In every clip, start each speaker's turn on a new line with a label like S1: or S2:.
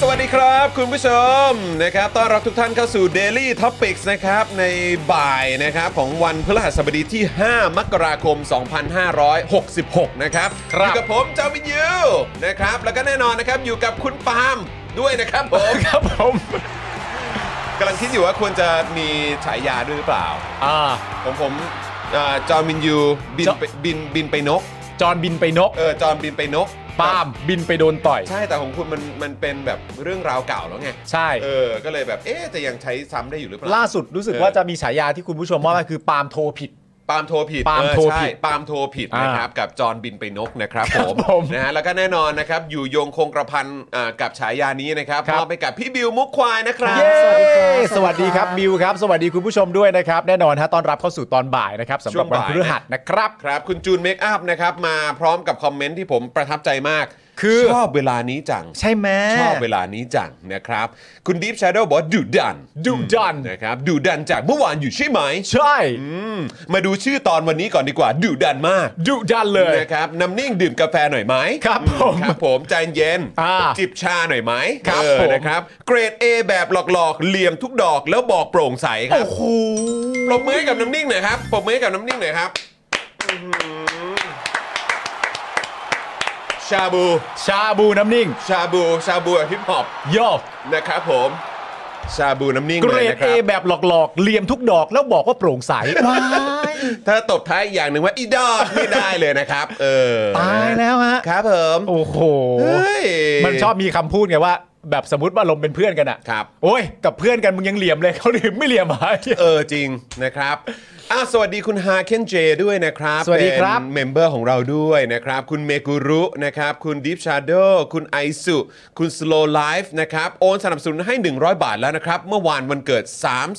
S1: สวัสดีครับคุณผู้ชมนะครับต้อนรับทุกท่านเข้าสู่ Daily Topics นะครับในบ่ายนะครับของวันพฤหัสบดีที่ 5 มกราคม 2566 นะครับอยู่กับผมจอมินยูนะครับแล้วก็แน่นอนนะครับอยู่กับคุณปาล์มด้วยนะครับผมครับผมกำลังคิดอยู่ว่าควรจะมีฉายาด้วยหรือเปล่า
S2: อ่า
S1: ของผมเอ่อจอมินยูบิน
S2: จอ
S1: ไปบินบินไปนก
S2: จอนบินไปนก
S1: เออจอมบินไปนก
S2: ปาล์มบินไปโดนต่อย
S1: ใช่แต่ของคุณมันมันเป็นแบบเรื่องราวเก่าแล้วไง
S2: ใช่
S1: เออ ก็เลยแบบ เอ๊ะ จะยังใช้ซ้ำได้อยู่หรือเปล่า
S2: ล่าสุดรู้สึก
S1: เออ
S2: ว่าจะมีฉายาที่คุณผู้ชมมอบมาคือปาล์มโทรผิด
S1: ปาล์มโทรผิด
S2: ปาล์ม
S1: เออ
S2: โทร
S1: ใช่
S2: ผิด
S1: ปาล์มโทรผิด
S2: อ่าน
S1: นะครับ กับจอร์นบินไปนกนะครับ
S2: ค
S1: ผม
S2: รับผม
S1: นะฮะ แล้วก็แน่นอนนะครับ อยู่โยงคงกระพันอ่ากับฉายานี้นะครับ
S2: ครับ
S1: มอบไปกับพี่บิวมุกควายนะครับ
S2: เย้
S3: สวัสดีครั
S2: สวัสดีครับ
S3: บสวัสดีครับ
S2: บิวครับ สวัสดีคุณผู้ชมด้วยนะครับ แน่นอนฮะต้อนรับเข้าสู่ตอนบ่ายนะครับสำหรับ
S1: ช่วง
S2: วัน
S1: บ่าย
S2: พฤหัสนะครับ
S1: ครับ คุณจูนเมคอัพนะครับ มาพร้อมกับคอมเมนต์ที่ผมประทับใจมาก
S2: คือ
S1: ชอบเวลานี้จัง
S2: ใช่ไหม
S1: ชอบเวลานี้จังนะครับ คุณดีฟชาร์โดบอกว่าดุดัน
S2: ดุดัน
S1: นะครับดุดันจากเมื่อวานอยู่ใช่ไหม
S2: ใช่
S1: อืมมาดูชื่อตอนวันนี้ก่อนดีกว่าดุดันมาก
S2: ดุดันเลย
S1: นะครับน้ำนิ่งดื่มกาแฟหน่อยไหม
S2: ครับ
S1: อื
S2: ผม
S1: ครับผมใจเย็น
S2: อ่า
S1: จิบชาหน่อยไหม
S2: ครับ
S1: เออ
S2: ผม
S1: นะครับ เกรด A แบบหลอกๆเหลี่ยมทุกดอกแล้วบอกโปร่งใสครั
S2: โอ้
S1: บ
S2: โห
S1: ปรบมือให้กับน้ำนิ่งหน่อยครับปรบมือให้กับน้ำนิ่งหน่อยครับอื้อหือชาบู
S2: ชาบูน้ำนิ่ง
S1: ชาบู ชาบูแบบฮิปฮอป
S2: โยอ
S1: นะครับผม ชาบูน้ำนิ่ง
S2: เกร
S1: เลย
S2: ด
S1: นะค
S2: เอ
S1: รับ
S2: แบบหลอกๆเลียมทุกดอกแล้วบอกว่าโปร่งใสว้าย
S1: ถ้าตบท้ายอีกอย่างหนึ่งว่าอีดอกไม่ได้เลยนะครับ เออ
S2: ตายแล้วฮะ
S1: ครับผม
S2: โอ้โห
S1: เฮ้ย
S2: มันชอบมีคำพูดไงว่า แบบสมมติว่าลมเป็นเพื่อนกันอะ
S1: ครับ
S2: โอ้ย กับเพื่อนกันมึงยังเหลี่ยมเลยเขาเหลี่ยมไม่เหลี่ยมหาย
S1: เออจริงนะครับอ่ะสวัสดีคุณฮาเคนเจด้วยนะครับ
S2: สวัสดีครับ
S1: เป็นเมมเบอร์ของเราด้วยนะครับ คุณเมกุรุนะครับ คุณดิฟชาร์โดคุณไอสุคุณสโล w l ไลฟ์นะครับ โอนสนับสนุนให้ 100 บาทแล้วนะครับ เมื่อวานวันเกิด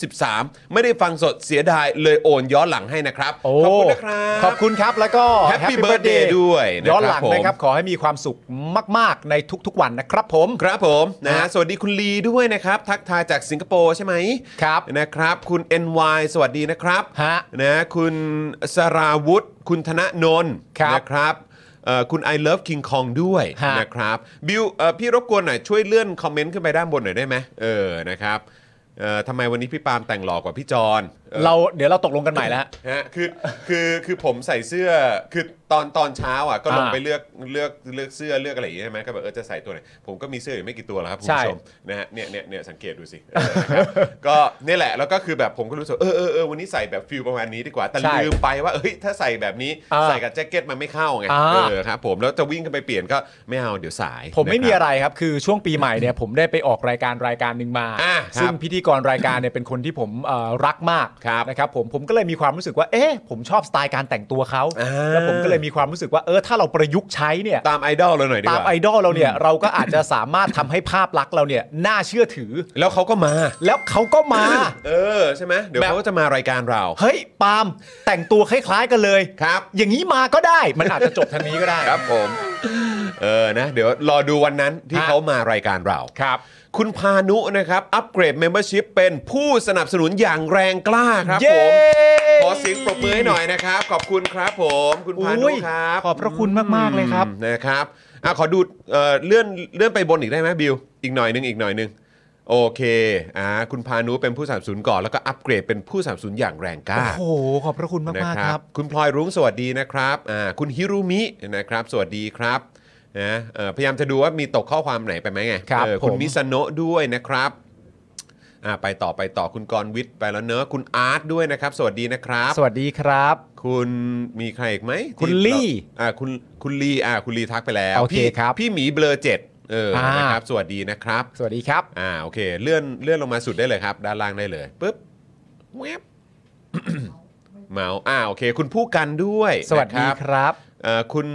S1: 33 ไม่ได้ฟังสดเสียดายเลยโอนย้อนหลังให้นะครับ
S2: โ
S1: ขอบคุณนะครับ
S2: ขอบคุณครับแล้วก็
S1: Happy
S2: Happy
S1: Birthday
S2: Birthday
S1: ด้วยนะครับ
S2: ย้อนหลังนะครั
S1: ผ
S2: บ
S1: ม
S2: ขอให้มีความสุขมาก ๆ ในทุก ๆ วันนะครับผม
S1: ครับผมนะฮะ
S2: ฮะ
S1: สวัสดีคุณลีด้วยนะครับ ทักทายจากสิงคโปร์ใช่ไหม
S2: ครับ
S1: นะครับ คุณ NY สวัสดีนะครับ
S2: ฮะ
S1: นะคุณสราวุธ คุณธนนนท์
S2: ครับ
S1: นะครับเอ่อคุณ I love King Kong ด้วย
S2: ฮะ
S1: นะครับบิวเอ่อพี่รบกวนหน่อยช่วยเลื่อนคอมเมนต์ขึ้นไปด้านบนหน่อยได้ไหมเออนะครับเอ่อทำไมวันนี้พี่ปาล์มแต่งหล่อกว่าพี่จอนออ
S2: เราเดี๋ยวเราตกลงกันใหม่แล้วฮะ
S1: ฮะคือคือคือผมใส่เสื้อคือตอนตอนเช้าอ่ะก็ลง
S2: อ่า
S1: ไปเลือกเลือกเลือกเสื้อเลือกอะไรอย่างเงี้ยใช่ไหมก็แบบเออจะใส่ตัวไหนผมก็มีเสื้ออยู่ไม่กี่ตัวแล้วครับคุณ
S2: ใช่
S1: ผู้ชมนะฮะเนี่ยเนี่ยเนี่ยสังเกตดูสิเออนะครับ ก็เนี่ยแหละแล้วก็คือแบบผมก็รู้สึกเออเออเออวันนี้ใส่แบบฟิลประมาณนี้ดีกว่าแต่
S2: ใช่
S1: ลืมไปว่าเอ้ยถ้าใส่แบบนี้
S2: อ่า
S1: ใส่กับแจ็คเก็ตมันไม่เข้าไง
S2: อ่า
S1: เออครับผมแล้วจะวิ่งกันไปเปลี่ยนก็ไม่เอาเดี๋ยวสาย
S2: ผมไม่
S1: นค
S2: มี
S1: บ
S2: อะไรครับ คือช่วงปีใหม่เนี่ย ผมได้ไปออกรายการรายการหนึ่งมา
S1: อ่ะครับ
S2: ซึ่งพิธีกรรายการเนี่ยเป็นคนที่ผมเอ่อรักมาก
S1: ครับ
S2: นะครับผมผมก็เลยมีความรู้สึกว่าเอ๊ะผมชอบสไตล์การแต่งตัวเขา
S1: อ่า
S2: แล้วผมก็เลยมีความรู้สึกว่าเออถ้าเราประยุกต์ใช้เนี่ย
S1: ตามไอดอลเราหน่อยดีก
S2: ตาม
S1: ว่า
S2: ไอดอลเราเนี่ย เราก็อาจจะสามารถทำให้ภาพลักษณ์เราเนี่ย น่าเชื่อถือ
S1: แล้วเขาก็มา
S2: แล้วเขาก็มา
S1: เออใช่ไหมเดี๋ยว
S2: แบบ
S1: เขาก็จะมารายการเรา
S2: เฮ้ย ปาล์มแต่งตัวคล้ายๆกันเลย
S1: ครับ
S2: อย่างนี้มาก็ได้มันอาจจะจบทางนี้ก็ได้
S1: ครับผม เออนะ เดี๋ยวรอดูวันนั้นที่
S2: ฮะ
S1: เขามารายการเรา
S2: ครับ
S1: คุณพานุนะครับ อัปเกรดเมมเบอร์ชิพเป็นผู้สนับสนุนอย่างแรงกล้าครับ
S2: เย้
S1: ผม ขอเสียงปรบมือให้หน่อยนะครับ ขอบคุณครับผม คุณพานุ
S2: อุ๊ย
S1: ครับ
S2: ขอบพระคุณมากๆเลยครับ
S1: อืมนะครับอ่ะขอดูเอ่อเลื่อนเลื่อนไปบนอีกได้ไหมบิว อีกหน่อยนึงอีกหน่อยนึงโอเคอ่าคุณพานุเป็นผู้สนับสนุนก่อนแล้วก็อัปเกรดเป็นผู้สนับสนุนอย่างแรงกล้า
S2: โอ้โห ขอบพระคุณ
S1: นะ
S2: มากๆครับ
S1: คุณพลอยรุ้งสวัสดีนะครับอ่าคุณฮิรุมินะครับ สวัสดีครับนะเอ่อพยายามจะดูว่ามีตกข้อความไหนไปไหมไง
S2: ครับ
S1: เออคุณ
S2: ผม
S1: มิสโนะด้วยนะครับอ่าไปต่อไปต่อคุณกรณ์วิทย์ไปแล้วเนอะคุณอาร์ตด้วยนะครับ สวัสดีนะครับ
S2: สวัสดีครับ
S1: คุณมีใครอีกไหม
S2: คุณ
S1: ที่
S2: ลี่
S1: อ่าคุณคุณลี่อ่าคุณลี่ทักไปแล้ว
S2: โอเค
S1: พี่
S2: ครับ
S1: พี่หมีเบลอเจ็ดเออ
S2: อ่าน
S1: นะครับ สวัสดีนะครับ
S2: สวัสดีครับ
S1: อ่าโอเคเลื่อนเลื่อนลงมาสุดได้เลยครับ ด้านล่างได้เลยปึ๊บเว็บ เมาส์อ่าโอเค คุณผู้กันด้วย
S2: สวัสดี
S1: นะครับ เอ่อคุณ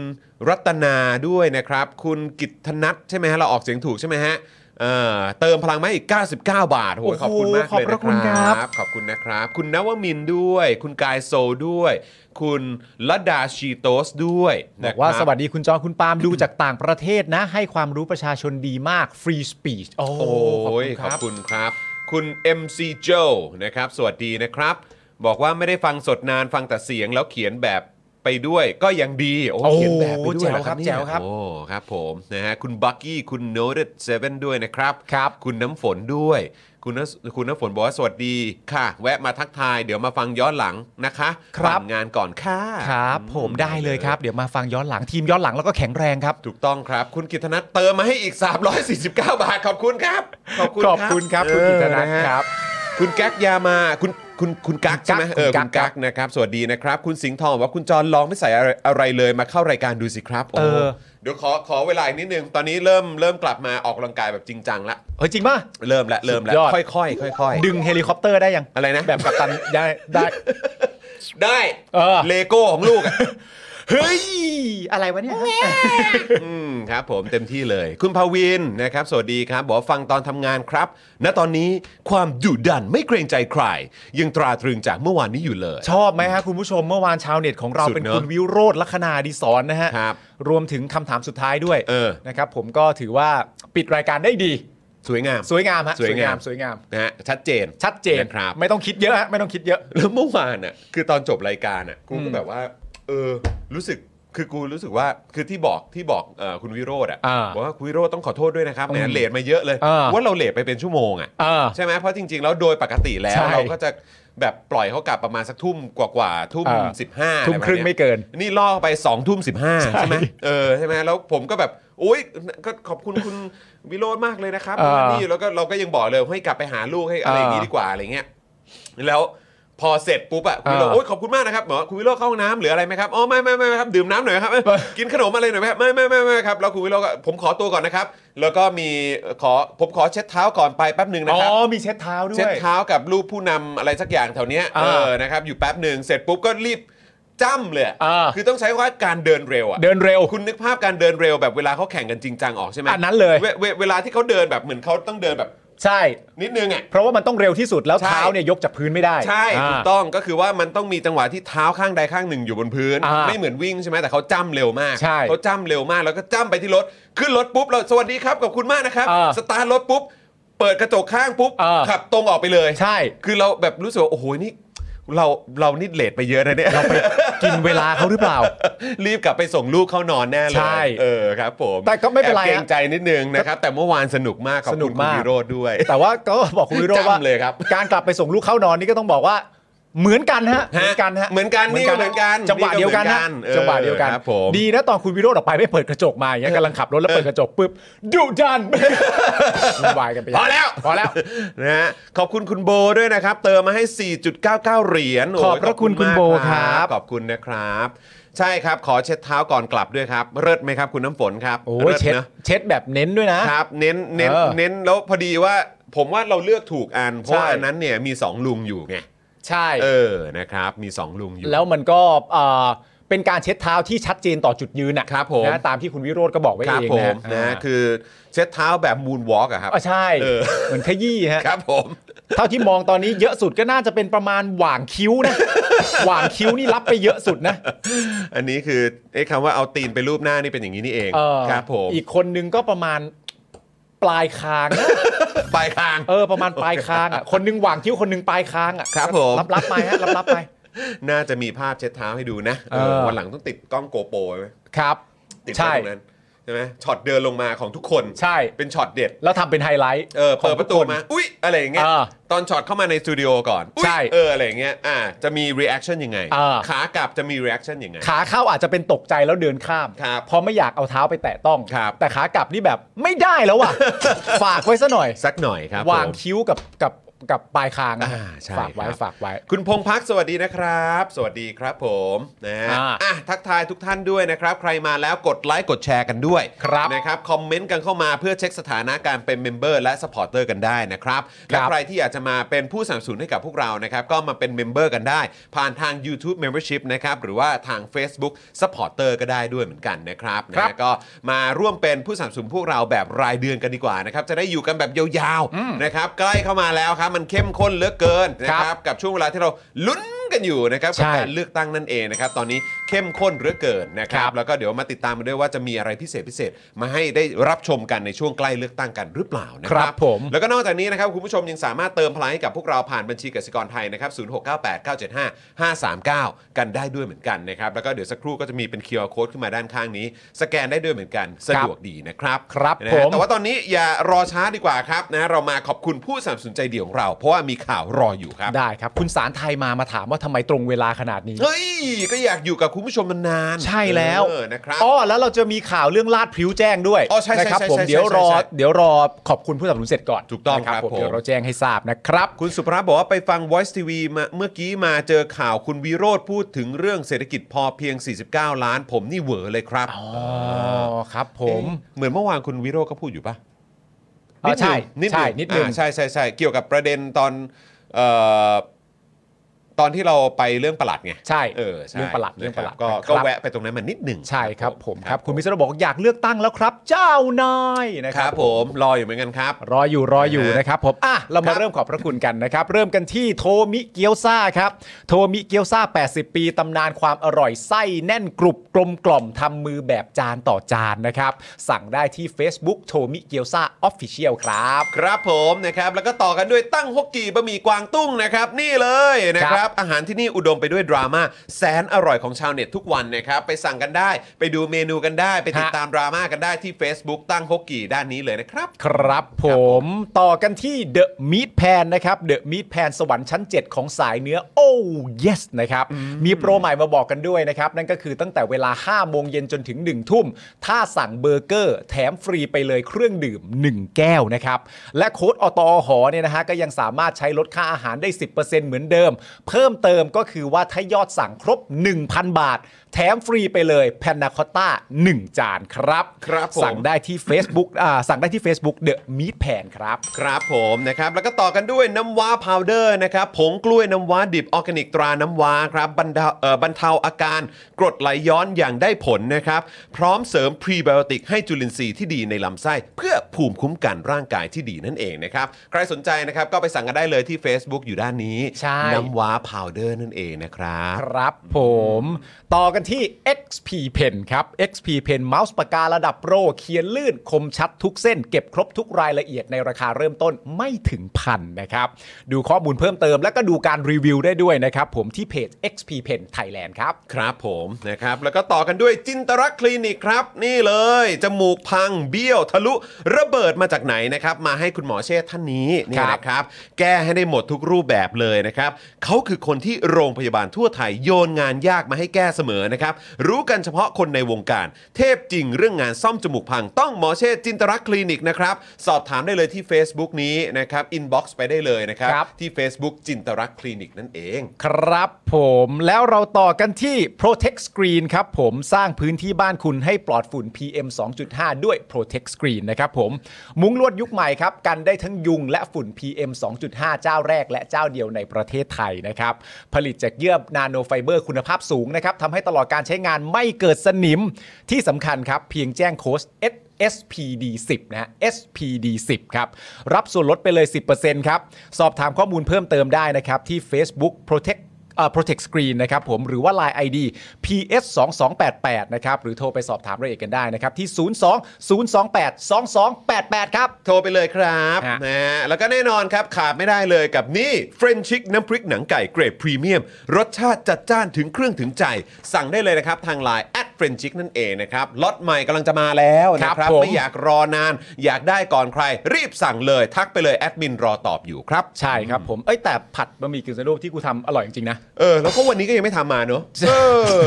S1: รัตนาด้วยนะครับ คุณกิตธนัทใช่ไหมฮะ เราออกเสียงถูกใช่ไหมฮะเอ่อเติมพลังมาอีก 99 บาทโห
S2: โอ้โห
S1: ขอบคุณมาก
S2: ขอบ
S1: เล
S2: พ
S1: ยนะ
S2: ระคุณ
S1: ค
S2: ครั
S1: รับ บ ขอบคุณนะครับ คุณนวมินทร์ด้วย คุณกายโซด้วย คุณลดาชีโตสด้วย
S2: บ
S1: นะ
S2: อกว่า
S1: ครั
S2: สวัสดีคุณจอคุณปาล์มดูจากต่างประเทศนะ ให้ความรู้ประชาชนดีมาก free speech โอ้
S1: โอ้ยข
S2: ข
S1: อ
S2: อ
S1: บบ
S2: คุณ
S1: คุณครับ คุณ MC Joe นะครับ สวัสดีนะครับ บอกว่าไม่ได้ฟังสดนานฟังแต่เสียงแล้วเขียนแบบไปด้วยก็ยังดี โอ้
S2: โอ้
S1: เขียนแบบไปด้วยเหอ
S2: แจ๋วครับ
S1: เนี่ยโอ้ครับผมนะฮะคุณบักกี้คุณ Noted 7 ด้วยนะครับ
S2: ครับ
S1: คุณน้ำฝนด้วย คุณน้ำคุณน้ำฝนบอกว่าสวัสดีค่ะ แวะมาทักทาย เดี๋ยวมาฟังย้อนหลังนะคะปั่นงานก่อนค่ะ
S2: ครับ ผมได้เลยครับ เดี๋ยวมาฟังย้อนหลังทีมย้อนหลังแล้วก็แข็งแรงครับ
S1: ถูกต้องครับ คุณกิตนัทเติมมาให้อีก 349 บาท ขอบคุณครับ ขอบคุณ
S2: ขอบคุณครับคุณกิตนัท
S1: เออนะฮะ
S2: ครับ
S1: คุณกั๊กยามาคุณคุณคุณกั๊กใช่ไหม
S2: คุณกั๊กคุ
S1: เออคุณ
S2: ณกั๊
S1: กั๊ก
S2: ก
S1: นะครับ สวัสดีนะครับ คุณสิงห์ทองบอกว่าคุณจรลองไม่ใส่อะไรอะไรเลยมาเข้ารายการดูสิครับโอ้เดี๋ยวขอขอเวลาอีกนิดนึง ตอนนี้เริ่มเริ่มกลับมาออกกำลังกายแบบจริงจังละ
S2: เฮ้ยจริงป่ะ
S1: เริ่มละเริ่มละ
S2: สุดยอด
S1: ค่อยค่อยค่อยค่อยๆ
S2: ดึงเฮลิคอปเตอร์ได้ยัง
S1: อะไรนะ
S2: แบบกัปตันได้ได้
S1: ได้
S2: เออ
S1: เลโก้ของลูกอะ
S2: เฮ้ย อะไรวะเนี่ย
S1: อืมครับผมเต็มที่เลย คุณภาวินนะครับ สวัสดีครับ บอกว่าฟังตอนทำงานครับ ณตอนนี้ความดุดันไม่เกรงใจใคร ยังตราตรึงจากเมื่อวานนี้อยู่เลย
S2: ชอบไหมฮะคุณผู้ชมเมื่อวานชาวเน็ตของเรา
S1: สุด
S2: เป็น
S1: เนอะ
S2: คุณวิโรธลัคนาดิศรนะฮะ
S1: ครับ
S2: รวมถึงคำถามสุดท้ายด้วย
S1: เออ
S2: นะครับผมก็ถือว่าปิดรายการได้ดี
S1: สวยงาม
S2: สวยงามฮะ
S1: สวยงาม
S2: สวยงาม
S1: นะฮะชัดเจน
S2: ชัดเจน
S1: นะครับ
S2: ไม่ต้องคิดเยอะฮะไม่ต้องคิดเยอะ
S1: แล้วเมื่อวานอ่ะคือตอนจบรายการอ่ะกูก็แบบว่า เออ รู้สึกคือกูรู้สึกว่าคือที่บอกที่บอกเอ่อคุณวิโรธอ่ะ
S2: อ่า
S1: บอกว่าคุณวิโรธต้องขอโทษด้วยนะครับแหม
S2: อืม
S1: เลทมาเยอะเลย
S2: อ่า
S1: ว่าเราเลทไปเป็นชั่วโมงอ่ะ
S2: อ่า
S1: ใช่ไหมเพราะจริง ๆ แล้วโดยปกติแล้
S2: ใช่
S1: ว เราก็จะแบบปล่อยเขากลับประมาณสักทุ่มกว่าๆทุ่ม
S2: อ่า
S1: สิบห้า
S2: ทุ่มครึ่งไม่เกิน
S1: นี่ล่อไป2องทุ่มสิบห้า
S2: ใช่
S1: ใช่ไหมเออใช่ไหมแล้วผมก็แบบโอ๊ยก็ขอบคุณคุณ วิโรจน์มากเลยนะครับ
S2: อ่า
S1: นี่แล้วก็เราก็ยังบอกเลยให้กลับไปหาลูกให้อะไรอย่างนี้ดีกว่าอะไรเงี้ยแล้วพอเสร็จปุ๊บอะคุณวิโรจน์
S2: อ่า
S1: โอ๊ยขอบคุณมากนะครับหมอคุณวิโรจน์เข้าห้องน้ำหรืออะไรไหมครับอ๋อไม่ไม่ไม่ครับดื่มน้ำหน่อยครับเอ้ย
S2: เออ
S1: กินขนมอะไรหน่อยไหมครับไม่ไม่ไม่ไม่ครับแล้วคุณวิโรจน์ก็ผมขอตัวก่อนนะครับ แล้วก็มีขอผมขอเช็ดเท้าก่อนไปแป๊บหนึ่งนะ
S2: อ๋อ
S1: ครับ
S2: มีเช็ดเท้าด้วย
S1: เช็ดเท้ากับรูปผู้นำอะไรสักอย่างแถวเนี้ย
S2: อ่า
S1: เออนะครับอยู่แป๊บหนึ่งเสร็จปุ๊บก็รีบจ้ำเลยอะ
S2: อ่า
S1: คือต้องใช้ว่าการเดินเร็วอ่ะ
S2: เดินเร็ว
S1: คุณนึกภาพการเดินเร็วแบบเวลาเขาแข่งกันจริงจังออกใช่ไหม
S2: อันนั้นเลย
S1: ววเวลาที่เขาเดินแบบเหมือนเขาต้องเดินแบบ
S2: ใช่
S1: นิดนึงอ่ะ
S2: เพราะว่ามันต้องเร็วที่สุดแล้ว
S1: ใช่
S2: เท้าเนี่ยยกจากพื้นไม่ได้
S1: ใช่ถูก
S2: อ่า
S1: ต้องก็คือว่ามันต้องมีจังหวะที่เท้าข้างใดข้างหนึ่งอยู่บนพื้น
S2: อ่า
S1: ไม่เหมือนวิ่งใช่ไหมแต่เขาจ้ำเร็วมาก
S2: ใช่
S1: เขาจ้ำเร็วมากแล้วก็จ้ำไปที่รถขึ้นรถปุ๊บเราสวัสดีครับขอบคุณมากนะครับ
S2: อ่า
S1: สตาร์ทรถปุ๊บเปิดกระจกข้างปุ๊บ
S2: อ่า
S1: ขับตรงออกไปเลย
S2: ใช่
S1: คือเราแบบรู้สึกว่าโอ้โหนี่เราเรานี่เลทไปเยอะนะเนี่ยเราไป
S2: กินเวลาเขาหรือเปล่า
S1: รีบกลับไปส่งลูกเข้านอนแน่เลย
S2: ใช่
S1: เออครับผม
S2: แต่ก็ไม่เป็นไร
S1: แอบเกรงใจนิดนึงนะครับ แต่เมื่อวานสนุกมากขอบ
S2: สนุ
S1: คุ
S2: ก
S1: ณคุณ
S2: มาก
S1: วิโรดด้วย
S2: แต่ว่าก็บอกคุณวิโรจน์ว่า
S1: จำเลยครับ
S2: การกลับไปส่งลูกเข้านอนนี่ก็ต้องบอกว่า เหมือนกันฮะเหมือนกันฮะ
S1: เหมือนกันนี่ก็เหมือนกัน
S2: จังหวะเดียวกันฮะ
S1: หมือออ
S2: จังหวะเดียวกัน
S1: ครับผม
S2: ดีนะตอนคุณวิโรจน์ออกไปไม่เปิดกระจกมาอย่างเงี้ยกำลังขับรถแล้วเปิดกระจกปุ๊บดุดัน วุ่นวายกันไปใหญ่
S1: พอแล้ว
S2: พอแล้ว
S1: นะฮะขอบคุณคุณโบด้วยนะครับ เติมมาให้ 4.99 เหรียญโย
S2: ขอบพระคุณคุณ
S1: มาก
S2: โบครับ
S1: ขอบคุณนะครับ ใช่ครับขอเช็ดเท้าก่อนกลับด้วยครับเลิศไหมครับคุณน้ำฝนครับ
S2: โอ้ย
S1: เลิศ
S2: เช็ด
S1: นะ
S2: เช็ดแบบเน้นด้วยนะ
S1: ครับเน้นเน้น
S2: เออ
S1: เน้นแล้วพอดีว่าผมว่าเราเลือกถูกอัน เพราะว่า
S2: ใช่
S1: อันนั้นเนี่ยมี 2 ลุงอยู่ไง
S2: ใช่
S1: เออนะครับมี 2 ลุงอยู่
S2: แล้วมันก็เอ่อเป็นการเช็ดเท้าที่ชัดเจนต่อจุดยืนนะครับ
S1: ผม
S2: นะตามที่คุณวิโรธก็บอกไว้
S1: ค
S2: เอ
S1: รับ
S2: ง
S1: ผม
S2: นะ
S1: นะคือเช็ดเท้าแบบมูนวอล์กอะครับ
S2: อ่ะใช่
S1: เออ
S2: เหมือนขยี้ฮะ
S1: ครับผม
S2: เท่าที่มองตอนนี้เยอะสุดก็น่าจะเป็นประมาณหว่างคิ้วนะ หว่างคิ้วนี่รับไปเยอะสุดนะ
S1: อันนี้คือไอ้คำว่าเอาตีนไปรูปหน้านี่เป็นอย่างนี้นี่เอง
S2: เออ
S1: ครับผม
S2: อีกคนนึงก็ประมาณปลายคางนะ
S1: ปลายคาง
S2: เออประมาณปลายคางอ่ะคนนึงหว่างคิ้วคนนึงปลายคางอ่ะ
S1: ครับผม
S2: รับรับไปฮะรับรับไป
S1: น่าจะมีภาพเช็ดเท้าให้ดูนะ
S2: เออ
S1: วันหลังต้องติดกล้องโกโปรไว้ไหม
S2: ครับ
S1: ติดไว้
S2: ใช่
S1: ตรงนั้น ช่ไหมช็อตเดินลงมาของทุกคน
S2: ใช่
S1: เป็นช็อตเด็ด
S2: แล้วทำเป็นไฮไลท์
S1: เออเปิดประตู
S2: ของทุกคน
S1: มา อุ๊ย อะไรอย่างเงี้ย
S2: เออ
S1: ตอนช็อตเข้ามาในสตูดิโอก่อนอุ๊ย
S2: ใช่
S1: เอออะไรอย่างเงี้ยอ่าจะมี reaction ยังไง
S2: เออ
S1: ขากลับจะมี reaction ยังไง
S2: ขาเข้าอาจจะเป็นตกใจแล้วเดินข้าม
S1: ครับ
S2: เพราะไม่อยากเอาเท้าไปแตะต้อง
S1: ครับ
S2: แต่ขากลับนี่แบบไม่ได้แล้ว อ่ะ ฝากไว้ซะหน่อย
S1: สักหน่อยครับ
S2: วาง
S1: ผม
S2: คิ้วกับกับกับปลายคางนะ
S1: อ่าใช่
S2: ฝากไว้
S1: ครับ
S2: ฝากไว้
S1: คุณพงพักสวัสดีนะครับ สวัสดีครับผมนะฮะ
S2: อ่า
S1: อ่ะทักทายทุกท่านด้วยนะครับ ใครมาแล้วกดไลค์กดแชร์กันด้วย
S2: ครับ
S1: นะครับคอมเมนต์กันเข้ามาเพื่อเช็คสถานะการเป็นเมมเบอร์และสปอร์เตอร์กันได้นะครับ และใครที่อยากจะมาเป็นผู้สนับสนุนให้กับพวกเรานะครับ ก็มาเป็นเมมเบอร์กันได้ ผ่านทาง YouTube Membership นะครับ หรือว่าทาง Facebook Supporter ก็ได้ด้วยเหมือนกันนะครับ
S2: ครับ
S1: นะ ก็มาร่วมเป็นผู้สนับสนุนพวกเราแบบรายเดือนกันดีกว่านะครับ จะได้อยู่กันแบบยาวๆนะครับใกล้เข้ามาแล้วครับ มันเข้มข้นเหลือเกินนะ
S2: ค
S1: ค
S2: รั
S1: รับบ กับช่วงเวลาที่เราลุ้นกันอยู่นะครับกั
S2: ใช่
S1: การเลือกตั้งนั่นเองนะครับ ตอนนี้เข้มข้นเหลือเกินนะครั
S2: ครับ บ
S1: แล้วก็เดี๋ยวมาติดตามกันด้วยว่าจะมีอะไรพิเศษพิเศษมาให้ได้รับชมกันในช่วงใกล้เลือกตั้งกันหรือเปล่านะค
S2: ครั
S1: รับ
S2: บผม
S1: แล้วก็นอกจากนี้นะครับ คุณผู้ชมยังสามารถเติมพลังให้กับพวกเราผ่านบัญชีกสิกรไทยนะครับ 0698 975 539 กันได้ด้วยเหมือนกันนะครับ แล้วก็เดี๋ยวสักครู่ก็จะมีเป็น QR Code ขึ้นมาด้านข้างนี้ สแกนได้ด้วยเหมือนกัน สะดวกดีนะครับ
S2: ครับ
S1: นะ
S2: ผ
S1: ฮะ
S2: ม
S1: แต่ว่าตอนนี้อย่ารอช้าดีกว่าครับนะเรามาขอบคุณผู้สนับสนุนใจเดียวของเรา เพราะว่ามีข่าวรออยู่ครับ
S2: ได้ครับ คุณสารไทยมามาถามว่าทำไมตรงเวลาขนาดนี้
S1: เฮ้ย ก็อยากอยู่กับคุณผู้ชมนานๆ
S2: ใช่แล้ว
S1: เออนะครับ
S2: อ๋อแล้วเราจะมีข่าวเรื่องลาดพริ้วแจ้งด้วย
S1: อ๋อใช่ใช่
S2: นะครั
S1: ใช่
S2: ผม
S1: ใช่
S2: เดี๋ยวรอ
S1: ใช่ใช่
S2: เดี๋ยวรอขอบคุณผู้สนับสนุนเสร็จก่อน
S1: ถูกต้อง
S2: นะครับ
S1: ผม
S2: เดี๋ยวเราแจ้งให้ทราบนะครับ
S1: คุณสุภาพบอกว่าไปฟัง Voice TV มาเมื่อกี้มาเจอข่าวคุณวิโรธพูดถึงเรื่องเศรษฐกิจพอเพียง 49 ล้าน ผมนี่เหวอเลยครับ
S2: อ๋อครับผม
S1: เอ๊ะเหมือนเมื่อวานคุณวิโรธก็พูดอยู่ปะ
S2: อ๋อใช่
S1: นิดห
S2: ใช่
S1: นึ่ง
S2: นิดหนึ่ง
S1: อ่าใช่ใช่ใช่เกี่ยวกับประเด็นตอนเอ่อตอนที่เราไปเรื่องประหลัดไง
S2: ใช่
S1: เออใช่
S2: เรื่องประหลัด
S1: นคบ
S2: เรื่องประหลัด
S1: ก็
S2: นะครับ
S1: ก็แวะไปตรงนั้นมานิดหนึ่ง
S2: ใช่ครับผมครับคุณมิสเตอร์บอกอยากเลือกตั้งแล้วครับ เจ้านายนะค
S1: ค
S2: รั
S1: รับ บผมรออยู่เหมือนกันครับ
S2: รออยู่รออยู่
S1: นะฮะ
S2: นะครับผมอ่ะเรา
S1: ครั
S2: มา
S1: บ
S2: เริ่มขอบพระคุณกันนะครับ เริ่มกันที่โทมิเกียวซาครับ โทมิเกียวซา80 ปีตำนานความอร่อยไส้แน่นกรุบกลมกล่อมทำมือแบบจานต่อจานนะครับ สั่งได้ที่ Facebook โทมิเกียวซาออฟฟิเชียลครับ
S1: ครับผมนะครับแล้วก็ต่อกันด้วยตั้งฮกกีบะหมี่กวางตุ้งนะครับนี่เลยนะค
S2: ครั
S1: รับบ อาหารที่นี่อุดมไปด้วยดราม่าแสนอร่อยของชาวเน็ตทุกวันนะครับไปสั่งกันได้ ไปดูเมนูกันได้ ไปติด
S2: ฮะ
S1: ตามดราม่ากันได้ที่ Facebook ตั้งฮกกีด้านนี้เลยนะครับ
S2: ครับผมต่อกันที่ The Meat Pan นะครับ The Meat Pan สวรรค์ชั้น 7 ของสายเนื้อ Oh yes นะครับ มีโปรใหม่มาบอกกันด้วยนะครับ นั่นก็คือตั้งแต่เวลา 5 โมงเย็นจนถึง 1 ทุ่ม ถ้าสั่งเบอร์เกอร์ แถมฟรีไปเลยเครื่องดื่ม 1 แก้วนะครับ และโค้ดอตอหอเนี่ยนะฮะ ก็ยังสามารถใช้ลดค่าอาหารได้ 10%เหมือนเดิม เพิ่มเติมก็คือว่าถ้ายอดสั่งครบ 1,000 บาท แถมฟรีไปเลยแพนนาคอต้า1จานครับ
S1: ครับผม
S2: สั่งได้ที่ Facebook อ่าสั่งได้ที่ Facebook The Meat Pan ครับ
S1: ครับผมนะครับแล้วก็ต่อกันด้วยน้ำว้าพาวเดอร์นะครับผงกล้วยน้ำว้าดิบออร์แกนิกตราน้ำว้าครับบรรเทาเอ่อบรรเทาอาการกรดไหลย้อนอย่างได้ผลนะครับ พร้อมเสริมพรีไบโอติกให้จุลินทรีย์ที่ดีในลำไส้เพื่อภูมิคุ้มกันร่างกายที่ดีนั่นเองนะครับ ใครสนใจนะครับก็ไปสั่งกันได้เลยที่ Facebook อยู่ด้านนี้
S2: ใช่
S1: น้ำว้าพาวเดอร์นั่นเองนะครับ
S2: ครับผม ต่อกันที่ XP Pen ครับ XP Pen เมาส์ปากการะดับโปร เขียนลื่นคมชัดทุกเส้น เก็บครบทุกรายละเอียดในราคาเริ่มต้นไม่ถึงพันนะครับ ดูข้อมูลเพิ่มเติมแล้วก็ดูการรีวิวได้ด้วยนะครับ ผมที่เพจ XP Pen Thailand ครับ
S1: ครับผมนะครับแล้วก็ต่อกันด้วยจินตรักษณ์คลินิกครับ นี่เลยจมูกพังเบี้ยว ทะลุระเบิดมาจากไหนนะครับ มาให้คุณหมอเชษฐ์ท่านนี้นี่
S2: ครับ
S1: นะครับ แก้ให้ได้หมดทุกรูปแบบเลยนะครับเขาคือคนที่โรงพยาบาลทั่วไทยโยนงานยากมาให้แก้เสมอนะครับ รู้กันเฉพาะคนในวงการ เทพจริงเรื่องงานซ่อมจมูกพังต้องหมอเชษฐ์จินตรักษณ์คลินิกนะครับ สอบถามได้เลยที่ Facebook นี้นะครับอินบ็อกซ์ไปได้เลยนะครับ
S2: ครับ
S1: ที่ Facebook จินตรักษณ์คลินิกนั่นเอง
S2: ครับผมแล้วเราต่อกันที่ Protect Screen ครับผมสร้างพื้นที่บ้านคุณให้ปลอดฝุ่น PM 2.5 ด้วย Protect Screen นะครับผม มุ้งลวดยุคใหม่ครับ กันได้ทั้งยุงและฝุ่น PM 2.5 เจ้าแรกและเจ้าเดียวในประเทศไทยนะครับ ผลิตจากเยื่อนาโนไฟเบอร์คุณภาพสูงนะครับทำให้ตลอดการใช้งานไม่เกิดสนิมที่สำคัญครับ เพียงแจ้งโค้ด SPD 10นะฮะ SPD 10ครับ รับส่วนลดไปเลย 10%ครับ สอบถามข้อมูลเพิ่มเติมได้นะครับ ที่ Facebook Protect เอ่อ protect screen นะครับผมหรือว่า Line ID ps 2 2 8 8นะครับหรือโทรไปสอบถามรายละเอียดกันได้นะครับที่ 02 028 2288 ครับ
S1: โทรไปเลยครับ
S2: ฮะ
S1: นะฮะแล้วก็แน่นอนครับขาดไม่ได้เลยกับนี่เฟรนชิกน้ำพริกหนังไก่เกรดพรีเมียม รสชาติจัดจ้านถึงเครื่องถึงใจ สั่งได้เลยนะครับ ทางไลน์แอดเฟรนชิกนั่นเองนะครับล็อตใหม่กำลังจะมาแล้วนะค
S2: ครั
S1: รับบ
S2: ผม
S1: ไม่อยากรอนาน อยากได้ก่อนใคร รีบสั่งเลย ทักไปเลยแอดมินรอตอบอยู่ครับ
S2: ใช่ครับผมเอ้ยแต่ผัดบะหมี่กึ่งสำเร็จรูปที่กูทำอร่อยจริงๆนะ
S1: เออ แล้วก็วันนี้ก็ยังไม่ทำมาเนอะเอ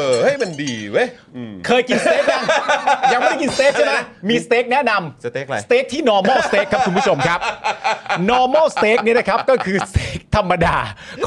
S1: อเฮ้ยมันดีเว้ยอืม
S2: เคยกินสเต็กยัง ยังไม่ได้กินสเต็กใช่ไหมมีสเต็กแนะนำ
S1: สเต็กอะไร
S2: สเต็กที่ normal steak ครับคุณผู้ชมครับ normal steak เนี่ยนะครับ ก็คือสเต็กธรรมดา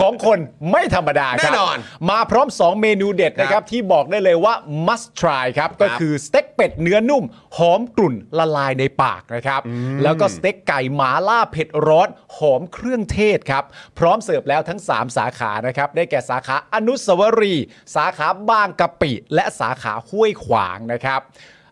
S2: ของคนไม่ธรรมดาครับ
S1: แน่นอน
S2: มาพร้อม 2 เมนูเด็ดนะค
S1: ครั
S2: รั
S1: บบ
S2: ที่บอกได้เลยว่า must try ครับ ก็คือสเต็กเป็ดเนื้อนุ่ม หอมกลุ่นละลายในปากนะครับ แล้วก็สเต็กไก่หมาล่าเผ็ดร้อนหอมเครื่องเทศครับ พร้อมเสิร์ฟแล้วทั้ง 3 สาขานะครับ ได้แก่สาขาอนุสาวรีย์สาขาบางกะปิ และสาขาห้วยขวางนะครับ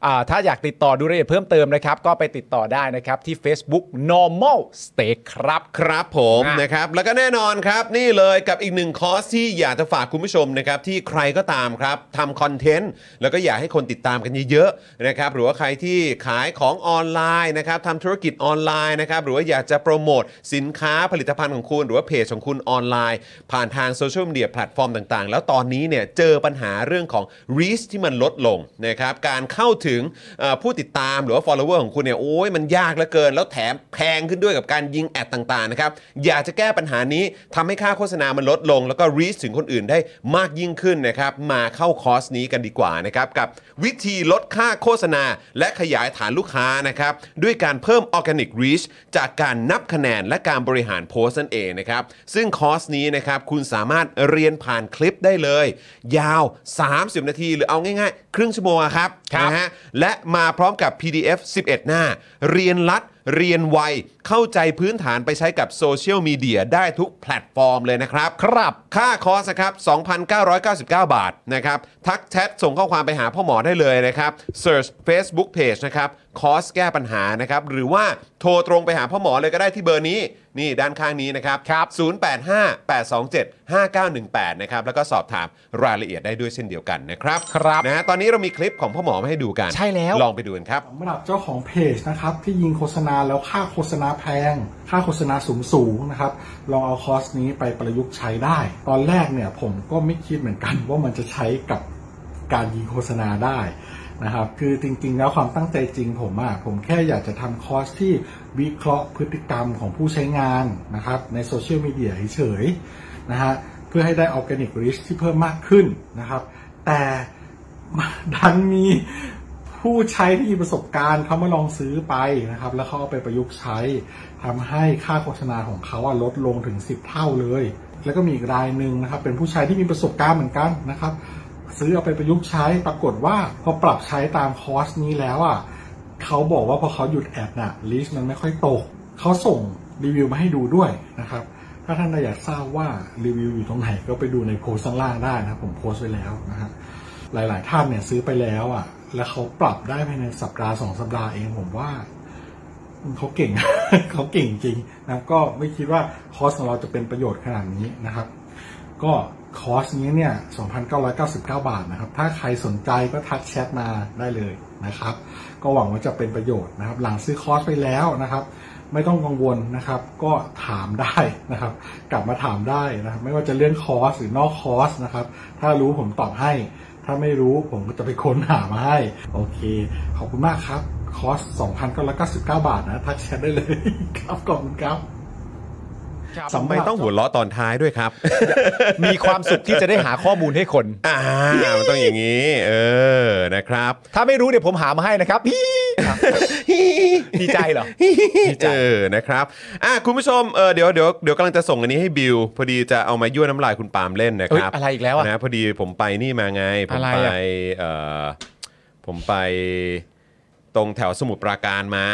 S2: อ่าถ้าอยากติดต่อดูรายละเอียดเพิ่มเติมนะครับ ก็ไปติดต่อได้นะครับ ที่ Facebook normal steak ครับ
S1: ครับผม
S2: อ่ะ
S1: นะครับแล้วก็แน่นอนครับนี่เลยกับอีกหนึ่งคอร์สที่อยากจะฝากคุณผู้ชมนะครับที่ใครก็ตามครับทำคอนเทนต์แล้วก็อยากให้คนติดตามกันเยอะๆนะครับหรือว่าใครที่ขายของออนไลน์นะครับทำธุรกิจออนไลน์นะครับหรือว่าอยากจะโปรโมทสินค้าผลิตภัณฑ์ของคุณ หรือว่าเพจของคุณออนไลน์ ผ่านทางโซเชียลมีเดียแพลตฟอร์มต่างๆ แล้วตอนนี้เนี่ยเจอปัญหาเรื่องของ reach ที่มันลดลงนะครับการเข้าถึงเอ่อผู้ติดตามหรือว่า follower ของคุณเนี่ยโอ้ยมันยากเหลือเกิน แล้วแถมแพงขึ้นด้วยกับการยิงแอดต่างๆนะครับอยากจะแก้ปัญหานี้ทำให้ค่าโฆษณามันลดลง แล้วก็ reach ถึงคนอื่นได้มากยิ่งขึ้นนะครับมาเข้าคอร์สนี้กันดีกว่านะครับกับวิธีลดค่าโฆษณา และขยายฐานลูกค้านะครับด้วยการเพิ่ม organic reach จากการนับคะแนนและการบริหารโพสต์นั่นเองนะครับซึ่งคอร์สนี้นะครับคุณสามารถเรียนผ่านคลิปได้เลย ยาว 30 นาที หรือเอาง่ายๆ ครึ่งชั่วโมงอะครับ
S2: ครับ
S1: นะฮะ นะฮะและมาพร้อมกับ PDF 11 หน้า เรียนรัด เรียนไว เข้าใจพื้นฐานไปใช้กับโซเชียลมีเดียได้ทุกแพลตฟอร์มเลยนะครับ
S2: ครับ
S1: ค่าคอร์สนะครับ 2,999 บาทนะครับ ทักแชทส่งข้อความไปหาพ่อหมอได้เลยนะครับ Search Facebook Page นะครับ คอร์สแก้ปัญหานะครับ หรือว่าโทรตรงไปหาพ่อหมอเลยก็ได้ที่เบอร์นี้ นี่ด้านข้างนี้นะครับ
S2: ครับ
S1: 0858275918 นะครับ แล้วก็สอบถามรายละเอียดได้ด้วยเช่นเดียวกันนะครับ
S2: ครับ
S1: นะฮะตอนนี้เรามีคลิปของพ่อหมอมาให้ดูกัน
S2: ใช่แล้ว
S1: ลองไปดูกันครับ
S3: สำหรับเจ้าของเพจนะครับที่ยิงโฆษณาแล้วค่าโฆษณาแพง ค่าโฆษณาสูงสูงนะครับ ลองเอาคอร์สนี้ไปประยุกต์ใช้ได้ ตอนแรกเนี่ยผมก็ไม่คิดเหมือนกัน ว่ามันจะใช้กับการยิงโฆษณาได้นะครับ คือจริงๆ แล้วความตั้งใจจริงผมอะผมแค่อยากจะทำคอร์สที่วิเคราะห์พฤติกรรมของผู้ใช้งานนะครับในโซเชียลมีเดียเฉยๆนะฮะเพื่อให้ได้ออร์แกนิกริชที่เพิ่มมากขึ้นนะครับ แต่ ดันมี ผู้ใช้ที่มีประสบการณ์เขามาลองซื้อไปนะครับ แล้วเขาเอาไปประยุกต์ใช้ทำให้ค่าโฆษณาของเขาอะลดลงถึง 10 เท่าเลย แล้วก็มีอีกรายหนึ่งนะครับ เป็นผู้ใช้ที่มีประสบการณ์เหมือนกันนะครับ ซื้อเอาไปประยุกต์ใช้ปรากฏว่าพอปรับใช้ตามคอร์สนี้แล้วอ่ะเขาบอกว่าพอเขาหยุดแอดน่ะลิสต์มันไม่ค่อยตกเขาส่งรีวิวมาให้ดูด้วยนะครับ ถ้าท่านอยากทราบว่ารีวิวอยู่ตรงไหนก็ไปดูในโพสต์ข้างล่างได้นะครับผมโพสต์ไว้แล้วนะครับ หลาย ๆ ท่านเนี่ยซื้อไปแล้วอ่ะ แล้วเขาปรับได้ภายในสัปดาห์สองสัปดาห์เองผมว่าเขาเก่ง เขาเก่งจริงนะครับก็ไม่คิดว่าคอร์สของเราจะเป็นประโยชน์ขนาดนี้นะครับ ก็คอร์สนี้เนี่ย 2,999 บาทนะครับ ถ้าใครสนใจก็ทักแชทมาได้เลยนะครับ ก็หวังว่าจะเป็นประโยชน์นะครับ หลังซื้อคอร์สไปแล้วนะครับ ไม่ต้องกังวลนะครับ ก็ถามได้นะครับ กลับมาถามได้นะครับ ไม่ว่าจะเรื่องคอร์สหรือนอกคอร์สนะครับ ถ้ารู้ผมตอบให้ ถ้าไม่รู้ผมก็จะไปค้นหามาให้ โอเค ขอบคุณมากครับ คอร์ส 2,999 บาทนะ ทักแชทได้เลยครับ ขอบคุณครับ
S2: ครับ
S1: ทำไมต้องหัวล้อตอนท้ายด้วยครับ
S2: มีความสุขที่จะได้หาข้อมูลให้คน
S1: อ่า มันต้องอย่างนี้ เออ นะครับ
S2: ถ้าไม่รู้เดี๋ยวผมหามาให้นะครับ พี่ดีใจเหรอ ดีใจ
S1: เออ นะครับ อ่ะคุณผู้ชม เออเดี๋ยวเดี๋ยวเดี๋ยวกำลังจะส่งอันนี้ให้บิว พอดีจะเอามายั่วน้ำลายคุณปาล์มเล่นนะค
S2: เอ้ย
S1: รับ
S2: อะไรอีกแล้วอะ
S1: นะ พอดีผมไปนี่มาไง ผม
S2: อะไร
S1: ไป
S2: อะ
S1: เออผมไปตรงแถวสมุทรปราการมา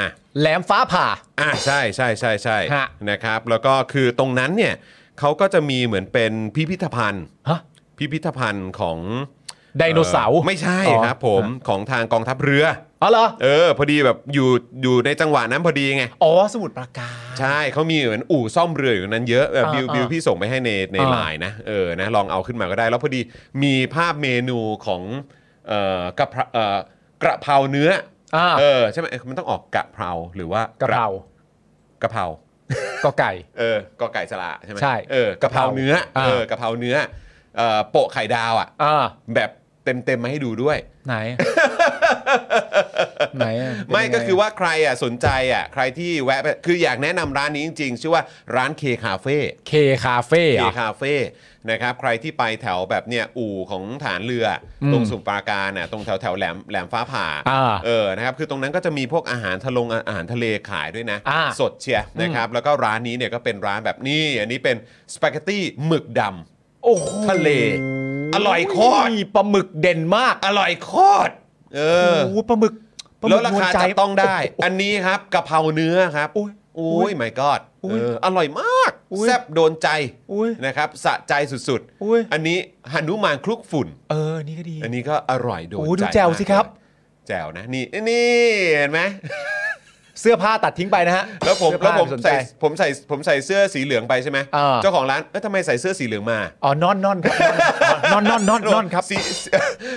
S2: แหลมฟ้าผ่า
S1: อ่าใช่ใช่ใช่ใช่
S2: ฮะ
S1: นะครับ แล้วก็คือตรงนั้นเนี่ยเขาก็จะมีเหมือนเป็นพิพิธภัณฑ์
S2: ฮะ
S1: พิพิธภัณฑ์ของ
S2: ไดโนเสาร์
S1: อ่อไม่ใช่
S2: อ๋อ
S1: ครับผมของทางกองทัพเรือ
S2: อ๋อเหรอ
S1: เออ พอดีแบบอยู่อยู่ในจังหวะนั้นพอดีไง
S2: อ๋อสมุดปราการ
S1: ใช่เขามีเหมือนอู่ซ่อมเรืออยู่นั้นเยอะแบบบิว
S2: อ่า
S1: บิว
S2: อ่า
S1: พี่ส่งไปให้ในใน
S2: อ่า
S1: ไลน์นะเออนะลองเอาขึ้นมาก็ได้ แล้วพอดีมีภาพเมนูของเอ่อกระเพราเอ่อกระเพราเนื้ออา เออใช่ไหมเอ้ยมันต้องออกกระเพราหรือว่าก ก
S2: ระเพราก
S1: ระเพราก
S2: อไก่
S1: เออกอไก่สละใช่ไหม
S2: ใช่
S1: เออกระเพราเนื้อ
S2: อ่า
S1: เออกระเพราเนื้อเอ่อโปะไข่ดาวอ่ะ
S2: อ่า
S1: แบบเต็มเต็มๆมาให้ดูด้วย
S2: ไหน ไหนอะ
S1: ไม่
S2: เป็นยังง
S1: ก็คือว่าใครอ่ะสนใจอ่ะใครที่แวะไปคืออยากแนะนำร้านนี้จริงๆ ชื่อว่าร้านเคคาเฟ่
S2: เคคาเฟ่
S1: เค
S2: อะ
S1: คาเฟ่นะครับใครที่ไปแถวแบบเนี่ยอู่ของฐานเรืออะ
S2: อืม
S1: ตรงสมุพรปราการน่ะตรงแถวแถวแหลมแหลมฟ้าผ่า
S2: อ่า
S1: เออนะครับคือตรงนั้นก็จะมีพวกอาหารทะลงอาหารทะเลขายด้วยนะ
S2: อ่า
S1: สดเชียร์นะครับแล้วก็ร้านนี้เนี่ยก็เป็นร้านแบบนี้ อันนี้เป็นสปาเกตตี้หมึกด
S2: โอ้โห
S1: ำทะเล อร่อยโคตร
S2: ปลาหมึกเด่นมาก
S1: อร่อยโคตรเออ
S2: โอ้โหปลาหมึกปหมึก
S1: แล้วราคา
S2: วนใจ
S1: จับต้องได้ อันนี้ครับกะเพราเนื้อครับ
S2: อุ๊ย
S1: โอ้ย my god
S2: อุ๊ย
S1: เอออร่อยมาก
S2: อุ๊ย
S1: แซ่บโดนใจ
S2: อุ๊ย
S1: นะครับสะใจสุด
S2: อุ๊ย
S1: ๆ อันนี้หันุมานคลุกฝุ่น
S2: เออ นี่ก็ดี
S1: อันนี้ก็อร่อยโดน
S2: โอ้
S1: ใจ
S2: ดูแจ่วสิครับ
S1: มากเลยแจ่วนะนี่นี่เห็นไหม
S2: เสื้อผ้าตัดทิ้งไปนะฮะ
S1: แล้วผม
S2: เสื้อ
S1: แล้ว
S2: ผ้า
S1: ผม
S2: ไนจ
S1: ใส่ผมใส่ผมใส่เสื้อสีเหลืองไปใช่ไหม
S2: อ่า
S1: เจ้าของร้านเอ้ยทำไมใส่เสื้อสีเหลืองมา
S2: อ๋อนอนนอนครับนอนนอนนอนนอนนอนครับ
S1: สี สี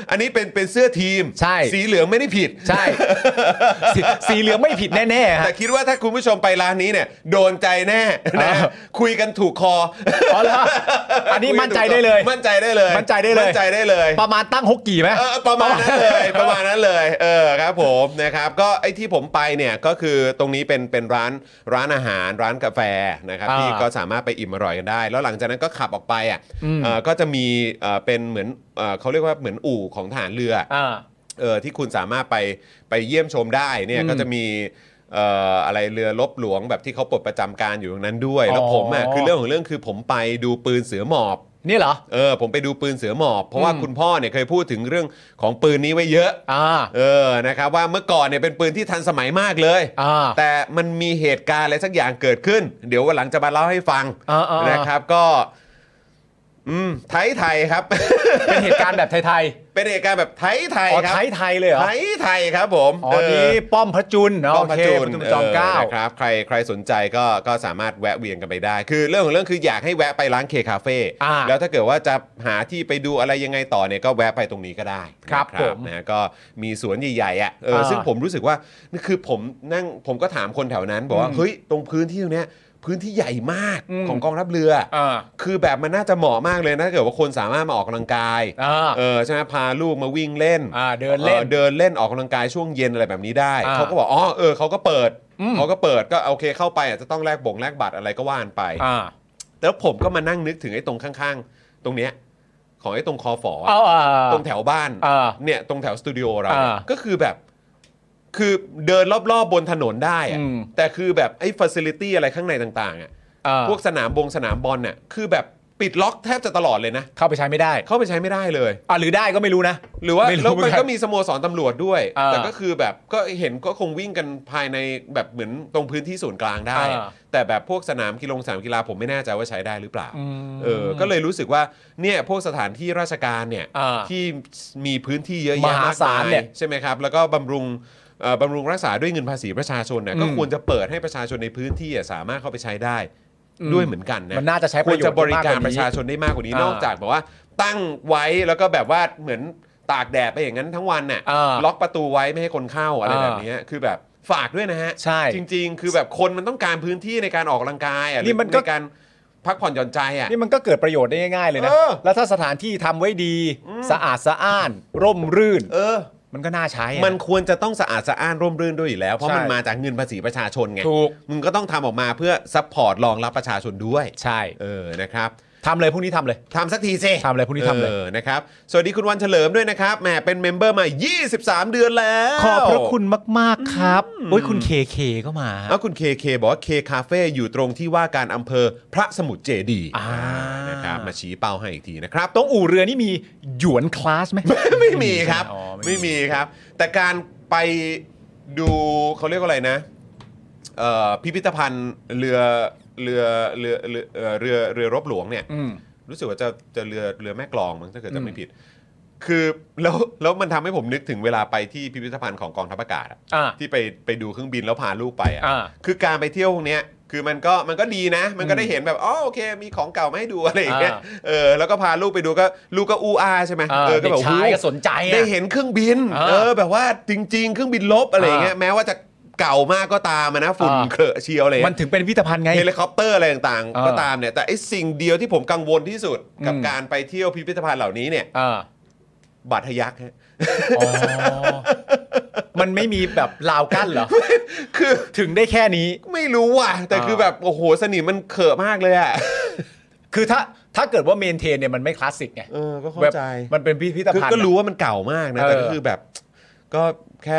S1: อันนี้เป็นเป็นเสื้อทีม
S2: ใช่
S1: สีเหลืองไม่ได้ผิด
S2: ใช่สีสีเหลืองไม่ผิดแน่ๆฮะ
S1: แต่คิดว่าถ้าคุณผู้ชมไปร้านนี้เนี่ย โดนใจแน่นะ
S2: อ่า
S1: คุยกันถูกคอ
S2: อ๋อเหรออันนี้
S1: คุยกั
S2: มั่นใจ
S1: ถูกคอ
S2: ได้เลย
S1: มั่นใจได้เลย
S2: มั่นใจได้เลย
S1: มั่นใจได้เลย
S2: ประมาณตั้งฮกกี่ไหม
S1: เออประมาณนั้นเลยประมาณนั้นเลยเออครับผมนะครับ ก็ไอ้ที่ผมไปเนี่ยก็คือตรงนี้เป็นเป็นร้านร้านอาหารร้านกาแฟนะครับ
S2: อ่า
S1: ที่ก็สามารถไปอิ่มอร่อยกันได้ แล้วหลังจากนั้นก็ขับออกไปอ่ะ
S2: อืม
S1: เอ่อก็จะมีเอ่อเป็นเหมือนเอ่อเขาเรียกว่าเหมือนอู่ของทหารเรือ
S2: อ่า
S1: เออที่คุณสามารถไปไปเยี่ยมชมได้เนี่ย
S2: อืม
S1: ก็จะมีเอ่ออะไรเรือลบหลวงแบบที่เขาปลดประจำการอยู่ตรงนั้นด้วย แล้ว
S2: อ๋อ
S1: ผมอ่ะคือเรื่องของเรื่องคือผมไปดูปืนเสือหมอบ
S2: นี่เหรอ
S1: เออผมไปดูปืนเสือหมอบ เพราะว่า
S2: อืม
S1: คุณพ่อเนี่ยเคยพูดถึงเรื่องของปืนนี้ไว้เยอะ
S2: อ่า
S1: เออนะครับว่าเมื่อก่อนเนี่ยเป็นปืนที่ทันสมัยมากเลย
S2: อ่า
S1: แต่มันมีเหตุการณ์อะไรสักอย่างเกิดขึ้น เดี๋ยววันหลังจะมาเล่าให้ฟัง
S2: อ่าอ่าอ่าน
S1: นะครับก็อืมไทยไทยๆครับ
S2: เป็นเหตุการณ์แบบไทย
S1: เป็นเหตุการณ์แบบไทยไท
S2: ๆ
S1: ย
S2: อ๋อ
S1: ครั
S2: ไท
S1: บ
S2: ยไทยเลยเหรอ
S1: ไทยไทยครับผม
S2: อ๋อนี่ป้อมพระจุลเนาะ
S1: ต้องมาจูน
S2: โอเคพระจุลจอมเกล้า
S1: นะครับใครใครสนใจก็ก็สามารถแวะเวียนกันไปได้ คือเรื่องของเรื่องคืออยากให้แวะไปร้านเคคาเฟ่
S2: อ่า
S1: แล้วถ้าเกิดว่าจะหาที่ไปดูอะไรยังไงต่อเนี่ยก็แวะไปตรงนี้ก็ได้
S2: ครับ
S1: นะ
S2: ผม
S1: นะก็มีสวนใหญ่ๆอ่ะเอออา ซึ่งผมรู้สึกว่านี่คือผมนั่งผมก็ถามคนแถวนั้นบอกว่า
S2: อืม
S1: เฮ้ยตรงพื้นที่ตรงเนี้ยพื้นที่ใหญ่มาก
S2: อืม
S1: ของกองทัพเรืออ
S2: อ่า
S1: คือแบบมันน่าจะเหมาะมากเลยนะถ้าเกิดว่าคนสามารถมาออกกำลังกาย
S2: อ่า
S1: เออใช่ไหมพาลูกมาวิ่งเล่น
S2: อ่าเดินเล่น
S1: เดินเล่นออกกำลังกายช่วงเย็นอะไรแบบนี้ได้
S2: อ่า
S1: เขาก็บอกอ๋อเออเขาก็เปิด
S2: อืม
S1: เขาก็เปิดก็โอเคเข้าไปอาจจะต้องแลกบ่งแลกบัตรอะไรก็ว่านไป
S2: อ่า
S1: แต่ว่าผมก็มานั่งนึกถึงไอ้ตรงข้างๆ ตรงเนี้ยของไอ้ตรงคอฝอ
S2: เอาอ่า
S1: ตรงแถวบ้าน
S2: อ่า
S1: เนี่ยตรงแถวสตูดิโอเราเนี่ย
S2: อ่า
S1: ก็คือแบบ คือเดินรอบๆบนถนนได้อะ
S2: อืม
S1: แต่คือแบบไอ้ฟัซิลิตี้อะไรข้างในต่างๆอ่ะ
S2: อ่า
S1: พวกสนามบงสนามบอลเนี่ยคือแบบปิดล็อกแทบจะตลอดเลยนะ
S2: เข้าไปใช้ไม่ได้
S1: เข้าไปใช้ไม่ได้เลย
S2: อ่าหรือได้ก็ไม่รู้นะ
S1: หรือว่า
S2: ไม่
S1: แล้ว
S2: เหมือ
S1: มั
S2: น นกั
S1: ก็
S2: น
S1: มีสโมสรตำรวจด้วย
S2: อ่า
S1: แต่ก็คือแบบก็เห็นก็คงวิ่งกันภายในแบบเหมือนตรงพื้นที่ศูนย์กลางได้
S2: อ่า
S1: แต่แบบพวกสนามกีฬาสนามกีฬาผมไม่แน่ใจว่าใช้ได้หรือเปล่า
S2: อืม
S1: เออก็เลยรู้สึกว่าเนี่ยพวกสถานที่ราชการเนี่ย
S2: อ่า
S1: ที่มีพื้นที่เยอะ
S2: มหาม
S1: แยะาก
S2: ศาม
S1: าย
S2: ลเนี่ย
S1: ใช่ไหมครับ แล้วก็บำรุงเอ่อบำรุงรักษาด้วยเงินภาษีประชาชนเนี่ยก็
S2: อืม
S1: ควรจะเปิดให้ประชาชนในพื้นที่อะสามารถเข้าไปใช้ได้ด้วยเหมือนกันนะ
S2: มันน่าจะใช้
S1: ค
S2: ป
S1: ว
S2: ระ
S1: ร
S2: โยชน์
S1: จะบริการ
S2: มากกว่านี้
S1: ประชาชนได้มากกว่านี้
S2: อ่าน น
S1: อกจาก แบบว่าตั้งไว้แล้วก็แบบว่าเหมือนตากแดดไปอย่างนั้นทั้งวันน่ะ
S2: อ่า
S1: ล็อกประตูไว้ไม่ให้คนเข้าอะไร
S2: อ่า
S1: แบบเนี้ยคือแบบฝากด้วยนะฮะ
S2: ใช่
S1: จริง ๆ คือแบบคนมันต้องการพื้นที่ในการออกกำลังกายอ่ะหรือ
S2: นี่มันก็
S1: ในการพักผ่อนหย่อนใจอ่ะ
S2: นี่มันก็เกิดประโยชน์ได้ง่ายๆเลยนะ
S1: เออ
S2: แล้วถ้าสถานที่ทำไว้ดี สะอาดสะอ้าน ร่มรื่น
S1: เออ
S2: มันก็น่าใช้อะ
S1: มันควรจะต้องสะอาดสะอ้านร่มรื่นด้วยอยู่แล้ว เพราะ
S2: ใช่
S1: มันมาจากเงินภาษีประชาชนไง
S2: ถูก
S1: มึงก็ต้องทำออกมาเพื่อซัพพอร์ตรองรับประชาชนด้วย
S2: ใช่
S1: เออนะครับ
S2: ทำเลยพรุ่งนี้ทำเลย
S1: ทำสักทีสิ
S2: ทำเลยพรุ่งนี้ทำเลย
S1: ออนะครับ สวัสดีคุณวันเฉลิมด้วยนะครับ แหม เป็นเมมเบอร์มา 23 เดือนแล้ว
S2: ขอบพระคุณมาก ๆ ครับโอ้ยคุณเคเคก็มา
S1: แล้วคุณเคเคบอกว่าเคคาเฟ่อยู่ตรงที่ว่าการอำเภอพระสมุทรเจดีย์
S2: อ่า
S1: นะครับ มาชี้เป้าให้อีกทีนะครับ
S2: ตรงอู่เรือนี่มีหยวนคลาสไหม
S1: ไม่มีครับ
S2: อ๋อ
S1: ไม่มีครับ แต่การไปดูเขาเรียกว่าอะไรนะเอ่อพิพิธภัณฑ์เรือเรือเรือเรือเอ่อเรือเรือรบหลวงเนี่ย
S2: อืม
S1: รู้สึกว่าจะจะเรือเรือแม่กลองมั้งถ้าเกิดจะไม่ผิด คือ แล้วแล้วมันทำให้ผมนึกถึงเวลาไปที่พิพิธภัณฑ์ของกองทัพอากาศอะ
S2: อ่า
S1: ที่ไปไปดูเครื่องบินแล้วพาลูกไปอะ
S2: อ่า
S1: คือการไปเที่ยวพวกเนี้ยคือมันก็มันก็ดีนะ มันก็ได้เห็นแบบอ๋อโอเค มีของเก่ามาให้ดู อะไรอย่างเงี้ย
S2: อ่า
S1: เออแล้วก็พาลูกไปดูก็ลูกก็อูอาใช่ไหม
S2: อ่า
S1: ก็
S2: เด็กชายก็สนใจอะ
S1: ได้เห็นเครื่องบิน
S2: อ่า
S1: เออแบบว่าจริง ๆ เครื่องบินลบอะไรอย่างเงี้ยแม้ว่าจะเก่ามากก็ตามอะนะฝุ่น
S2: อ่า
S1: เขอะเชียวอะไรอย่างเงี้ย
S2: มันถึงเป็นพิพิธภัณฑ์ไง
S1: เฮลิคอปเตอร์อะไรต่าง
S2: เออ
S1: ๆ ก็ตามเนี่ย แต่ไอ้สิ่งเดียวที่ผมกังวลที่สุดกับการไปเที่ยวพิพิธภัณฑ์เหล่านี้เนี่ย
S2: อ่า
S1: บาดทะยักฮะ
S2: อ๋อ มันไม่มีแบบราวกั้นเหรอ
S1: คือ
S2: ถึงได้แค่นี้
S1: ไม่รู้ว่ะ แต่
S2: อ่า
S1: คือแบบ โอ้โห สนิมมันเขอะมากเลย อ่ะ
S2: คือถ้าถ้าเกิดว่าเมนเทนเนี่ยมันไม่คลาสสิกไง
S1: เออก็เข้าใจ
S2: แบบมันเป็นพิพิธ
S1: คือ
S2: ภัณฑ์
S1: ก็รู้ว่ามันเก่ามากนะ
S2: เออ
S1: แต่ก็คือแบบ ก็แค่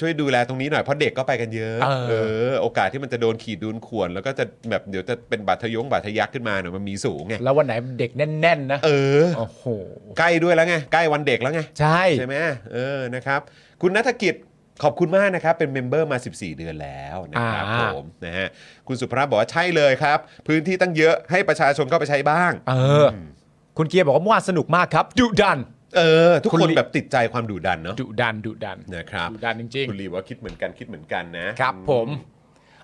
S1: ช่วยดูแลตรงนี้หน่อย เพราะเด็กก็ไปกันเยอะ
S2: เออ
S1: เออ โอกาสที่มันจะโดนขีดโดนข่วน แล้วก็จะแบบเดี๋ยวจะเป็นบาดทะยงบาดทะยักขึ้นมาเนี่ยมันมีสูงไง
S2: แล้ววันไหนเด็กแน่น ๆ นะ
S1: เออ
S2: โอ้โห
S1: ใกล้ด้วยแล้วไง ใกล้วันเด็กแล้วไง
S2: ใช่
S1: ใช่ไหมเออ นะครับ คุณนัฐกิจ ขอบคุณมากนะครับ เป็นเมมเบอร์มา 14 เดือนแล้วนะครับ
S2: อ่า
S1: ผม นะฮะ คุณสุภาพบอกว่าใช่เลยครับ พื้นที่ตั้งเยอะให้ประชาชนเข้าไปใช้บ้าง
S2: เอออ คุณเกียร์บอกว่าเมื่อวานสนุกมากครับดุดัน
S1: เออ ทุก
S2: คุณ
S1: คน
S2: ลิ
S1: แบบติดใจความดุดันเนาะ
S2: ดุดันดุดัน
S1: นะครับ
S2: ดุดันจริง
S1: คุณลีบอกว่าคิดเหมือนกันคิดเหมือนกันนะ
S2: ๆ ครับผม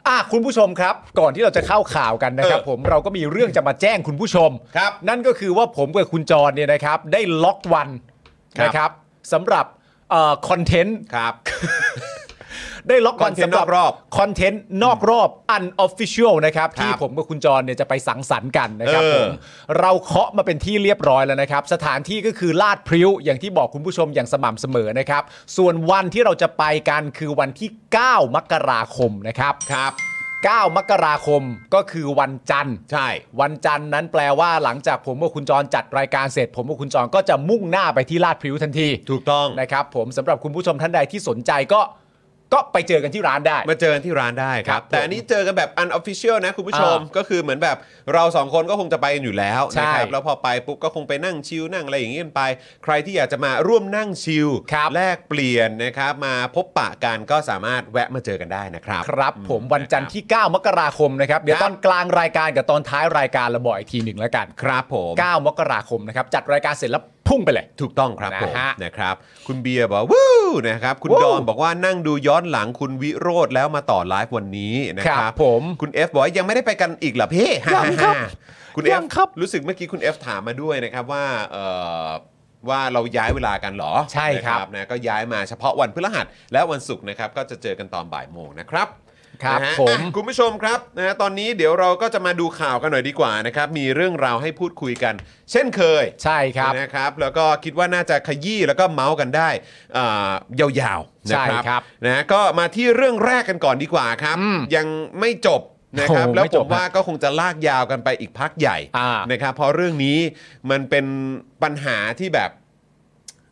S2: อ่ะคุณผู้ชมครับ ก่อนที่เราจะเข้าข่าวกันนะครับ
S1: เออ
S2: ผมเราก็มีเรื่องจะมาแจ้งคุณผู้ชม
S1: ครับ
S2: นั่นก็คือว่าผมกับคุณจรเนี่ยนะครับ ได้ล็อกวัน
S1: ครับ
S2: นะครับสำหรับเอ่อคอนเทนต์
S1: ครับ
S2: ได้ล็อกวัน
S1: content
S2: สำหรับ
S1: นอกรอบ
S2: คอนเทนต์นอกรอบ unofficial นะครับ
S1: ครับ
S2: ที่ผมกับคุณจรเนี่ยจะไปสังสรรค์กันนะครับ
S1: เอ
S2: ผ
S1: อ
S2: มเราเคาะมาเป็นที่เรียบร้อยแล้วนะครับ สถานที่ก็คือลาดพริ้วอย่างที่บอกคุณผู้ชมอย่างสม่ำเสมอนะครับ ส่วนวันที่เราจะไปกันคือวันที่ 9 มกราคมนะครับ
S1: ครับ
S2: 9 มกราคมก็คือวันจันทร์
S1: ใช่
S2: วันจันทร์นั้นแปลว่าหลังจากผมกับคุณจรจัดรายการเสร็จ ผมกับคุณจรก็จะมุ่งหน้าไปที่ลาดพริ้วทันที
S1: ถูกต้อง
S2: นะครับผมสำหรับคุณผู้ชมท่านใดที่สนใจก็ก็ไปเจอกันที่ร้านได้
S1: มาเจอกันที่ร้านได้ค
S2: ครั
S1: รับ
S2: บผม
S1: แต่อันนี้เจอกันแบบอันออฟฟิเชียลนะคุณผู้ชม
S2: อ่า
S1: ก็คือเหมือนแบบเราสองคนก็คงจะไปกันอยู่แล้ว
S2: ใช่
S1: นะครับแล้วพอไปปุ๊บก็คงไปนั่งชิลนั่งอะไรอย่างเงี้ยกันไป ใครที่อยากจะมาร่วมนั่งชิล
S2: ครับ
S1: แลกเปลี่ยนนะครับ มาพบปะกันก็สามารถแวะมาเจอกันได้นะครับ
S2: ครับ ผมวันจันทร์ที่ 9 มกราคมนะครับ เดี๋ยว
S1: ครับ
S2: ตอนกลางรายการกับตอนท้ายรายการเราบอกอีกทีหนึ่งแล้วกัน
S1: ครับผม
S2: 9 มกราคมนะครับ จัดรายการเสร็จแล้วพุ่งไปเลย
S1: ถูกต้องครับผม
S2: นะฮะ
S1: นะครับคุณเบียร์บอกว่าวู้นะครับ คุณ
S2: วู้
S1: ดอนบอกว่านั่งดูย้อนหลังคุณวิโรธแล้วมาต่อไลฟ์วันนี้นะค
S2: ครั
S1: รับบ
S2: ผม
S1: คุณ F บอกว่ายังไม่ได้ไปกันอีกเหรอพี่
S2: ยังครับ
S1: คุณ
S2: ยั
S1: F
S2: งครับ
S1: รู้สึกเมื่อกี้คุณ F ถามมาด้วยนะครับว่าเอ่อว่าเราย้ายเวลากันเหรอ
S2: ใช่ครับ
S1: นะนะก็ย้ายมาเฉพาะวันพฤหัสและวันศุกร์นะครับก็จะเจอกันตอนบ่ายโมงนะครับ
S2: ครับ
S1: นะฮะ
S2: ผม
S1: อ่ะ คุณผู้ชมครับนะฮะตอนนี้เดี๋ยวเราก็จะมาดูข่าวกันหน่อยดีกว่านะครับมีเรื่องราวให้พูดคุยกัน เช่นเคย
S2: ใช่ครับ
S1: นะครับแล้วก็คิดว่าน่าจะขยี้แล้วก็เมาส์กันได้อ่ายาวๆนะครั
S2: ใช่ครับ
S1: นะก็มาที่เรื่องแรกกันก่อนดีกว่าครับ ยังไม่จบนะครับ
S2: โอ้โห
S1: แล้ว
S2: ไม่
S1: ผ
S2: จบ
S1: มว่าก็คงจะลากยาวกันไปอีกพักใหญ่
S2: อ่า
S1: นะครับเพราะเรื่องนี้มันเป็นปัญหาที่แบบ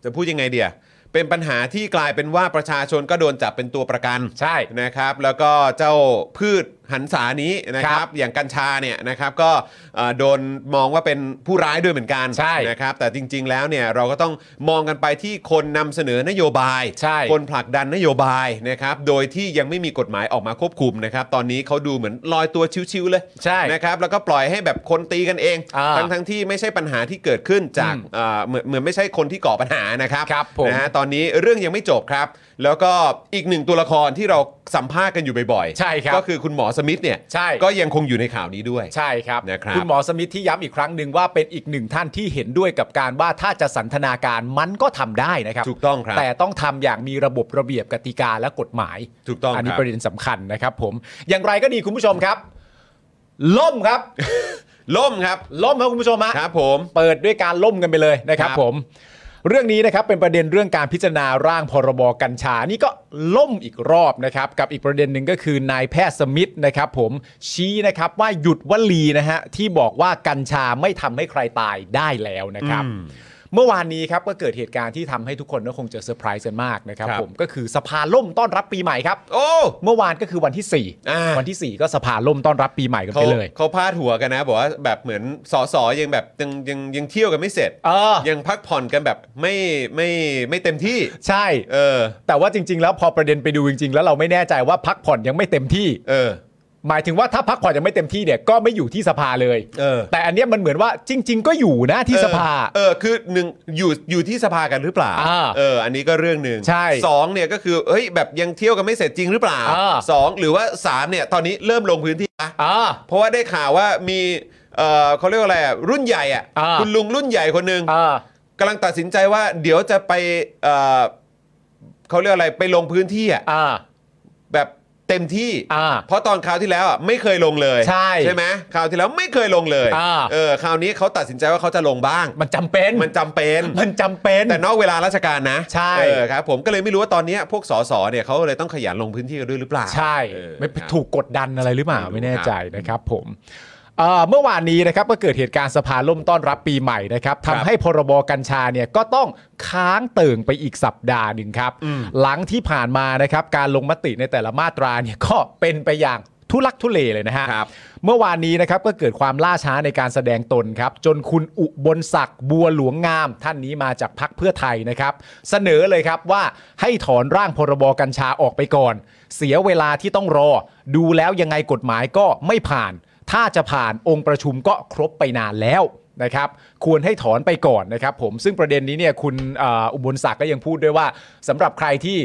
S1: จะพูดยังไงเดียเป็นปัญหาที่กลายเป็นว่าประชาชนก็โดนจับเป็นตัวประกัน
S2: ใช่
S1: นะครับ แล้วก็เจ้าพืชหันษานี้นะค
S2: ครั
S1: รับ
S2: บ
S1: อย่างกัญชาเนี่ยนะครับก็เอ่อโดนมองว่าเป็นผู้ร้ายด้วยเหมือนกัน
S2: ใช่
S1: นะ นะครับแต่จริง ๆ แล้วเนี่ยเราก็ต้องมองกันไปที่คนนำเสนอนโยบาย
S2: ใช่
S1: คนผลักดันนโยบายนะครับโดยที่ยังไม่มีกฎหมายออกมาควบคุมนะครับตอนนี้เขาดูเหมือนลอยตัวชิวๆเลย
S2: ใช่
S1: นะครับแล้วก็ปล่อยให้แบบคนตีกันเอง
S2: อ่า
S1: ทั้งๆที่ไม่ใช่ปัญหาที่เกิดขึ้นจาก
S2: อืม
S1: เอ่อเหมือนเหมือนไม่ใช่คนที่ก่อปัญหานะครับ
S2: ครับผม
S1: นะฮะตอนนี้เรื่องยังไม่จบครับ แล้วก็อีกหนึ่งตัวละครที่เราสัมภาษณ์กันอยู่บ่อยๆ
S2: ใช่ครับ
S1: ก็คือคุณหมอสมิธเนี่ย
S2: ใช่
S1: ก็ยังคงอยู่ในข่าวนี้ด้วย
S2: ใช่ครับ
S1: นะครับ
S2: ณหมอสมิธที่ย้ำอีกครั้งหนึ่งว่าเป็นอีกหนึ่งท่านที่เห็นด้วยกับการว่าถ้าจะสันทนาการมันก็ทำได้นะครับ
S1: ถูกต้องครับ
S2: แต่ต้องทำอย่างมีระบบระเบียบกติกาและกฎหมาย
S1: ถูกต้อง
S2: อันนี้
S1: ครับ
S2: ประเด็นสำคัญนะครับผม อย่างไรก็ดีคุณผู้ชมครับ ล่ม ครับ
S1: ล่มครับ
S2: ล่มครับคุณผู้ชมฮะ
S1: ครับผม
S2: เปิดด้วยการล่มกันไปเลยนะครับ
S1: ครับ
S2: ผม เรื่องนี้นะครับเป็นประเด็นเรื่องการพิจารณาร่างพรบกัญชา นี่ก็ล่มอีกรอบนะครับ กับอีกประเด็นหนึ่งก็คือนายแพทย์สมิธนะครับ ผมชี้นะครับว่าหยุดวลีนะฮะที่บอกว่ากัญชาไม่ทำให้ใครตายได้แล้วนะครับ เมื่อวานนี้ครับก็เกิดเหตุการณ์ที่ทำให้ทุกคนก็คงจะเซอร์ไพรส์กันมากนะครับ
S1: ครับ
S2: ผมก็คือสภาล่มต้อนรับปีใหม่ครับ
S1: โอ้
S2: เมื่อวานก็คือวันที่
S1: อ่า
S2: 4 วันที่ 4 ก็สภาล่มต้อนรับปีใหม่กัน
S1: เขา
S2: ไปเลย
S1: เขาพาดหัวกันนะ บอกว่าแบบเหมือนสอสอยังแบบยังยังยังเที่ยวกันไม่เสร็จ
S2: เออ
S1: ยังพักผ่อนกันแบบไม่ไม่ไม่เต็มที่
S2: ใช่
S1: เออ
S2: แต่ว่าจริง ๆ แล้วพอประเด็นไปดูจริง ๆ แล้วเราไม่แน่ใจว่าพักผ่อนยังไม่เต็มที่
S1: เออ
S2: หมายถึงว่าถ้าพักผ่อนยังไม่เต็มที่เนี่ยก็ไม่อยู่ที่สภาเลย
S1: เออ
S2: แต่อันเนี้ยมันเหมือนว่าจริง ๆ ก็อยู่นะที่สภา
S1: เออเออคือหนึ่งอยู่อยู่ที่สภากันหรือเปล่า
S2: อ่า
S1: เอออันนี้ก็เรื่องหนึ่ง
S2: ใช่
S1: สองเนี่ยก็คือเฮ้ยแบบยังเที่ยวกันไม่เสร็จจริงหรือเปล่า
S2: อ่า
S1: สองหรือว่าสามเนี่ยตอนนี้เริ่มลงพื้นที่ละ
S2: อ่า
S1: เพราะว่าได้ข่าวว่ามีเออเขาเรียกว่าอะไรอะรุ่นใหญ่อะ
S2: อ่า
S1: คุณลุงรุ่นใหญ่คนหนึ่ง
S2: อ่าก
S1: ำลังตัดสินใจว่าเดี๋ยวจะไปเออเขาเรียกอะไรไปลงพื้นที่อะ
S2: อ่า
S1: แบบเต็มที่
S2: อ่า
S1: เพราะตอนคราวที่แล้วอะไม่เคยลงเลย
S2: ใช่
S1: ใช่ไหมคราวที่แล้วไม่เคยลงเลย
S2: อ่า
S1: เออคราวนี้เขาตัดสินใจว่าเขาจะลงบ้าง
S2: มันจำเป็น
S1: มันจำเป็น
S2: มันจำเป็น
S1: แต่นอกเวลาราชการนะ
S2: ใช่
S1: เออครับผมก็เลยไม่รู้ว่าตอนเนี้ยพวกสสเนี่ยเขาเลยต้องขยันลงพื้นที่กันด้วยหรือเปล่า
S2: ใช่
S1: เออ
S2: ไม่
S1: ครับ
S2: ถูกกดดันอะไรหรือเปล่า
S1: ไม่รู้
S2: ไม่แน่ใจนะครับผมเอ่อเมื่อวานนี้นะครับก็เกิดเหตุการณ์สภาล่มต้อนรับปีใหม่นะครับ
S1: ครับ
S2: ทำให้พรบกัญชาเนี่ยก็ต้องค้างเติ่งไปอีกสัปดาห์หนึ่งครับ
S1: อืม
S2: หลังที่ผ่านมานะครับการลงมติในแต่ละมาตราเนี่ยก็เป็นไปอย่างทุลักทุเลเลยนะฮะ
S1: ครับ
S2: เมื่อวานนี้นะครับก็เกิดความล่าช้าในการแสดงตนครับ จนคุณอุบลศักดิ์บัวหลวงงาม ท่านนี้มาจากพักเพื่อไทยนะครับ เสนอเลยครับว่าให้ถอนร่างพรบกัญชาออกไปก่อน เสียเวลาที่ต้องรอ ดูแล้วยังไงกฎหมายก็ไม่ผ่าน ถ้าจะผ่านองค์ประชุมก็ครบไปนานแล้วนะครับ ควรให้ถอนไปก่อนนะครับ ผมซึ่งประเด็นนี้เนี่ยคุณเอ่ออุบลศักดิ์ก็ยังพูดด้วยว่าสำหรับใครที่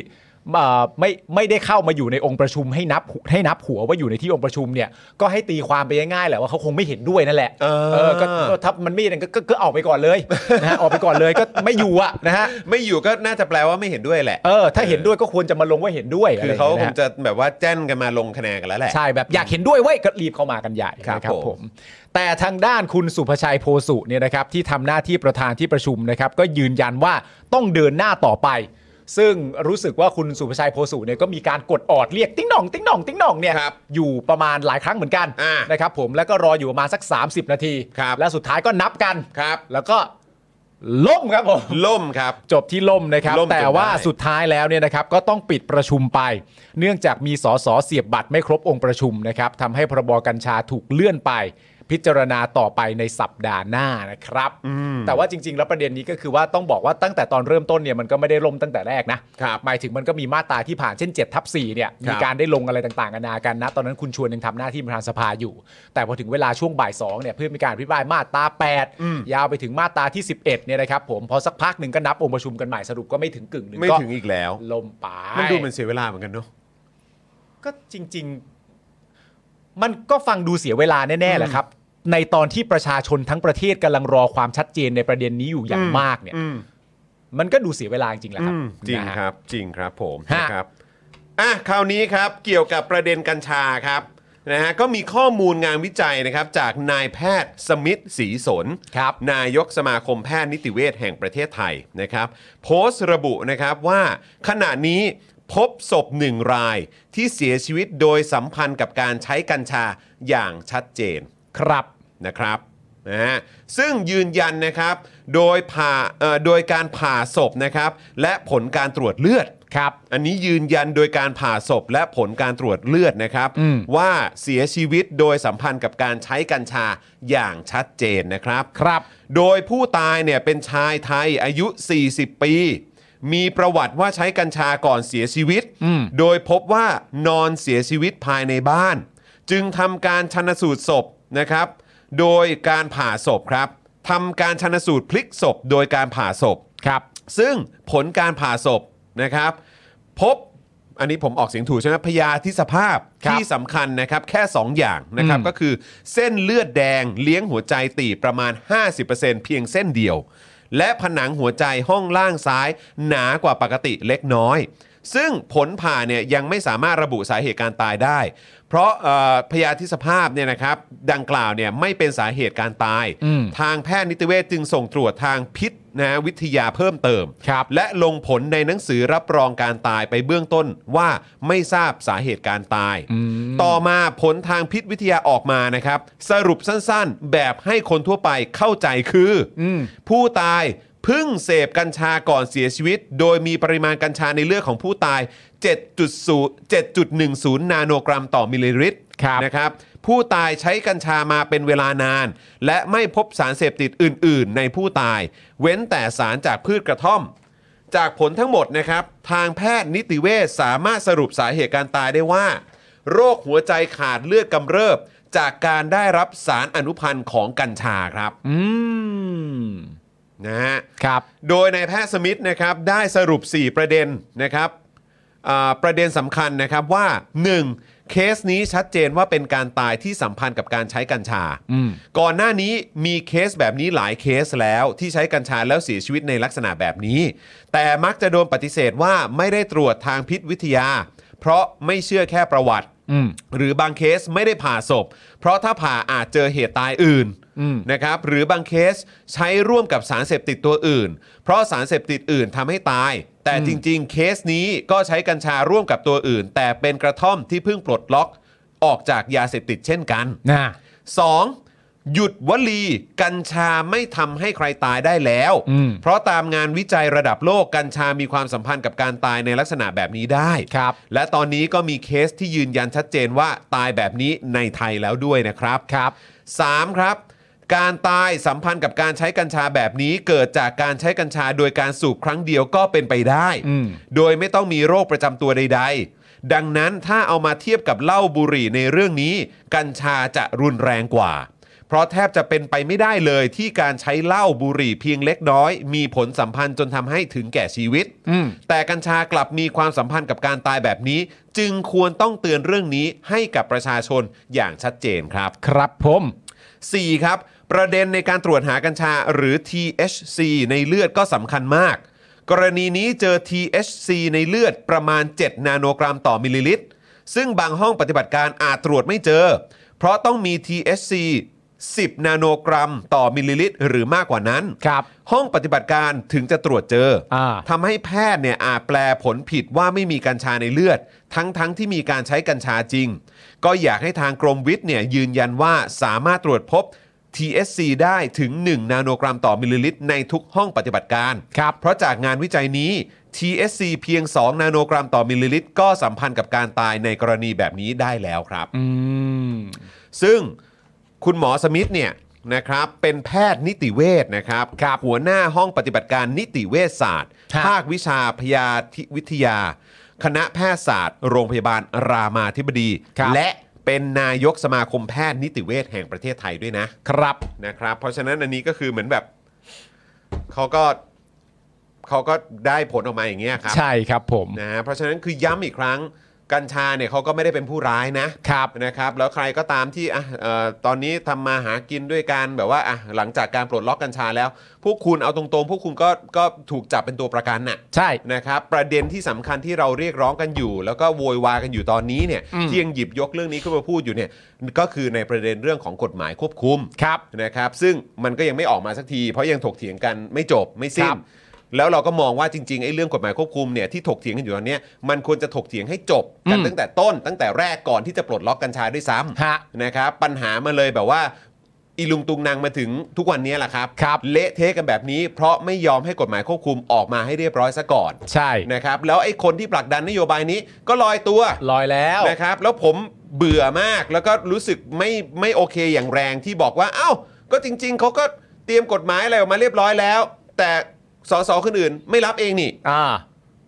S2: เอ่อไม่ไม่ได้เข้ามาอยู่ในองค์ประชุมให้นับให้นับหัวว่าอยู่ในที่องค์ประชุมเนี่ยก็ให้ตีความไปง่ายๆแหละว่าเขาคงไม่เห็นด้วยนั่นแหละ
S1: เออ
S2: ก็ก็ถ้ามันไม่อย่างนั้นก็ก็ก็ออกไปก่อนเลย นะฮะออกไปก่อนเลยก็ไม่อยู่อะนะฮะ
S1: ไม่อยู่ก็น่าจะแปลว่าไม่เห็นด้วยแหละ
S2: เออถ้าเห็นด้วยก็ควรจะมาลงว่าเห็นด้วย
S1: คือะไร
S2: ย่
S1: เขา
S2: ย
S1: ค
S2: นะ
S1: ง
S2: ฮะ
S1: จะแบบว่าแจ้นกันมาลงคะแนนกันแล้วแหละ
S2: ใช่แบบอยากเห็นด้วยเว้ยก็รีบเข้ามากันใหญ่
S1: ครับ
S2: นะครับ
S1: ผ
S2: ผม ม แต่ทางด้านคุณสุภชัยโพสุเนี่ยนะครับที่ทำหน้าที่ประธานที่ประชุมนะครับ ก็ยืนยันว่าต้องเดินหน้าต่อไป ซึ่งรู้สึกว่าคุณสุภชัยโพสุเนี่ยก็มีการกดออดเรียกติ๊งหน่องติ๊งหน่องติ๊งหน่องเนี่ย
S1: ครับ
S2: อยู่ประมาณหลายครั้งเหมือนกัน
S1: อ่า
S2: นะครับผมแล้วก็รออยู่ประมาณสัก 30 นาที
S1: ครับ
S2: และสุดท้ายก็นับกัน
S1: ครับ
S2: แล้วก็ล่มครับผม
S1: ล่มครับ
S2: จบที่ล่มนะครับ
S1: ล่มจน
S2: แต่ว่า
S1: ได้
S2: สุดท้ายแล้วเนี่ยนะครับก็ต้องปิดประชุมไป เนื่องจากมีสสเสียบบัตรไม่ครบองค์ประชุมนะครับทำให้พรบกัญชาถูกเลื่อนไป พิจารณาต่อไปในสัปดาห์หน้านะครับ แต่ว่าจริง ๆ แล้วประเด็นนี้ก็คือว่าต้องบอกว่าตั้งแต่ตอนเริ่มต้นเนี่ยมันก็ไม่ได้ล่มตั้งแต่แรกนะครับ หมายถึงมันก็มีมาตราที่ผ่านเช่น7ทับ4เนี่ย
S1: ครั
S2: มี
S1: บ
S2: การได้ลงอะไรต่างๆกันานากันนะ ตอนนั้นคุณชวนยังทำหน้าที่ประธานสภาอยู่ แต่พอถึงเวลาช่วงบ่ายสองเนี่ยเพื่อมีการอภิปรายมาตรา8ยาวไปถึงมาตราที่ 11เนี่ยนะครับผมพอสักพักหนึ่งก็นับองค์ประชุมกันใหม่สรุปก็ไม่ถึงกึ่งหนึ่ง
S1: ไม่
S2: ก็
S1: ถึงอีกแล้ว
S2: ลมไป
S1: มันดูเหมือนเสียเวลาเหมือนกันเนาะ
S2: ก็จริง ๆ มันก็ฟังดูเสียเวลาแน่ๆแหละครับ ในตอนที่ประชาชนทั้งประเทศกำลังรอความชัดเจนในประเด็นนี้อยู่อย่าง
S1: อืม
S2: มากเนี่ย
S1: อืม
S2: มันก็ดูเสียเวลาจริงๆแหละครับ
S1: อืมจริง
S2: นะฮะ
S1: ครับ จริงครับผม
S2: ฮะ
S1: นะครับอ่ะคราวนี้ครับเกี่ยวกับประเด็นกัญชาครับนะฮะก็มีข้อมูลงานวิจัยนะครับจากนายแพทย์สมิทธ์ศรีสน
S2: ครับ
S1: นายกสมาคมแพทย์นิติเวชแห่งประเทศไทยนะครับ โพสต์ระบุนะครับว่าขณะนี้พบศพหนึ่งรายที่เสียชีวิตโดยสัมพันธ์กับการใช้กัญชาอย่างชัดเจน
S2: ครับ
S1: นะครับนะฮะซึ่งยืนยันนะครับโดยผ่าเอ่อโดยการผ่าศพนะครับ และผลการตรวจเลือด
S2: ครับ
S1: อันนี้ยืนยันโดยการผ่าศพและผลการตรวจเลือดนะครับ
S2: อืม
S1: ว่าเสียชีวิตโดยสัมพันธ์กับการใช้กัญชาอย่างชัดเจนนะครับ
S2: ครับ
S1: โดยผู้ตายเนี่ยเป็นชายไทยอายุ 40 ปี มีประวัติว่าใช้กัญชาก่อนเสียชีวิต
S2: อืม
S1: โดยพบว่านอนเสียชีวิตภายในบ้าน จึงทำการชันสูตรศพนะครับ โดยการผ่าศพครับทำการชันสูตรพลิกศพ โดยการผ่าศพ
S2: ครับ
S1: ซึ่งผลการผ่าศพนะครับ พบอันนี้ผมออกเสียงถูกใช่ไหมพยาธิสภาพ
S2: ครับ
S1: ที่สำคัญนะครับ แค่ 2 อย่างนะครับ
S2: อืม
S1: ก็คือเส้นเลือดแดงเลี้ยงหัวใจตีบประมาณ 50%เพียงเส้นเดียว และผนังหัวใจห้องล่างซ้าย หนากว่าปกติเล็กน้อย ซึ่งผลผ่าเนี่ยยังไม่สามารถระบุสาเหตุการตายได้ เพราะเอ่อพยาธิสภาพเนี่ยนะครับดังกล่าวเนี่ยไม่เป็นสาเหตุการตาย
S2: อืม
S1: ทางแพทย์นิติเวชจึงส่งตรวจทางพิษนะฮะวิทยาเพิ่มเติม
S2: ครับ
S1: และลงผลในหนังสือรับรองการตายไปเบื้องต้นว่าไม่ทราบสาเหตุการตาย ต่อมาผลทางพิษวิทยาออกมานะครับ สรุปสั้นๆ แบบให้คนทั่วไปเข้าใจคืออ
S2: ม
S1: ผู้ตายเพึ่งเสพกัญชาก่อนเสียชีวิต โดยมีปริมาณกัญชาในเลือดของผู้ตาย 7.0 7.10 นาโนกรัมต่อมิลลิลิตร
S2: ครับ
S1: นะครับผู้ตายใช้กัญชามาเป็นเวลานาน และไม่พบสารเสพติดอื่น ๆ ในผู้ตาย เว้นแต่สารจากพืชกระท่อม จากผลทั้งหมดนะครับ ทางแพทย์นิติเวชสามารถสรุปสาเหตุการตายได้ว่า โรคหัวใจขาดเลือดกำเริบ จากการได้รับสารอนุพันธ์ของกัญชาครับ
S2: อืม
S1: นะฮะ
S2: ครับ
S1: โดยนายแพทย์สมิธนะครับได้สรุป 4 ประเด็นนะครับอ่าประเด็นสำคัญนะครับว่า 1. เคสนี้ชัดเจนว่าเป็นการตายที่สัมพันธ์กับการใช้กัญชา
S2: อืม
S1: ก่อนหน้านี้มีเคสแบบนี้หลายเคสแล้วที่ใช้กัญชาแล้วเสียชีวิตในลักษณะแบบนี้ แต่มักจะโดนปฏิเสธว่าไม่ได้ตรวจทางพิษวิทยา เพราะไม่เชื่อแค่ประวัติ
S2: อืม
S1: หรือบางเคสไม่ได้ผ่าศพ เพราะถ้าผ่าอาจเจอเหตุตายอื่น
S2: อืม
S1: นะครับหรือบางเคสใช้ร่วมกับสารเสพติดตัวอื่น เพราะสารเสพติดอื่นทำให้ตาย แต่จริงๆ เคสนี้ก็ใช้กัญชาร่วมกับตัวอื่น แต่เป็นกระท่อมที่เพิ่งปลดล็อกออกจากยาเสพติดเช่นกัน
S2: นะ
S1: 2. หยุดวลีกัญชาไม่ทำให้ใครตายได้แล้ว
S2: อืม
S1: เพราะตามงานวิจัยระดับโลกกัญชามีความสัมพันธ์กับการตายในลักษณะแบบนี้ได้
S2: ครับ
S1: และตอนนี้ก็มีเคสที่ยืนยันชัดเจนว่าตายแบบนี้ในไทยแล้วด้วยนะครับ
S2: ครับ
S1: 3ครับ การตายสัมพันธ์กับการใช้กัญชาแบบนี้ เกิดจากการใช้กัญชาโดยการสูบครั้งเดียวก็เป็นไปได้
S2: อืม
S1: โดยไม่ต้องมีโรคประจำตัวใด ๆ ดังนั้นถ้าเอามาเทียบกับเหล้าบุหรี่ในเรื่องนี้ กัญชาจะรุนแรงกว่า เพราะแทบจะเป็นไปไม่ได้เลยที่การใช้เหล้าบุหรี่เพียงเล็กน้อย มีผลสัมพันธ์จนทำให้ถึงแก่ชีวิต
S2: อืม
S1: แต่กัญชากลับมีความสัมพันธ์กับการตายแบบนี้ จึงควรต้องเตือนเรื่องนี้ให้กับประชาชนอย่างชัดเจนครับ
S2: ครับผม
S1: 4. ครับ ประเด็นในการตรวจหากัญชาหรือ THC ในเลือดก็สำคัญมาก กรณีนี้เจอ THC ในเลือดประมาณ 7 นาโนกรัมต่อมิลลิลิตร ซึ่งบางห้องปฏิบัติการอาจตรวจไม่เจอ เพราะต้องมี THC 10 นาโนกรัมต่อมิลลิลิตร หรือมากกว่านั้น
S2: ครับ
S1: ห้องปฏิบัติการถึงจะตรวจเจอ
S2: อ่า
S1: ทำให้แพทย์เนี่ยอาจแปลผลผิดว่าไม่มีกัญชาในเลือด ทั้งๆทที่มีการใช้กัญชาจริง ก็อยากให้ทางกรมวิทย์เนี่ยยืนยันว่าสามารถตรวจพบ TSC ได้ถึง 1 นาโนกรัมต่อมิลลิลิตรในทุกห้องปฏิบัติการ
S2: ครับ
S1: เพราะจากงานวิจัยนี้ TSC เพียง 2 นาโนกรัมต่อมิลลิลิตร ก็สัมพันธ์กับการตายในกรณีแบบนี้ได้แล้วครับ
S2: อืม
S1: ซึ่งคุณหมอสมิธเนี่ยนะครับเป็นแพทย์นิติเวชนะครับ หัวหน้าห้องปฏิบัติการนิติเวชศาสตร์
S2: ครับ
S1: ภาควิชาพยาธิวิทยา คณะแพทยศาสตร์ โรงพยาบาลรามาธิบดี และเป็นนายกสมาคมแพทย์นิติเวชแห่งประเทศไทยด้วยนะครับ นะครับ เพราะฉะนั้นอันนี้ก็คือเหมือนแบบเขาก็เขาก็ได้ผลออกมาอย่างเงี้ยครับ
S2: ใช่ครับผม
S1: นะฮะเพราะฉะนั้นคือย้ำอีกครั้งกัญชาเนี่ยเขาก็ไม่ได้เป็นผู้ร้ายนะครับ นะครับ แล้วใครก็ตามที่อ่ะเอ่อตอนนี้ทำมาหากินด้วยการแบบว่าอ่ะหลังจากการปลดล็อกกัญชาแล้ว พวกคุณเอาตรงๆ พวกคุณก็ก็ถูกจับเป็นตัวประกันน่ะ
S2: ใช่
S1: นะครับ ประเด็นที่สำคัญที่เราเรียกร้องกันอยู่ แล้วก็โวยวายกันอยู่ตอนนี้เนี่ย
S2: อืม
S1: ที่ยังหยิบยกเรื่องนี้ขึ้นมาพูดอยู่เนี่ยก็คือในประเด็นเรื่องของกฎหมายควบคุม
S2: ครับ
S1: นะครับซึ่งมันก็ยังไม่ออกมาสักที เพราะยังถกเถียงกันไม่จบไม่
S2: ค
S1: สิ้
S2: น รับ
S1: แล้วเราก็มองว่าจริงๆไอ้เรื่องกฎหมายควบคุมเนี่ยที่ถกเถียงกันอยู่ตอนเนี้ยมันควรจะถกเถียงให้จบกัน
S2: อืม
S1: ตั้งแต่ต้น ตั้งแต่แรกก่อนที่จะปลดล็อกกัญชาด้วยซ้
S2: ฮะ
S1: ำนะครับปัญหามาเลยแบบว่าอีลุงตุงนางมาถึงทุกวันนี้แหละครับ
S2: ครับ
S1: เละเทะกันแบบนี้ เพราะไม่ยอมให้กฎหมายควบคุมออกมาให้เรียบร้อยซะก่อน
S2: ใช่
S1: นะครับแล้วไอ้คนที่ผลักดันนโยบายนี้ก็ลอยตัว
S2: ลอยแล้ว
S1: นะครับแล้วผมเบื่อมากแล้วก็รู้สึกไม่ไม่โอเคอย่างแรงที่บอกว่า เอ้า ก็จริง ๆ เขาก็เตรียมกฎหมายอะไรออกมาเรียบร้อยแล้ว แต่สสคนอื่นไม่รับเองนี่
S2: อ่า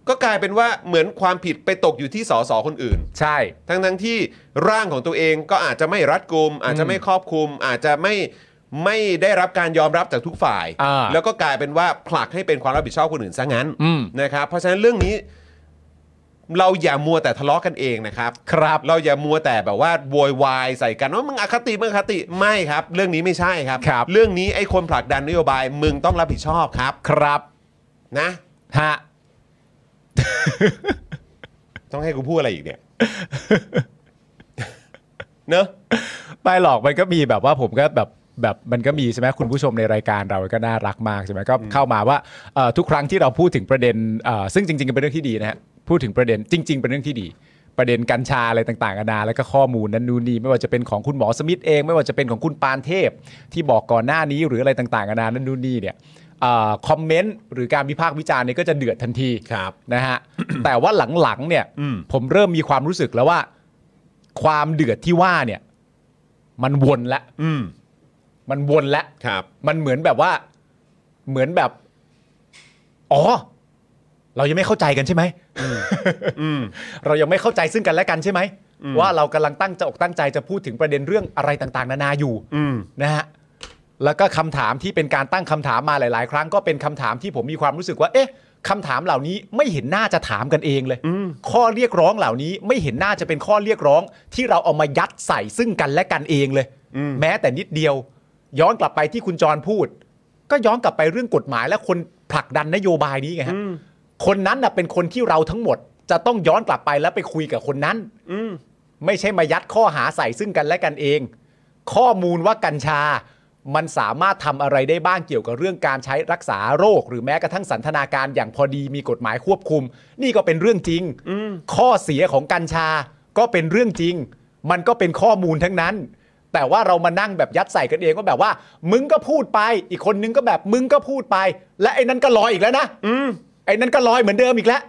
S1: ก็กลายเป็นว่าเหมือนความผิดไปตกอยู่ที่สสคนอื่น
S2: ใช่
S1: ทั้งทั้งๆที่ร่างของตัวเองก็อาจจะไม่รัดกุม อาจจะไม่ครอบคลุม อาจจะไม่ไม่ได้รับการยอมรับจากทุกฝ่าย
S2: อ่า
S1: แล้วก็กลายเป็นว่าผลักให้เป็นความรับผิดชอบคนอื่นซะงั้น
S2: อืม
S1: นะครับเพราะฉะนั้นเรื่องนี้ เราอย่ามัวแต่ทะเลาะกันเองนะครับ
S2: ครับ
S1: เราอย่ามัวแต่แบบว่าโวยวายใส่กันว่ามึงอคติมึงอคติไม่ครับ เรื่องนี้ไม่ใช่ครับ
S2: ครับ
S1: เรื่องนี้ไอ้คนผลักดันนโยบายมึงต้องรับผิดชอบครับ
S2: ครับ
S1: นะ
S2: ฮะ
S1: ต้องให้กูพูดอะไรอีก เนี่ย เนอะ
S2: ไม่หรอกมันก็มีแบบว่าผมก็แบบแบบมันก็มีใช่ไหมคุณผู้ชมในรายการเราก็น่ารักมากใช่ไหมก็เข้ามาว่าเอ่อทุกครั้งที่เราพูดถึงประเด็นเอ่อซึ่งจริงๆก็เป็นเรื่องที่ดีนะฮะพูดถึงประเด็นจริง ๆ เป็นเรื่องที่ดี ประเด็นกัญชาอะไรต่างๆนานาแล้วก็ข้อมูลนั้นนู่นนี่ไม่ว่าจะเป็นของคุณหมอสมิธเอง ไม่ว่าจะเป็นของคุณปานเทพ ที่บอกก่อนหน้านี้หรืออะไรต่างๆนานานั้นนู่นนี่เนี่ยเออคอมเมนต์หรือการวิพากษ์วิจารณ์เนี่ยก็จะเดือดทันที
S1: ครับ
S2: นะฮ ะ แต่ว่าหลังๆเนี่ยผมเริ่มมีความรู้สึกแล้วว่า ความเดือดที่ว่าเนี่ย มันวนละ
S1: อืม
S2: มันวนละ
S1: ครับ
S2: มันเหมือนแบบว่า เหมือนแบบ อ๋อ เรายังไม่เข้าใจกันใช่ไหม
S1: อืม
S2: เรายังไม่เข้าใจซึ่งกันและกันใช่ไหม ว่าเรากำลังตั้งใจอกตั้งใจจะพูดถึงประเด็นเรื่องอะไรต่างๆ นานาอยู่
S1: อืม
S2: นะฮะแล้วก็คำถามที่เป็นการตั้งคำถามมาหลาย ๆ ครั้งก็เป็นคำถามที่ผมมีความรู้สึกว่า เอ๊ะคำถามเหล่านี้ไม่เห็นน่าจะถามกันเองเลย ข้อเรียกร้องเหล่านี้ไม่เห็นน่าจะเป็นข้อเรียกร้อง ที่เราเอามายัดใส่ซึ่งกันและกันเองเลย แม้แต่นิดเดียว ย้อนกลับไปที่คุณจรพูด ก็ย้อนกลับไปเรื่องกฎหมายและคนผลักดันนโยบายนี้ไงฮะคนนั้นน่ะเป็นคนที่เราทั้งหมด จะต้องย้อนกลับไปแล้วไปคุยกับคนนั้นไม่ใช่มายัดข้อหาใส่ซึ่งกันและกันเอง ข้อมูลว่ากัญชา มันสามารถทำอะไรได้บ้างเกี่ยวกับเรื่องการใช้รักษาโรค หรือแม้กระทั่งสันทนาการอย่างพอดีมีกฎหมายควบคุม นี่ก็เป็นเรื่องจริงข้อเสียของกัญชาก็เป็นเรื่องจริง มันก็เป็นข้อมูลทั้งนั้น แต่ว่าเรามานั่งแบบยัดใส่กันเองว่าแบบว่า มึงก็พูดไปอีกคนนึงก็แบบมึงก็พูดไป และไอ้นั้นก็ลอยอีกแล้วนะไอ้นั้นก็ลอยเหมือนเดิมอีกแล้ว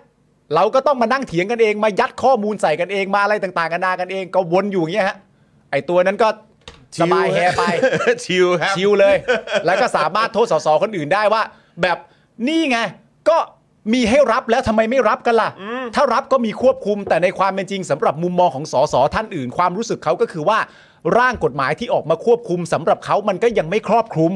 S2: เราก็ต้องมานั่งเถียงกันเองมายัดข้อมูลใส่กันเองมาอะไรต่างๆกันานากันเองก็วนอยู่อย่างเงี้ยฮะไอ้ตัวนั้นก็สบายแฮไป
S1: ชิลครับ
S2: ชิวเลย แล้วก็สามารถโทษสสคนอื่นได้ว่า แบบนี่ไง ก็มีให้รับแล้วทำไมไม่รับกันล่ะ ถ้ารับก็มีควบคุมแต่ในความเป็นจริงสำหรับมุมมองของสสท่านอื่น ความรู้สึกเขาก็คือว่า ร่างกฎหมายที่ออกมาควบคุมสำหรับเขามันก็ยังไม่ครอบคลุม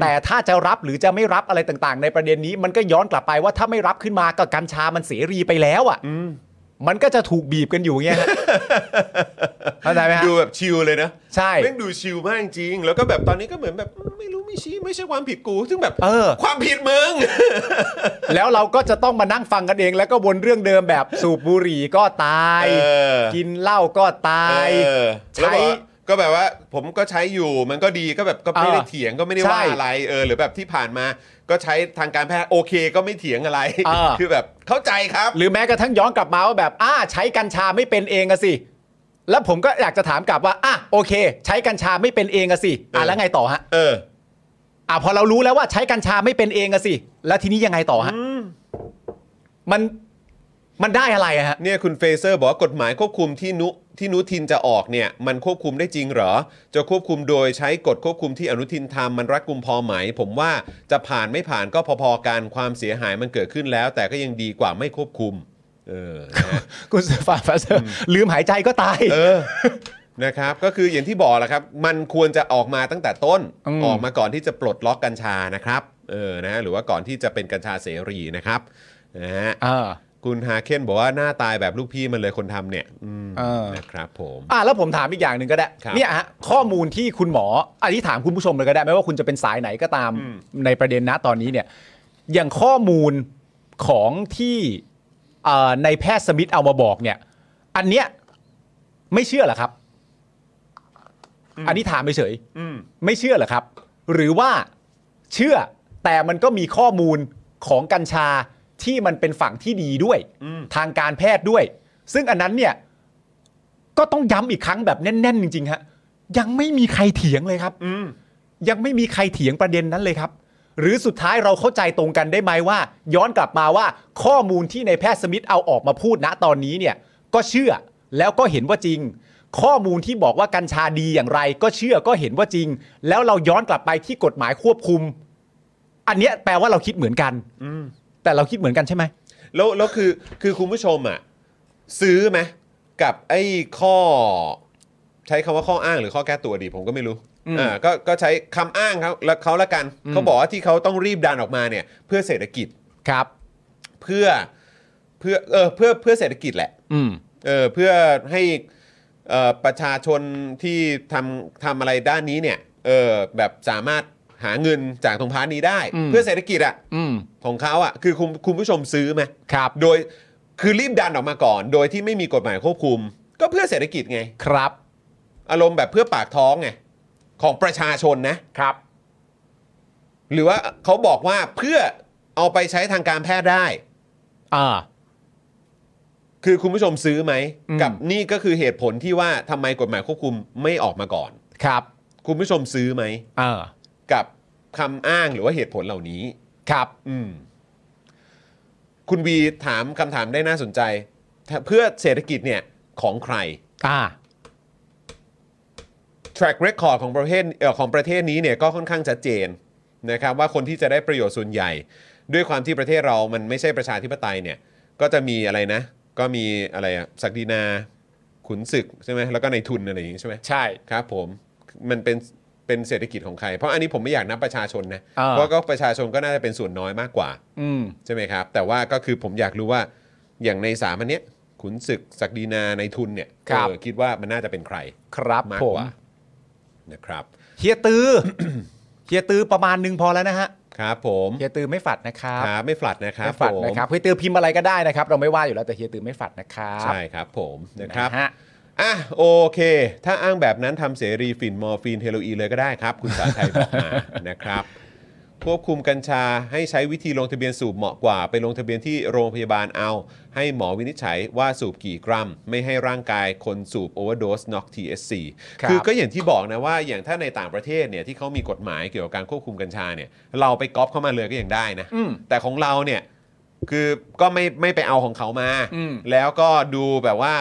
S2: แต่ถ้าจะรับหรือจะไม่รับอะไรต่างๆ ในประเด็นนี้ มันก็ย้อนกลับไปว่าถ้าไม่รับขึ้นมาก็กัญชามันเสรีไปแล้วอ่ะมันก็จะถูกบีบกันอยู่อย่างเงี้ยฮะ เข้าใจไหมฮะ
S1: ดูแบบชิลเลยนะ
S2: ใช่
S1: แม่งดูชิลมากจริง แล้วก็แบบตอนนี้ก็เหมือนแบบไม่รู้ไม่ชี้ไม่ใช่ความผิดกู ซึ่งแบบ
S2: เออ
S1: ความผิดมึง
S2: แล้วเราก็จะต้องมานั่งฟังกันเอง แล้วก็วนเรื่องเดิมแบบสูบบุหรี่ก็ตาย
S1: เออ
S2: กินเหล้าก็ตาย
S1: เออแล้ว
S2: ใช้
S1: บอกว่าก็แบบว่าผมก็ใช้อยู่มันก็ดีก็แบบก็ไม่ได้
S2: เออ
S1: เถียงก็ไม่ได้
S2: ใช่
S1: ว่าอะไรเออหรือแบบที่ผ่านมาก็ใช้ทางการแพทย์โอเคก็ไม่เถียงอะไร
S2: เออ
S1: คือแบบเข้าใจครับ
S2: หรือแม้กระทั่งย้อนกลับมาว่าแบบอ้าใช้กัญชาไม่เป็นเองอะสิ แล้วผมก็อยากจะถามกลับว่าอ่ะโอเค ใช้กัญชาไม่เป็นเองอะสิ
S1: เอ
S2: อ่ะ
S1: อ
S2: แล้วไงต่อฮะ
S1: เออ
S2: อ่ะพอเรารู้แล้วว่าใช้กัญชาไม่เป็นเองอะสิแล้วทีนี้ยังไงต่อฮะมันมันได้อะไรอะฮะ
S1: เนี่ยคุณเฟเซอร์บอกว่ากฎหมายควบคุมที่นุที่นุทินจะออกเนี่ย มันควบคุมได้จริงเหรอ จะควบคุมโดยใช้กฎควบคุมที่อนุทินทำมันรัดกุมพอไหม ผมว่าจะผ่านไม่ผ่านก็พอๆกันความเสียหายมันเกิดขึ้นแล้ว แต่ก็ยังดีกว่าไม่ควบคุม เออนะฮะ
S2: คุณสฟาฟาเซอร์ลืมหายใจก็ตาย
S1: เออ นะครับ ก็คืออย่างที่บอกแหละครับ มันควรจะออกมาตั้งแต่ต้น
S2: อืม
S1: ออกมาก่อนที่จะปลดล็อกกัญชานะครับ เออ นะฮะหรือว่าก่อนที่จะเป็นกัญชาเสรีนะครับ นะฮะ
S2: เออ
S1: คุณฮาเคนบอกว่าหน้าตายแบบลูกพี่มันเลยคนทำเนี่ย อืม
S2: เออ
S1: นะครับผม
S2: อ่ะแล้วผมถามอีกอย่างหนึ่งก็ได้
S1: ครับ
S2: เนี่ยฮะข้อมูลที่คุณหมออันนี้ถามคุณผู้ชมเลยก็ได้ ไม่ว่าคุณจะเป็นสายไหนก็ตาม
S1: อืม
S2: ในประเด็นนะตอนนี้เนี่ย อย่างข้อมูลของที่เอ่อในแพทย์สมิธเอามาบอกเนี่ย อันเนี้ยไม่เชื่อเหรอครับ อันนี้ถามเฉยๆ
S1: อืม
S2: ไม่เชื่อเหรอครับ หรือว่าเชื่อแต่มันก็มีข้อมูลของกัญชาที่มันเป็นฝั่งที่ดีด้วย
S1: อืม
S2: ทางการแพทย์ด้วย ซึ่งอันนั้นเนี่ย ก็ต้องย้ำอีกครั้งแบบแน่น ๆ จริง ๆ ฮะ ยังไม่มีใครเถียงเลยครับ
S1: อืม
S2: ยังไม่มีใครเถียงประเด็นนั้นเลยครับ หรือสุดท้ายเราเข้าใจตรงกันได้ไหมว่า ย้อนกลับมาว่าข้อมูลที่ในายแพทย์สมิธเอาออกมาพูดณตอนนี้เนี่ย ก็เชื่อแล้วก็เห็นว่าจริง ข้อมูลที่บอกว่ากัญชาดีอย่างไร ก็เชื่อก็เห็นว่าจริง แล้วเราย้อนกลับไปที่กฎหมายควบคุม อันเนี้ยแปลว่าเราคิดเหมือนกันแต่เราคิดเหมือนกันใช่ไหม
S1: แล้วแล้วคือคือคุณผู้ชมอ่ะซื้อไหมกับไอ้ข้อ ใช้คำว่าข้ออ้างหรือข้อแก้ตัวดีผมก็ไม่รู้อ่าก็ก็ใช้คำอ้างเขาแล้วเขาละกันเขาบอกว่าที่เขาต้องรีบดันออกมาเนี่ย เพื่อเศรษฐกิจ
S2: ครับ
S1: เพื่อเพื่อเออเพื่อเพื่อเศรษฐกิจแหละ
S2: อืม
S1: เออเพื่อให้เอ่อประชาชนที่ทำทำอะไรด้านนี้เนี่ยเออแบบสามารถหาเงินจากตรงพาร์ทนี้ได้
S2: อืม
S1: เพื่อเศรษฐกิจอ่ะ
S2: อืม
S1: ของเขาอ่ะคือคุณคุณผู้ชมซื้อไหม
S2: ครับ
S1: โดยคือรีบดันออกมาก่อน โดยที่ไม่มีกฎหมายควบคุม ก็เพื่อเศรษฐกิจไง
S2: ครับ
S1: อารมณ์แบบเพื่อปากท้องไง ของประชาชนนะ
S2: ครับ
S1: หรือว่าเขาบอกว่าเพื่อเอาไปใช้ทางการแพทย์ได้
S2: อ่า
S1: คือคุณผู้ชมซื้อไหม
S2: อืม
S1: กับนี่ก็คือเหตุผลที่ว่าทำไมกฎหมายควบคุมไม่ออกมาก่อน
S2: ครับ
S1: คุณผู้ชมซื้อไหม
S2: อ่า
S1: กับคำอ้างหรือว่าเหตุผลเหล่านี้
S2: ครับ
S1: อืม คุณวีถามคำถามได้น่าสนใจถ้าเพื่อเศรษฐกิจเนี่ยของใคร
S2: อ่า
S1: track record ของประเทศเอ่อของประเทศนี้เนี่ยก็ค่อนข้างชัดเจนนะครับว่าคนที่จะได้ประโยชน์ส่วนใหญ่ ด้วยความที่ประเทศเรามันไม่ใช่ประชาธิปไตยเนี่ย ก็จะมีอะไรนะ ก็มีอะไรอะศักดินา ขุนศึกใช่ไหมแล้วก็ในทุนอะไรอย่างงี้ใช่ไหม
S2: ใช่
S1: ครับผมมันเป็นเป็นเศรษฐกิจของใคร เพราะอันนี้ผมไม่อยากนับประชาชนนะ
S2: อ่า
S1: เพราะก็ประชาชนก็น่าจะเป็นส่วนน้อยมากกว่า
S2: อืม
S1: ใช่ไหมครับ แต่ว่าก็คือผมอยากรู้ว่าอย่างในสามอันเนี้ยขุนศึกศักดินาในทุนเนี่ย
S2: ครับ
S1: เออคิดว่ามันน่าจะเป็นใคร
S2: ครับ
S1: มาก
S2: ผม
S1: กว่านะครับ
S2: เฮียตือ เฮียตือประมาณหนึงพอแล้วนะฮะ
S1: ครับผม
S2: เฮียตือไม่ฝัดนะครับ
S1: ครับไม่ฝลัดนะครับ
S2: ไม่ฝัด
S1: ผม
S2: นะครับเฮียตือพิมพ์อะไรก็ได้นะครับ เราไม่ว่าอยู่แล้วแต่เฮียตือไม่ฝัดนะครับ
S1: ใช่ครับผมนะครับ
S2: นะฮะ
S1: อ่ะโอเค ถ้าอ้างแบบนั้นทำเสรีฝิ่นมอร์ฟีนเฮโรอีนเลยก็ได้ครับ คุณสาไทยบอกมา นะครับ ควบคุมกัญชาให้ใช้วิธีลงทะเบียนสูบเหมาะกว่า ไปลงทะเบียนที่โรงพยาบาลเอา ให้หมอวินิจฉัยว่าสูบกี่กรัม ไม่ให้ร่างกายคนสูบโอเวอร์โดสน็อกทีเอสซี
S2: ครับ
S1: คือก็อย่างที่บอกนะว่าอย่างถ้าในต่างประเทศเนี่ยที่เขามีกฎหมายเกี่ยวกับการควบคุมกัญชาเนี่ยเราไปก๊อปเข้ามาเลยก็ยังได้นะ
S2: อืม
S1: แต่ของเราเนี่ย คือก็ไม่ไม่ไปเอาของเขามา
S2: อืม
S1: แล้วก็ดูแบบว่า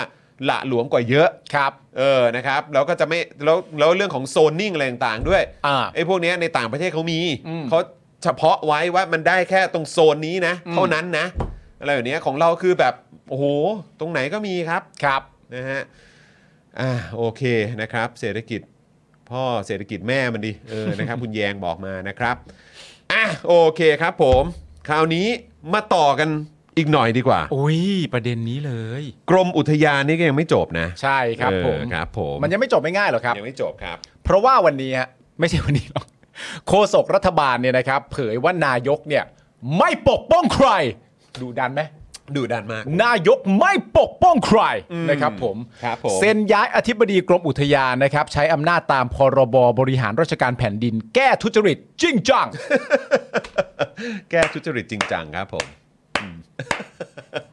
S1: หละหลวมกว่าเยอะ
S2: ครับ
S1: เออ นะครับ แล้วก็จะไม่ แล้วแล้วเรื่องของโซนนิ่งอะไรต่างๆด้วย
S2: อ่า
S1: ไอ้พวกเนี้ยในต่างประเทศเขามี
S2: อืม
S1: เขาเฉพาะไว้ว่ามันได้แค่ตรงโซนนี้นะ
S2: อืม
S1: เท่านั้นนะ อะไรแบบเนี้ยของเราคือแบบ โอ้โห ตรงไหนก็มีครับ
S2: ครับ
S1: นะฮะ อ่า โอเค นะครับ เศรษฐกิจพ่อ เศรษฐกิจแม่มันดิ เออ นะครับ คุณแยงบอกมานะครับ อ่ะ โอเคครับผม คราวนี้มาต่อกันอีกหน่อยดีกว่า
S2: อุ้ยประเด็นนี้เลย
S1: กรมอุทยานนี่ก็ยังไม่จบนะ
S2: ใช่ครับ
S1: เออ
S2: ผม
S1: ครับผม
S2: มันยังไม่จบไม่ง่ายหรอกครับ
S1: ยังไม่จบครับ
S2: เพราะว่าวันนี้ฮะ ไม่ใช่วันนี้หรอกโฆษกรัฐบาลเนี่ยนะครับ เผยว่านายกเนี่ย ไม่ปกป้องใคร ดูดันไหม
S1: ดูดัน มาก
S2: นายกไม่ปกป้องใครนะครับผม
S1: ครับผม
S2: เซ็นย้ายอธิบดีกรมอุทยานนะครับ ใช้อำนาจตามพรบบริหารราชการแผ่นดิน แก้ทุจริตจริงจัง
S1: แก้ทุจริตจริงจังครับผม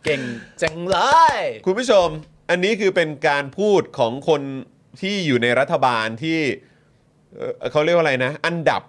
S2: เก่งจังเลย
S1: คุณผู้ชม อันนี้คือเป็นการพูดของคนที่อยู่ในรัฐบาลที่เอ่อเขาเรียกว่าอะไรนะ อันดับ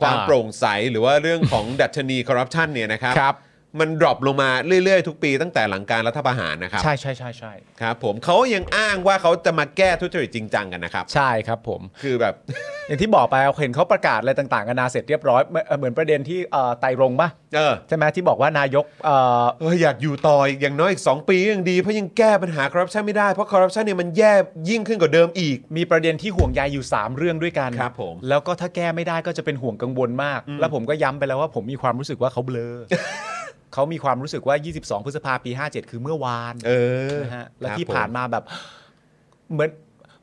S1: ความ
S2: อ่า
S1: โปร่งใสหรือว่าเรื่อง ของ ดัชนีคอร์รัปชันเนี่ยนะครับ
S2: ครับ
S1: มันดรอปลงมาเรื่อยๆ ทุกปีตั้งแต่หลังการรัฐประหารนะครับ
S2: ใช่ใช่ใช่ใช่
S1: ครับผมเขายังอ้างว่าเขาจะมาแก้ทุจริตจริงจังกันนะครับ
S2: ใช่ครับผม
S1: คือแบบ
S2: อย่างที่บอกไปเอาเห็นเขาประกาศอะไรต่างๆกันานาเสร็จเรียบร้อยเหมือนเอ่อเหมือนประเด็นที่เอ่อไตรรงค์ปะ
S1: เออ
S2: ใช่ไหมที่บอกว่านายกเอ่อ
S1: เอออยากอยู่ต่ออีกอย่างน้อยอีก 2 ปีก็ยังดี เพราะยังแก้ปัญหาคอร์รัปชันไม่ได้ เพราะคอร์รัปชันเนี่ยมันแย่ยิ่งขึ้นกว่าเดิมอีก
S2: มีประเด็นที่ห่วงใยอยู่ 3 เรื่องด้วยกัน
S1: ครับผม
S2: แล้วก็ถ้าแก้ไม่ได้ก็จะเป็นห่วงกังวลมาก แล้วผมก็ย้ำไปแล้วว่าผมมีความรู้สึกว่าเขาเบลอ เขามีความรู้สึกว่า 22 พฤษภาปี 57 คือเมื่อวาน
S1: เออ
S2: นะฮะและ
S1: ครับ
S2: ที่
S1: ผม
S2: ผ่านมาแบบ เหมือน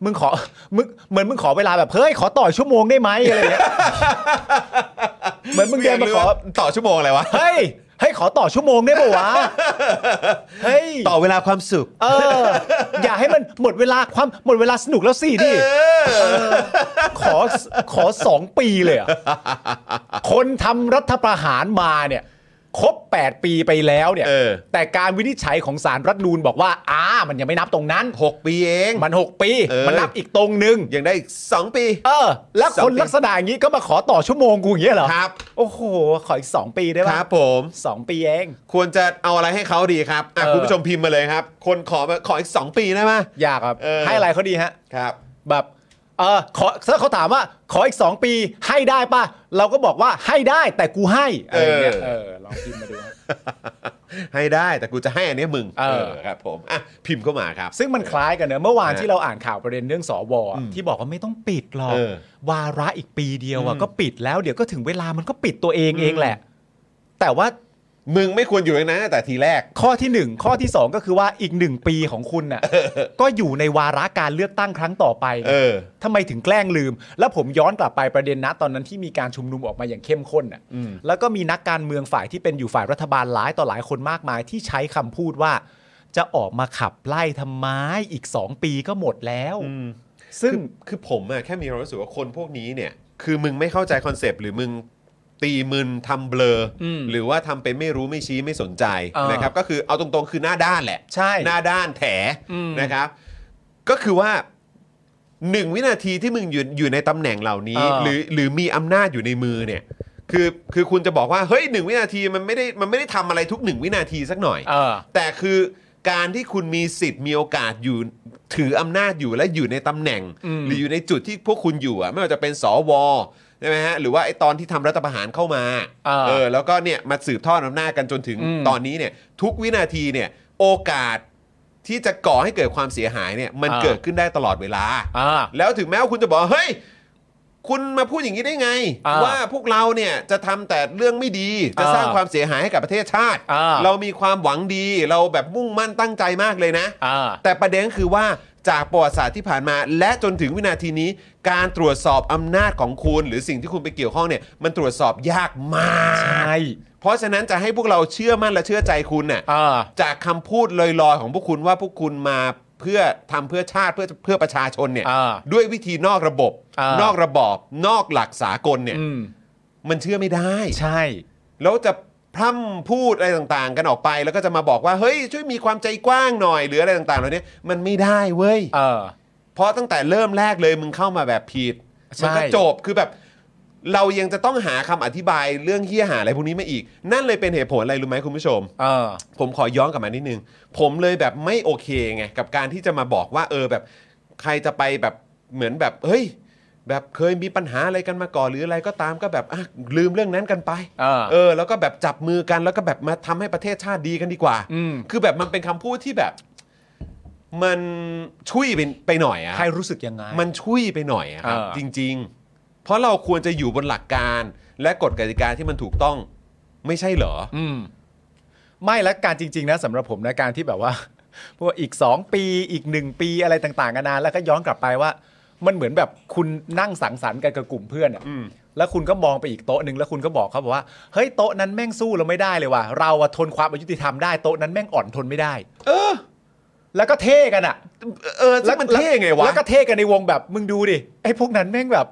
S2: มึงขอมึงเหมือนมึงขอเวลาแบบเฮ้ยขอต่อชั่วโมงได้ไหมอะไรเงี้ย เหมือนมึงเดินมาขอ
S1: ต่อชั่วโมงอะไรวะ
S2: เฮ้ยเฮ้ยขอต่อชั่วโมงได้ปะวะเฮ้ย
S1: ต่อเวลาความสุข
S2: เออ อย่าให้มันหมดเวลาความหมดเวลาสนุกแล้วสิดิ
S1: เออ
S2: ขอขอสองปีเลยเหรอ่ะ คนทำรัฐประหารมาเนี่ย ครบ 8 ปีไปแล้วเนี่ย
S1: เออ
S2: แต่การวินิจฉัยของสารรัฐธรรมนูนบอกว่าอ่ามันยังไม่นับตรงนั้น
S1: 6 ปีเอง
S2: มัน 6 ปี
S1: เออ
S2: มันนับอีกตรงหนึ่ง
S1: ยังได้อีก 2 ปี
S2: เออ แล้ว
S1: สอง
S2: ค
S1: ปี
S2: นลักษณะอย่างนี้ก็มาขอต่อชั่วโมงกูอย่างเงี้ยเหรอ
S1: ครับ
S2: โอ้โห ขออีก 2 ปีได้
S1: ค
S2: ป่ะ
S1: รับผม
S2: สองปีเอง
S1: ควรจะเอาอะไรให้เขาดีครับอ่ะ
S2: เออ
S1: คุณผู้ชมพิมพ์มาเลยครับ คนขอมาขออีก 2 ปีได้ไหม
S2: อยากครับ
S1: เออ
S2: ให้อะไรเขาดีฮะ
S1: ครับ
S2: แบบเออขอถ้าเขาถามว่า ขออีก 2 ปีให้ได้ป่ะ เราก็บอกว่าให้ได้แต่กูให้อะไรอย่างเงี้ย
S1: เออ
S2: เออลองพิมพ์มาดูฮะ
S1: ให้ได้แต่กูจะให้อันเนี้ยมึง
S2: เออ
S1: ครับผมอ่ะพิมพ์เข้ามาครับ
S2: ซึ่งมันคล้ายกันเนอะเมื่อวาน
S1: ฮะ
S2: ที่เราอ่านข่าวประเด็นเรื่องสวอะที่บอกว่าไม่ต้องปิดหรอก
S1: เออ
S2: วาระอีกปีเดียวอะก็ปิดแล้วเดี๋ยวก็ถึงเวลามันก็ปิดตัวเองเองแหละ แต่ว่า
S1: มึงไม่ควรอยู่ในนั้นตั้งแต่ทีแรก
S2: ข้อที่หนึ่งข้อที่สองก็คือว่าอีกหนึ่งปีของคุณน่ะก็อยู่ในวาระการเลือกตั้งครั้งต่อไปไง
S1: เออ
S2: ทำไมถึงแกล้งลืม แล้วผมย้อนกลับไปประเด็นนะตอนนั้นที่มีการชุมนุมออกมาอย่างเข้มข้นน่ะแล้วก็มีนักการเมืองฝ่ายที่เป็นอยู่ฝ่ายรัฐบาลหลายต่อหลายคนมากมายที่ใช้คำพูดว่า จะออกมาขับไล่ทำไมอีก 2 ปีก็หมดแล้ว ซึ่ง
S1: คือคือผมอะแค่มีความรู้สึกว่าคนพวกนี้เนี่ย คือมึงไม่เข้าใจคอนเซปต์หรือมึงตีมึนทำเบลออ
S2: ม
S1: หรือว่าทำเป็นไม่รู้ไม่ชี้ไม่สนใจ
S2: อ่าน
S1: นะครับ ก็คือเอาตรงๆคือหน้าด้านแหละ
S2: ใช่
S1: หน้าด้านแถ
S2: อืม
S1: นะครับ ก็คือว่าหนึ่งวินาทีที่มึงอยู่อยู่ในตำแหน่งเหล่านี้
S2: เออ
S1: หรือหรือมีอำนาจอยู่ในมือเนี่ย คือคือคุณจะบอกว่าเฮ้ยหนึ่งวินาทีมันไม่ได้มันไม่ได้ทำอะไรทุกหนึ่งวินาทีสักหน่อย
S2: เออ
S1: แต่คือการที่คุณมีสิทธิ์มีโอกาสอยู่ถืออำนาจอยู่และอยู่ในตำแหน่ง
S2: อืม
S1: หรืออยู่ในจุดที่พวกคุณอยู่อะไม่ว่าจะเป็นสวใช่ไหมฮะหรือว่าไอ้ตอนที่ทำรัฐประหารเข้ามา
S2: อ่า
S1: เออแล้วก็เนี่ยมาสืบทอดอำนาจกันจนถึง
S2: อืม
S1: ตอนนี้เนี่ยทุกวินาทีเนี่ยโอกาส ที่จะก่อให้เกิดความเสียหายเนี่ยมัน
S2: อ่า
S1: เกิดขึ้นได้ตลอดเวลา
S2: อ่า
S1: แล้วถึงแม้ว่าคุณจะบอกว่าเฮ้ย คุณมาพูดอย่างนี้ได้ไง
S2: อ่า
S1: ว่าพวกเราเนี่ยจะทำแต่เรื่องไม่ดี จะ
S2: อ่า
S1: สร้างความเสียหายให้กับประเทศชาติ
S2: อ่า
S1: เรามีความหวังดีเราแบบมุ่งมั่นตั้งใจมากเลยนะ
S2: อ่า
S1: แต่ประเด็นก็คือว่าจากประวัติศาสตร์ที่ผ่านมา และจนถึงวินาทีนี้ การตรวจสอบอำนาจของคุณ หรือสิ่งที่คุณไปเกี่ยวข้องเนี่ยมันตรวจสอบยากมาก
S2: ใช่
S1: เพราะฉะนั้นจะให้พวกเราเชื่อมั่นและเชื่อใจคุณเนี่ย
S2: อ่า
S1: จากคำพูดลอยๆ ของพวกคุณว่าพวกคุณมาเพื่อทำเพื่อชาติเพื่อเพื่อประชาชนเนี่ย
S2: อ่า
S1: ด้วยวิธีนอกระบบ
S2: อ่าน
S1: นอกระบอบ นอกหลักสากลเนี่ย
S2: อืม
S1: มันเชื่อไม่ได้
S2: ใช่
S1: แล้วจะพร่ำพูดอะไรต่างๆ กันออกไป แล้วก็จะมาบอกว่าเฮ้ยช่วยมีความใจกว้างหน่อยหรืออะไรต่างๆเหล่านี้มันไม่ได้เว้ย
S2: เออ
S1: เพราะตั้งแต่เริ่มแรกเลยมึงเข้ามาแบบผิด
S2: ใช่
S1: มันก็จบคือแบบ เรายังจะต้องหาคำอธิบายเรื่องเฮี้ยหาอะไรพวกนี้มาอีก นั่นเลยเป็นเหตุผลอะไรรู้ไหมคุณผู้ชม
S2: เออ
S1: ผมขอย้อนกลับมานิดนึง ผมเลยแบบไม่โอเคไงกับการที่จะมาบอกว่าเออแบบ ใครจะไปแบบเหมือนแบบเฮ้ย แบบเคยมีปัญหาอะไรกันมาก่อนหรืออะไรก็ตามก็แบบอ่ะลืมเรื่องนั้นกันไป
S2: อ่า
S1: เออ แล้วก็แบบจับมือกันแล้วก็แบบมาทำให้ประเทศชาติดีกันดีกว่า
S2: อืม
S1: คือแบบมันเป็นคำพูดที่แบบ มันช่วยไปไปหน่อยอะ
S2: ใครรู้สึกยังไง
S1: มันช่วยไปหน่อยอะครับ
S2: เออ
S1: จริง ๆ เพราะเราควรจะอยู่บนหลักการ และกฎกติกาที่มันถูกต้องไม่ใช่เหรอ
S2: อืมไม่และการจริง ๆ นะสำหรับผมนะการที่แบบว่า พวกอีก 2 ปีอีก 1 ปีอะไรต่างๆกันานาแล้วก็ย้อนกลับไปว่า มันเหมือนแบบคุณนั่งสังสรรค์กันกับกลุ่มเพื่อนอะแล้วคุณก็มองไปอีกโต๊ะหนึ่งแล้วคุณก็บอกเขาบอกว่าเฮ้ยโต๊ะนั้นแม่งสู้เราไม่ได้เลยว่ะเราอะทนความอายุติธรรมได้โต๊ะนั้นแม่งอ่อนทนไม่ได้ เออ แล้วก็เท่กันอะ
S1: เออซึ่งมันเท่ไงวะ
S2: แล้วก็เท่กันในวงแบบมึงดูดิไอ้พวกนั้นแม่งแบบ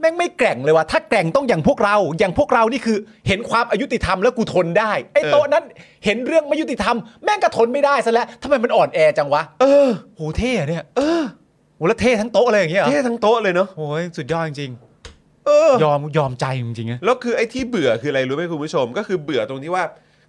S2: แม่งไม่แกร่งเลยว่ะถ้าแกร่งต้องอย่างพวกเรา อย่างพวกเรานี่คือ เห็นความอายุติธรรมแล้วกูทนได้ไอ้โต๊ะนั้นเห็นเรื่องไม่ยุติธรรมแม่งก็ทนไม่ได้ซะแล้วทำไมมันอ่อนแอจังวะ
S1: เออ
S2: โหเท่อะเนี่ยเออโหแล้วเท่ทั้งโต๊ะเลยอย่างเงี้ยเหรอ
S1: เท่ทั้งโต๊ะเลยเนาะ
S2: โอ้ยสุดยอดจริง
S1: เออ
S2: ๆยอมยอมใจจริงๆนะ
S1: แล้วคือไอ้ที่เบื่อคืออะไรรู้ไหมคุณผู้ชม ก็คือเบื่อตรงที่ว่า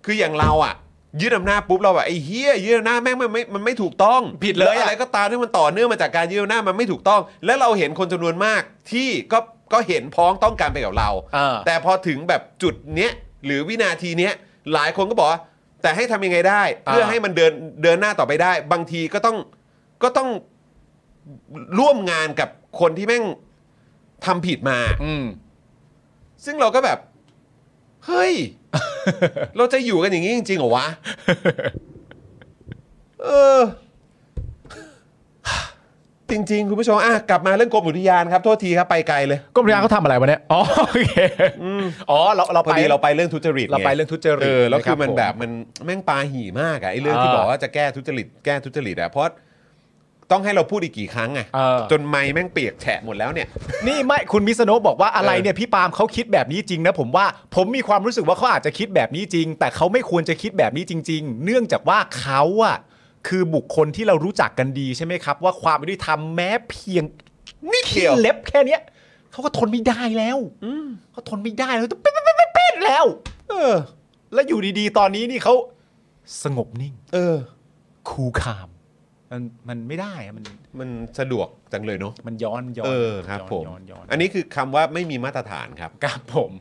S1: คืออย่างเราอะยึดอำนาจปุ๊บเราแบบไอ้เฮียยึดอำนาจแม่งมันไม่มันไม่ถูกต้อง
S2: ผิดเลยอะ
S1: แวอะไรก็ตามที่มันต่อเนื่องมาจากการยึดอำนาจมันไม่ถูกต้อง และเราเห็นคนจำนวนมากที่ก็ก็เห็นพ้องต้องการไปกับเรา
S2: เออ
S1: แต่พอถึงแบบจุดเนี้ยหรือวินาทีเนี้ยหลายคนก็บอกว่าแต่ให้ทำยังไงได้ เพื่อให้มันเดินเดินหน้าต่อไปได้ บางทีก็ต้องก็ต้องร่วมงานกับคนที่แม่งทำผิดมา
S2: อืม
S1: ซึ่งเราก็แบบ เฮ้ย เราจะอยู่กันอย่างนี้จริงๆเหรอวะ เออ จริง ๆ คุณผู้ชมอ่ะกลับมาเรื่องกรมอุทยานครับ โทษทีครับ ไปไกลเลย
S2: กรมยานเขาทำอะไรวะเนี่ยอ๋อโอเคอ๋อเราเรา
S1: พอ
S2: ไป
S1: ดีเราไปเรื่องทุจริต
S2: เราไปเรื่องทุจริต
S1: เออแล้ว
S2: นะค
S1: คือ
S2: รับ
S1: มัน
S2: ผม
S1: แบบมันแม่งปาหี่มากอะไอ้เรื่องที่
S2: เออ
S1: บอกว่าจะแก้ทุจริตแก้ทุจริตอะเพราะต้องให้เราพูดอีกกี่ครั้งอะ
S2: เออ
S1: จนไม้แม่งเปียกแฉะหมดแล้วเนี่ย
S2: นี่ไม่คุณมิสโนะบอกว่าอะไรเนี่ยพี่ปาล์มเขาคิดแบบนี้จริงนะผมว่าผมมีความรู้สึกว่าเขาอาจจะคิดแบบนี้จริง แต่เขาไม่ควรจะคิดแบบนี้จริง ๆ เนื่องจากว่าเขาอะคือบุคคลที่เรารู้จักกันดีใช่ไหมครับ ว่าความยุติธรรมแม้เพียง
S1: นิดเดียว
S2: เล็บแค่เนี้ยเขาก็ทนไม่ได้แล้วเขาทนไม่ได้แล้วต้องเป็นเป็นเป็นเป็นแล้ว เออ แล้วอยู่ดีๆ ตอนนี้นี่เขาสงบนิ่ง
S1: เออ
S2: คูลคามมันมันไม่ได้อะมัน
S1: มันสะดวกจังเลยเนาะ
S2: มันย้อนมันย้อน
S1: เออครับ
S2: ย้อน
S1: ผม
S2: ย้อนย้อน
S1: อันนี้คือคำว่าไม่มีมาตรฐานครับ
S2: ครับผม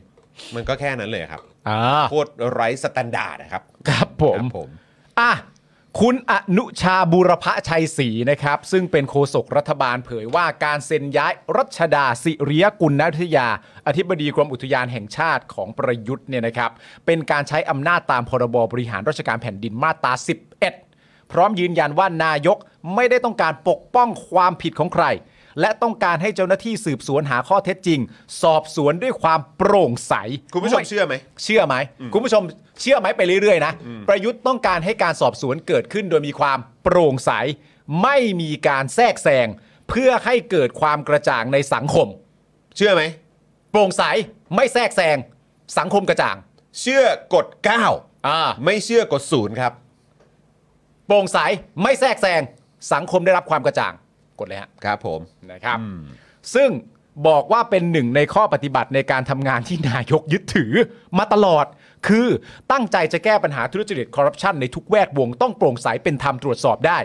S1: มันก็แค่นั้นเลยครับ
S2: อ่า
S1: โคตรไร้สแตนดาร์ดนะครับ
S2: ครับผม
S1: ครับผม
S2: อ่ะ คุณอนุชาบุรพชัยศรีนะครับ ซึ่งเป็นโฆษกรัฐบาลเผยว่าการเซ็นย้ายรัชดาสิริยกุลนัทยา อธิบดีกรมอุทยานแห่งชาติของประยุทธ์เนี่ยนะครับ เป็นการใช้อำนาจตามพรบบริหารราชการแผ่นดินมาตรา 11 พร้อมยืนยันว่านายกไม่ได้ต้องการปกป้องความผิดของใคร และต้องการให้เจ้าหน้าที่สืบสวนหาข้อเท็จจริง สอบสวนด้วยความโปร่งใส
S1: คุณผู้ชมเชื่อไหม
S2: เชื่อไหมคุณผู้ชมเชื่อไหมไปเรื่อยๆนะประยุทธ์ต้องการให้การสอบสวนเกิดขึ้นโดยมีความโปร่งใส ไม่มีการแทรกแซงเพื่อให้เกิดความกระจ่างในสังคม
S1: เชื่อไหม
S2: โปร่งใสไม่แทรกแซงสังคมกระจ่าง
S1: เชื่อกด
S2: อ่า
S1: 9 ไม่เชื่อกดศูนย์ครับ
S2: โปร่งใสไม่แทรกแซงสังคมได้รับความกระจ่างกดเลยฮะ
S1: ครับผม
S2: นะครับซึ่งบอกว่าเป็นหนึ่งในข้อปฏิบัติในการทำงานที่นายกยึดถือมาตลอด คือตั้งใจจะแก้ปัญหาทุจริตคอร์รัปชันในทุกแวดวงต้องโปร่งใสเป็นธรรมตรวจสอบได้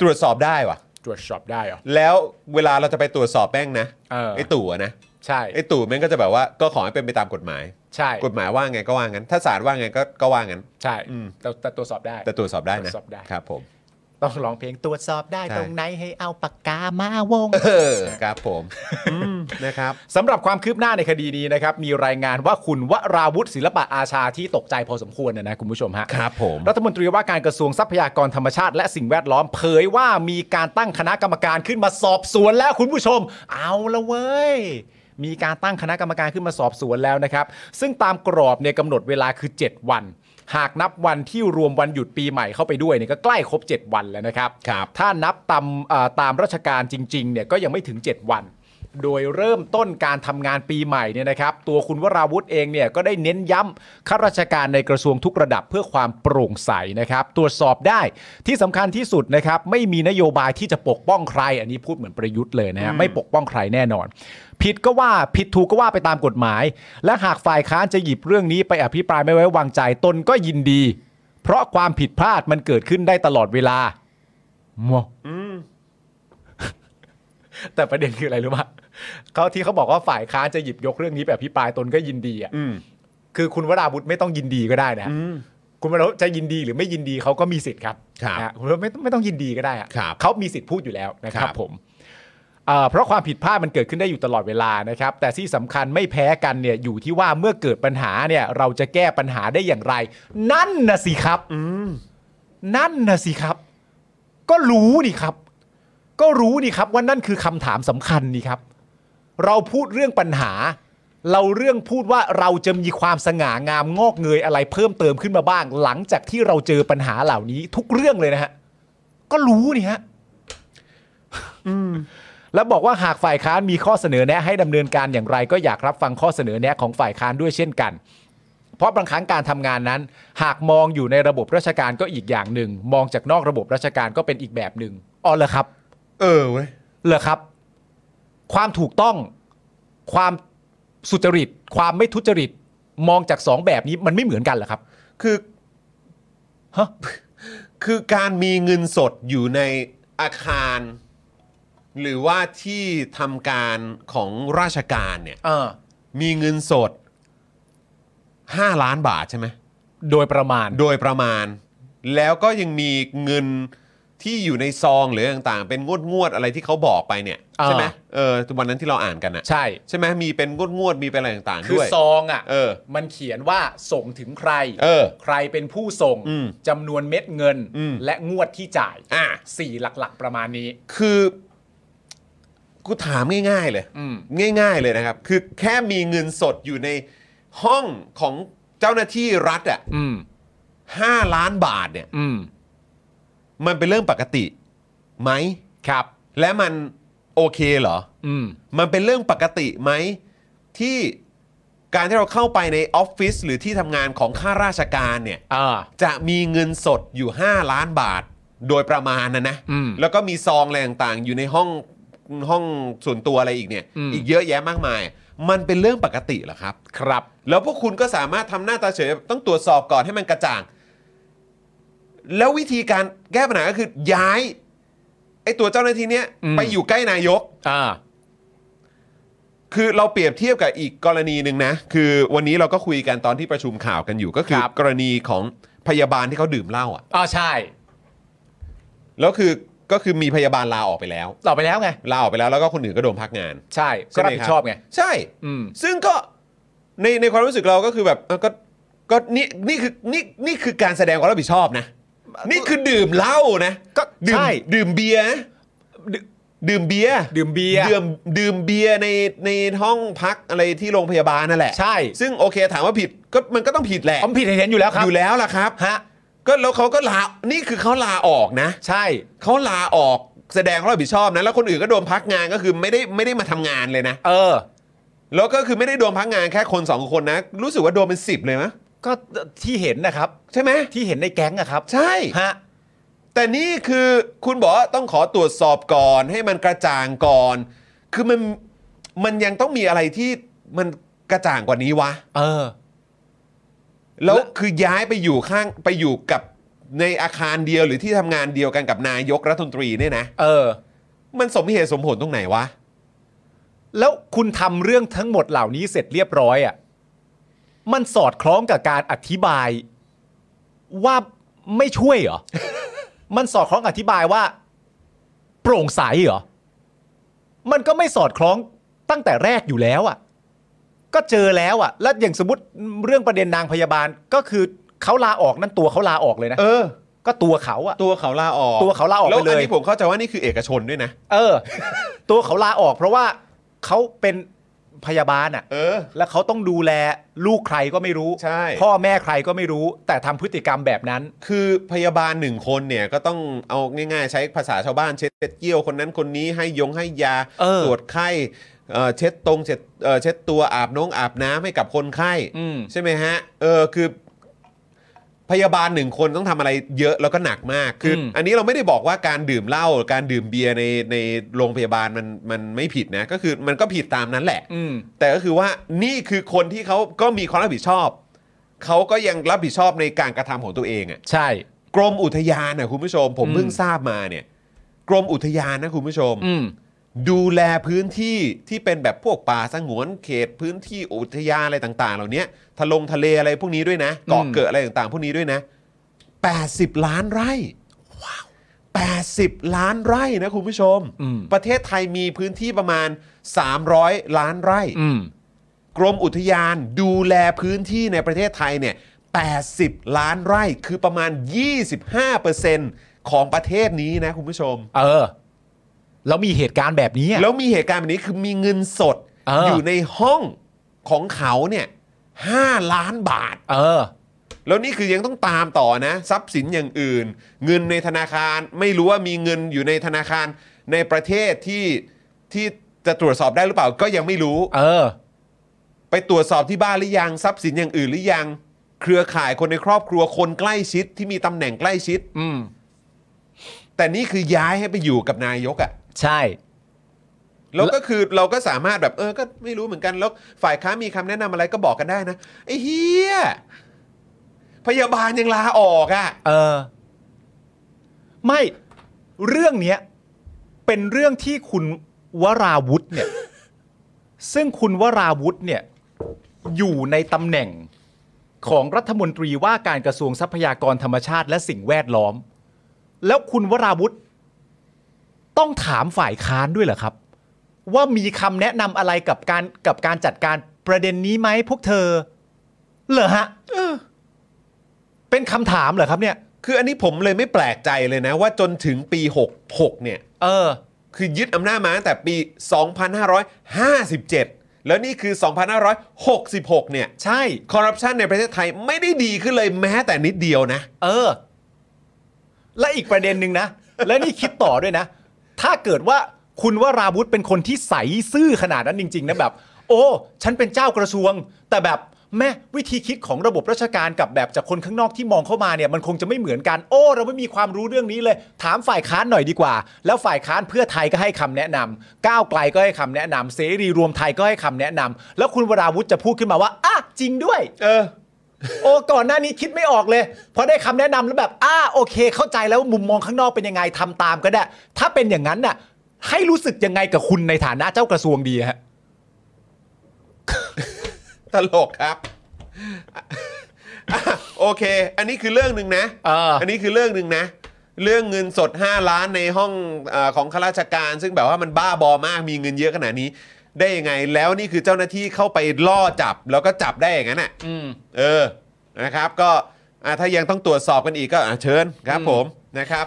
S1: ตรวจสอบได้วะ
S2: ตรวจสอบได้เหรอ
S1: แล้วเวลาเราจะไปตรวจสอบแป้งนะ
S2: เออ
S1: ไอ้ตู่อะนะ
S2: ใช่
S1: ไอ้ตู่แม่งก็จะแบบว่าก็ขอให้เป็นไปตามกฎหมาย
S2: ใช่
S1: กฎหมายว่าไงก็ว่างั้น ถ้าศาลว่าไงก็ก็ว่างั้น
S2: ใช่
S1: อืม
S2: แต่แต่ตรวจสอบได้
S1: แต่ตรวจสอบได้
S2: ตรว
S1: นะ
S2: จสอบได้
S1: ครับผม
S2: ต้องร้องเพลงตรวจสอบได้
S1: ใช่
S2: ตรงไหนให้เอาปากกามาวง
S1: เออครับผมอืมนะครับ
S2: สำหรับความคืบหน้าในคดีนี้นะครับ มีรายงานว่าคุณวราวุฒิศิลปะอาชาที่ตกใจพอสมควรนะนะคุณผู้ชมฮะ
S1: ครับผม
S2: รัฐมนตรีว่าการกระทรวงทรัพยากรธรรมชาติ และสิ่งแวดล้อมเผยว่ามีการตั้งคณะกรรมการขึ้นมาสอบสวนแล้วคุณผู้ชม เอาละเว้ย มีการตั้งคณะกรรมการขึ้นมาสอบสวนแล้วนะครับ ซึ่งตามกรอบเนี่ยกำหนดเวลาคือ 7 วัน หากนับวันที่รวมวันหยุดปีใหม่เข้าไปด้วยเนี่ยก็ใกล้ครบ 7 วันแล้วนะครับ
S1: ครับ
S2: ถ้านับตามเอ่อตามราชการจริงๆเนี่ยก็ยังไม่ถึง 7 วัน โดยเริ่มต้นการทำงานปีใหม่เนี่ยนะครับ ตัวคุณวราวุธเองเนี่ยก็ได้เน้นย้ำข้าราชการในกระทรวงทุกระดับเพื่อความโปร่งใสนะครับ ตรวจสอบได้ที่สำคัญที่สุดนะครับ ไม่มีนโยบายที่จะปกป้องใคร อันนี้พูดเหมือนประยุทธ์เลยนะฮะไม่ปกป้องใครแน่นอน ผิดก็ว่าผิดถูกก็ว่าไปตามกฎหมาย และหากฝ่ายค้านจะหยิบเรื่องนี้ไปอภิปรายไม่ไว้วางใจตนก็ยินดี เพราะความผิดพลาดมันเกิดขึ้นได้ตลอดเวลา มว แต่ประเด็นคืออะไรรู้ป่ะเขาที่เขาบอกว่าฝ่ายค้านจะหยิบยกเรื่องนี้ไปอภิปรายตนก็ยินดีอ่ะ
S1: อืม
S2: คือคุณวราวุธไม่ต้องยินดีก็ได้นะฮะคุณวราวุธจะยินดีหรือไม่ยินดีเขาก็มีสิทธิ์ครับ
S1: ครับ
S2: นะฮะคุณวราวุธไม่ต้องไม่ต้องยินดีก็ได้อะ
S1: ครับ
S2: เขามีสิทธิ์พูดอยู่แล้วนะครั
S1: ครับ บ
S2: ผมเอ่อเพราะความผิดพลาดมันเกิดขึ้นได้อยู่ตลอดเวลานะครับ แต่ที่สำคัญไม่แพ้กันเนี่ยอยู่ที่ว่าเมื่อเกิดปัญหาเนี่ย เราจะแก้ปัญหาได้อย่างไร นั่นนะสิครับ นั่นนะสิครับ ก็รู้นี่ครับ ก็รู้นี่ครับว่านั่นคือคำถามสำคัญนี่ครับ เราพูดเรื่องปัญหา เราเรื่องพูดว่าเราจะมีความสง่างามงอกเงยอะไรเพิ่มเติมขึ้นมาบ้าง หลังจากที่เราเจอปัญหาเหล่านี้ทุกเรื่องเลยนะฮะ ก็รู้นี่ฮะแล้วบอกว่าหากฝ่ายค้านมีข้อเสนอแนะให้ดำเนินการอย่างไร ก็อยากรับฟังข้อเสนอแนะของฝ่ายค้านด้วยเช่นกัน เพราะบางครั้งการทำงานนั้น หากมองอยู่ในระบบราชการก็อีกอย่างหนึ่ง มองจากนอกระบบราชการก็เป็นอีกแบบหนึ่งอ๋อเหรอครับ
S1: เออเว้ย
S2: เหรอครับ ความถูกต้องความสุจริต ความไม่ทุจริต มองจากสองแบบนี้มันไม่เหมือนกันเหรอครับ
S1: คือ
S2: ฮะ
S1: คือการมีเงินสดอยู่ในอาคาร หรือว่าที่ทำการของราชการเนี่ย
S2: เออ
S1: มีเงินสด 5 ล้านบาทใช่ไหม
S2: โดยประมาณ
S1: โดยประมาณ แล้วก็ยังมีเงินที่อยู่ในซองหรือต่างๆ เป็นงวดงวดๆอะไรที่เขาบอกไปเนี่ย
S2: อ่า
S1: ใช่ไหมเออวันนั้นที่เราอ่านกันอะ
S2: ใช่
S1: ใช่ไหมมีเป็นงวดงวดๆมีเป็นอะไรต่างๆ
S2: คือ
S1: ด้วย
S2: ซองอ่ะ
S1: เออ
S2: มันเขียนว่าส่งถึงใคร
S1: เออ
S2: ใครเป็นผู้ส่ง
S1: อืม
S2: จำนวนเม็ดเงิน
S1: อืม
S2: และงวดที่จ่าย
S1: อ่ะ
S2: สี่หลักๆ ประมาณนี้
S1: คือกูถามง่าย ๆ เลย
S2: อืม
S1: ง่าย ๆ เลยนะครับ คือแค่มีเงินสดอยู่ในห้องของเจ้าหน้าที่รัฐอ่ะ
S2: อืม
S1: ห้าล้านบาทเนี่ย
S2: อืม
S1: มันเป็นเรื่องปกติไหม
S2: ครับ
S1: และมันโอเคเหรอ
S2: อืม
S1: มันเป็นเรื่องปกติไหมที่การที่เราเข้าไปในออฟฟิศหรือที่ทำงานของข้าราชการเนี่ย
S2: อ่า
S1: จะมีเงินสดอยู่ 5 ล้านบาทโดยประมาณนะนะ
S2: อืม
S1: แล้วก็มีซองอะไรต่างๆ อยู่ในห้องห้องส่วนตัวอะไรอีกเนี่ย
S2: อืม
S1: กเยอะแยะมากมาย มันเป็นเรื่องปกติเหรอครับ
S2: ครับ
S1: แล้วพวกคุณก็สามารถทำหน้าตาเฉยต้องตรวจสอบก่อนให้มันกระจ่าง แล้ววิธีการแก้ปัญหาก็คือย้ายไอ้ตัวเจ้าหน้าที่เนี้ย
S2: อืม
S1: ไปอยู่ใกล้นายก
S2: อ่า
S1: คือเราเปรียบเทียบกับอีกกรณีหนึ่งนะ คือวันนี้เราก็คุยกันตอนที่ประชุมข่าวกันอยู่ ก็คือ
S2: ครับ
S1: กรณีของพยาบาลที่เขาดื่มเหล้าอ่ะ
S2: อ่าใช่
S1: แล้วคือก็คือมีพยาบาลลาออกไปแล้ว
S2: ต่อไปแล้วไง
S1: ลาออกไปแล้วแล้วก็คนอื่นก็โดนพักงาน
S2: ใช่ก็รับผิดชอบไง
S1: ใช่
S2: อืม
S1: ซึ่งก็ในในความรู้สึกเราก็คือแบบเออก็ก็นี่นี่คือนี่นี่คือการแสดงความรับผิดชอบนะ นี่คือดื่มเหล้านะ
S2: ก็
S1: ดื่ม
S2: ใช่
S1: ดื่มเบียร์นะ
S2: ดื่ม
S1: ดื่มเบียร์
S2: ดื่มเบียร์
S1: ดื่มดื่มเบียร์ในในห้องพักอะไรที่โรงพยาบาลนั่นแหละ
S2: ใช่
S1: ซึ่งโอเคถามว่าผิดก็มันก็ต้องผิดแหละ
S2: ผมผิดเห็นอยู่แล้วครับ
S1: อยู่แล้วล่ะครับ
S2: ฮะ
S1: ก็แล้วเขาก็ลานี่คือเขาลาออกนะ
S2: ใช่
S1: เขาลาออกแสดงความรับผิดชอบนะแล้วคนอื่นก็โดนพักงานก็คือไม่ได้ไม่ได้มาทำงานเลยนะ
S2: เออ
S1: แล้วก็คือไม่ได้โดนพักงานแค่คนสองคนนะ รู้สึกว่าโดนเป็นสิบเลยมะ
S2: ก็ที่เห็นนะครับ
S1: ใช่ไหม
S2: ที่เห็นในแก๊งอะครับ
S1: ใช่
S2: ฮะ
S1: แต่นี่คือคุณบอกว่าต้องขอตรวจสอบก่อน ให้มันกระจ่างก่อน คือมันมันยังต้องมีอะไรที่มันกระจ่างกว่านี้วะ
S2: เออ
S1: แล้ว
S2: และ
S1: คือย้ายไปอยู่ข้างไปอยู่กับในอาคารเดียวหรือที่ทำงานเดียวกันกับนายกรัฐมนตรีเนี่ยนะ
S2: เออ
S1: มันสมเหตุสมผลตรงไหนวะ
S2: แล้วคุณทำเรื่องทั้งหมดเหล่านี้เสร็จเรียบร้อยอะ่ะมันสอดคล้องกับการอธิบายว่าไม่ช่วยเหร อ มันสอดคล้องอธิบายว่า โปร่งใสเหรอ มันก็ไม่สอดคล้องตั้งแต่แรกอยู่แล้วอ่ะ ก็เจอแล้วอ่ะ แล้วอย่างสมมติเรื่องประเด็นนางพยาบาลก็คือเขาลาออกนั่นตัวเขาลาออกเลยนะ
S1: เออ
S2: ก็ตัวเขาอ่ะ
S1: ตัวเขาลาออก
S2: ตัวเขาลาออกไป
S1: แล้ว
S2: เล
S1: อั
S2: ย
S1: นนี้ผมเข้าใจว่านี่คือเอกชนด้วยนะ
S2: เออ ตัวเขาลาออกเพราะว่าเขาเป็นพยาบาลอ่ะ
S1: เออ
S2: แล้วเขาต้องดูแลลูกใครก็ไม่รู้
S1: ใช่
S2: พ่อแม่ใครก็ไม่รู้ แต่ทำพฤติกรรมแบบนั้น
S1: คือพยาบาลหนึ่งคนเนี่ยก็ต้องเอาง่ายๆ ใช้ภาษาชาวบ้านเช็ดเช็ดเกี้ยวคนนั้นคนนี้ให้ยงให้ยา
S2: เออ
S1: ตรวจไข้เอ่อเช็ดตรงเช็ดเอ่อเช็ดตัวอาบน้องอาบน้ำให้กับคนไข้
S2: อืม
S1: ใช่ไหมฮะเออคือ พยาบาลหนึ่งคนต้องทำอะไรเยอะแล้วก็หนักมากคืออ
S2: ม
S1: อันนี้เราไม่ได้บอกว่าการดื่มเหล้าการดื่มเบียร์ในในโรงพยาบาลมันมันไม่ผิดนะ ก็คือมันก็ผิดตามนั้นแหละ
S2: อืม
S1: แต่ก็คือว่านี่คือคนที่เขาก็มีความรับผิดชอบ เขาก็ยังรับผิดชอบในการกระทำของตัวเองอะ
S2: ใช่
S1: กรมอุทยานนะคุณผู้ชม ผม
S2: อืม
S1: เพิ่งทราบมาเนี่ย กรมอุทยานนะคุณผู้ชม
S2: อืม
S1: ดูแลพื้นที่ที่เป็นแบบพวกป่าสงวนเขตพื้นที่อุทยานอะไรต่าง ๆ เหล่านี้ทะลงทะเลอะไรพวกนี้ด้วยนะเกาะ
S2: อืม
S1: เกิดอะไรต่างๆ พวกนี้ด้วยนะ 80 ล้านไร่80 ล้านไร่นะคุณผู้ชม
S2: อืม
S1: ประเทศไทยมีพื้นที่ประมาณ 300 ล้านไร่
S2: อืม
S1: กรมอุทยานดูแลพื้นที่ในประเทศไทยเนี่ย 80 ล้านไร่ คือประมาณ 25%ของประเทศนี้นะคุณผู้ชม
S2: เออ แล้วมีเหตุการณ์แบบนี้อะ
S1: แล้วมีเหตุการณ์แบบนี้คือมีเงินสด
S2: เอออ
S1: ยู่ในห้องของเขาเนี่ย 5 ล้านบาท
S2: เออ
S1: แล้วนี่คือยังต้องตามต่อนะ ทรัพย์สินอย่างอื่น เงินในธนาคารไม่รู้ว่ามีเงินอยู่ในธนาคารในประเทศที่ที่จะตรวจสอบได้หรือเปล่าก็ยังไม่รู้
S2: เออ
S1: ไปตรวจสอบที่บ้านหรือยังทรัพย์สินอย่างอื่นหรือยัง เครือข่ายคนในครอบครัวคนใกล้ชิดที่มีตำแหน่งใกล้ชิด
S2: อืม
S1: แต่นี่คือย้ายให้ไปอยู่กับนายกอะ่ะ
S2: ใช่
S1: แล้วก็คือเราก็สามารถแบบเออก็ไม่รู้เหมือนกันแล้วฝ่ายค้านมีคำแนะนำอะไรก็บอกกันได้นะไอ้เฮียพยาบาลยังลาออกอะ่ะ
S2: เออ ไม่เรื่องเนี้ย เป็นเรื่องที่คุณวราวุธเนี่ย ซึ่งคุณวราวุธเนี่ย อยู่ในตำแหน่งของรัฐมนตรีว่าการกระทรวงทรัพยากรธรรมชาติและสิ่งแวดล้อม แล้วคุณวราวุธ ต้องถามฝ่ายค้านด้วยเหรอครับ ว่ามีคำแนะนำอะไรกับการกับการจัดการประเด็นนี้ไหมพวกเธอ เหรอฮะเป็นคำถามเหรอครับเนี่ย
S1: คืออันนี้ผมเลยไม่แปลกใจเลยนะ ว่าจนถึงปี 66 เนี่ย
S2: เออ
S1: คือยึดอำนาจมาตั้งแต่ปี 2557 แล้วนี่คือ 2566 เนี่ย
S2: ใช่
S1: คอร์รัปชันในประเทศไทยไม่ได้ดีขึ้นเลยแม้แต่นิดเดียวนะ
S2: เออ และอีกประเด็นหนึ่งนะ และนี่คิดต่อด้วยนะ ถ้าเกิดว่าคุณว่าราวุธเป็นคนที่ใสซื่อขนาดนั้นจริง ๆ นะแบบ โอ้ ฉันเป็นเจ้ากระทรวง แต่แบบแม่วิธีคิดของระบบราชการกับแบบจากคนข้างนอกที่มองเข้ามาเนี่ย มันคงจะไม่เหมือนกัน โอ้ เราไม่มีความรู้เรื่องนี้เลย ถามฝ่ายค้านหน่อยดีกว่า แล้วฝ่ายค้านเพื่อไทยก็ให้คำแนะนำก้าวไกลก็ให้คำแนะนำเสรีรวมไทยก็ให้คำแนะนำแล้วคุณวราวุธจะพูดขึ้นมาว่าอ่ะจริงด้วย
S1: เออ
S2: โอ้ก่อนหน้านี้คิดไม่ออกเลยพอได้คำแนะนำแล้วแบบอ่าโอเค เข้าใจแล้วมุมมองข้างนอกเป็นยังไงทำตามก็ได้ ถ้าเป็นอย่างนั้นน่ะ ให้รู้สึกยังไงกับคุณในฐานะเจ้ากระทรวงดีฮะ
S1: ตลกครับ อ่ะโอเค อันนี้คือเรื่องหนึ่งนะ
S2: เอออั
S1: นนี้คือเรื่องหนึ่งนะ เรื่องเงินสด 5 ล้านในห้องเออของข้าราชการ ซึ่งแบบว่ามันบ้าบอมากมีเงินเยอะขนาดนี้ ได้ยังไง แล้วนี่คือเจ้าหน้าที่เข้าไปล่อจับ แล้วก็จับได้อย่างนั้นอ่ะเออนะครับ ก็อ่ะถ้ายังต้องตรวจสอบกันอีกก็อ่ะเชิญครับ
S2: อืม
S1: ผมนะครับ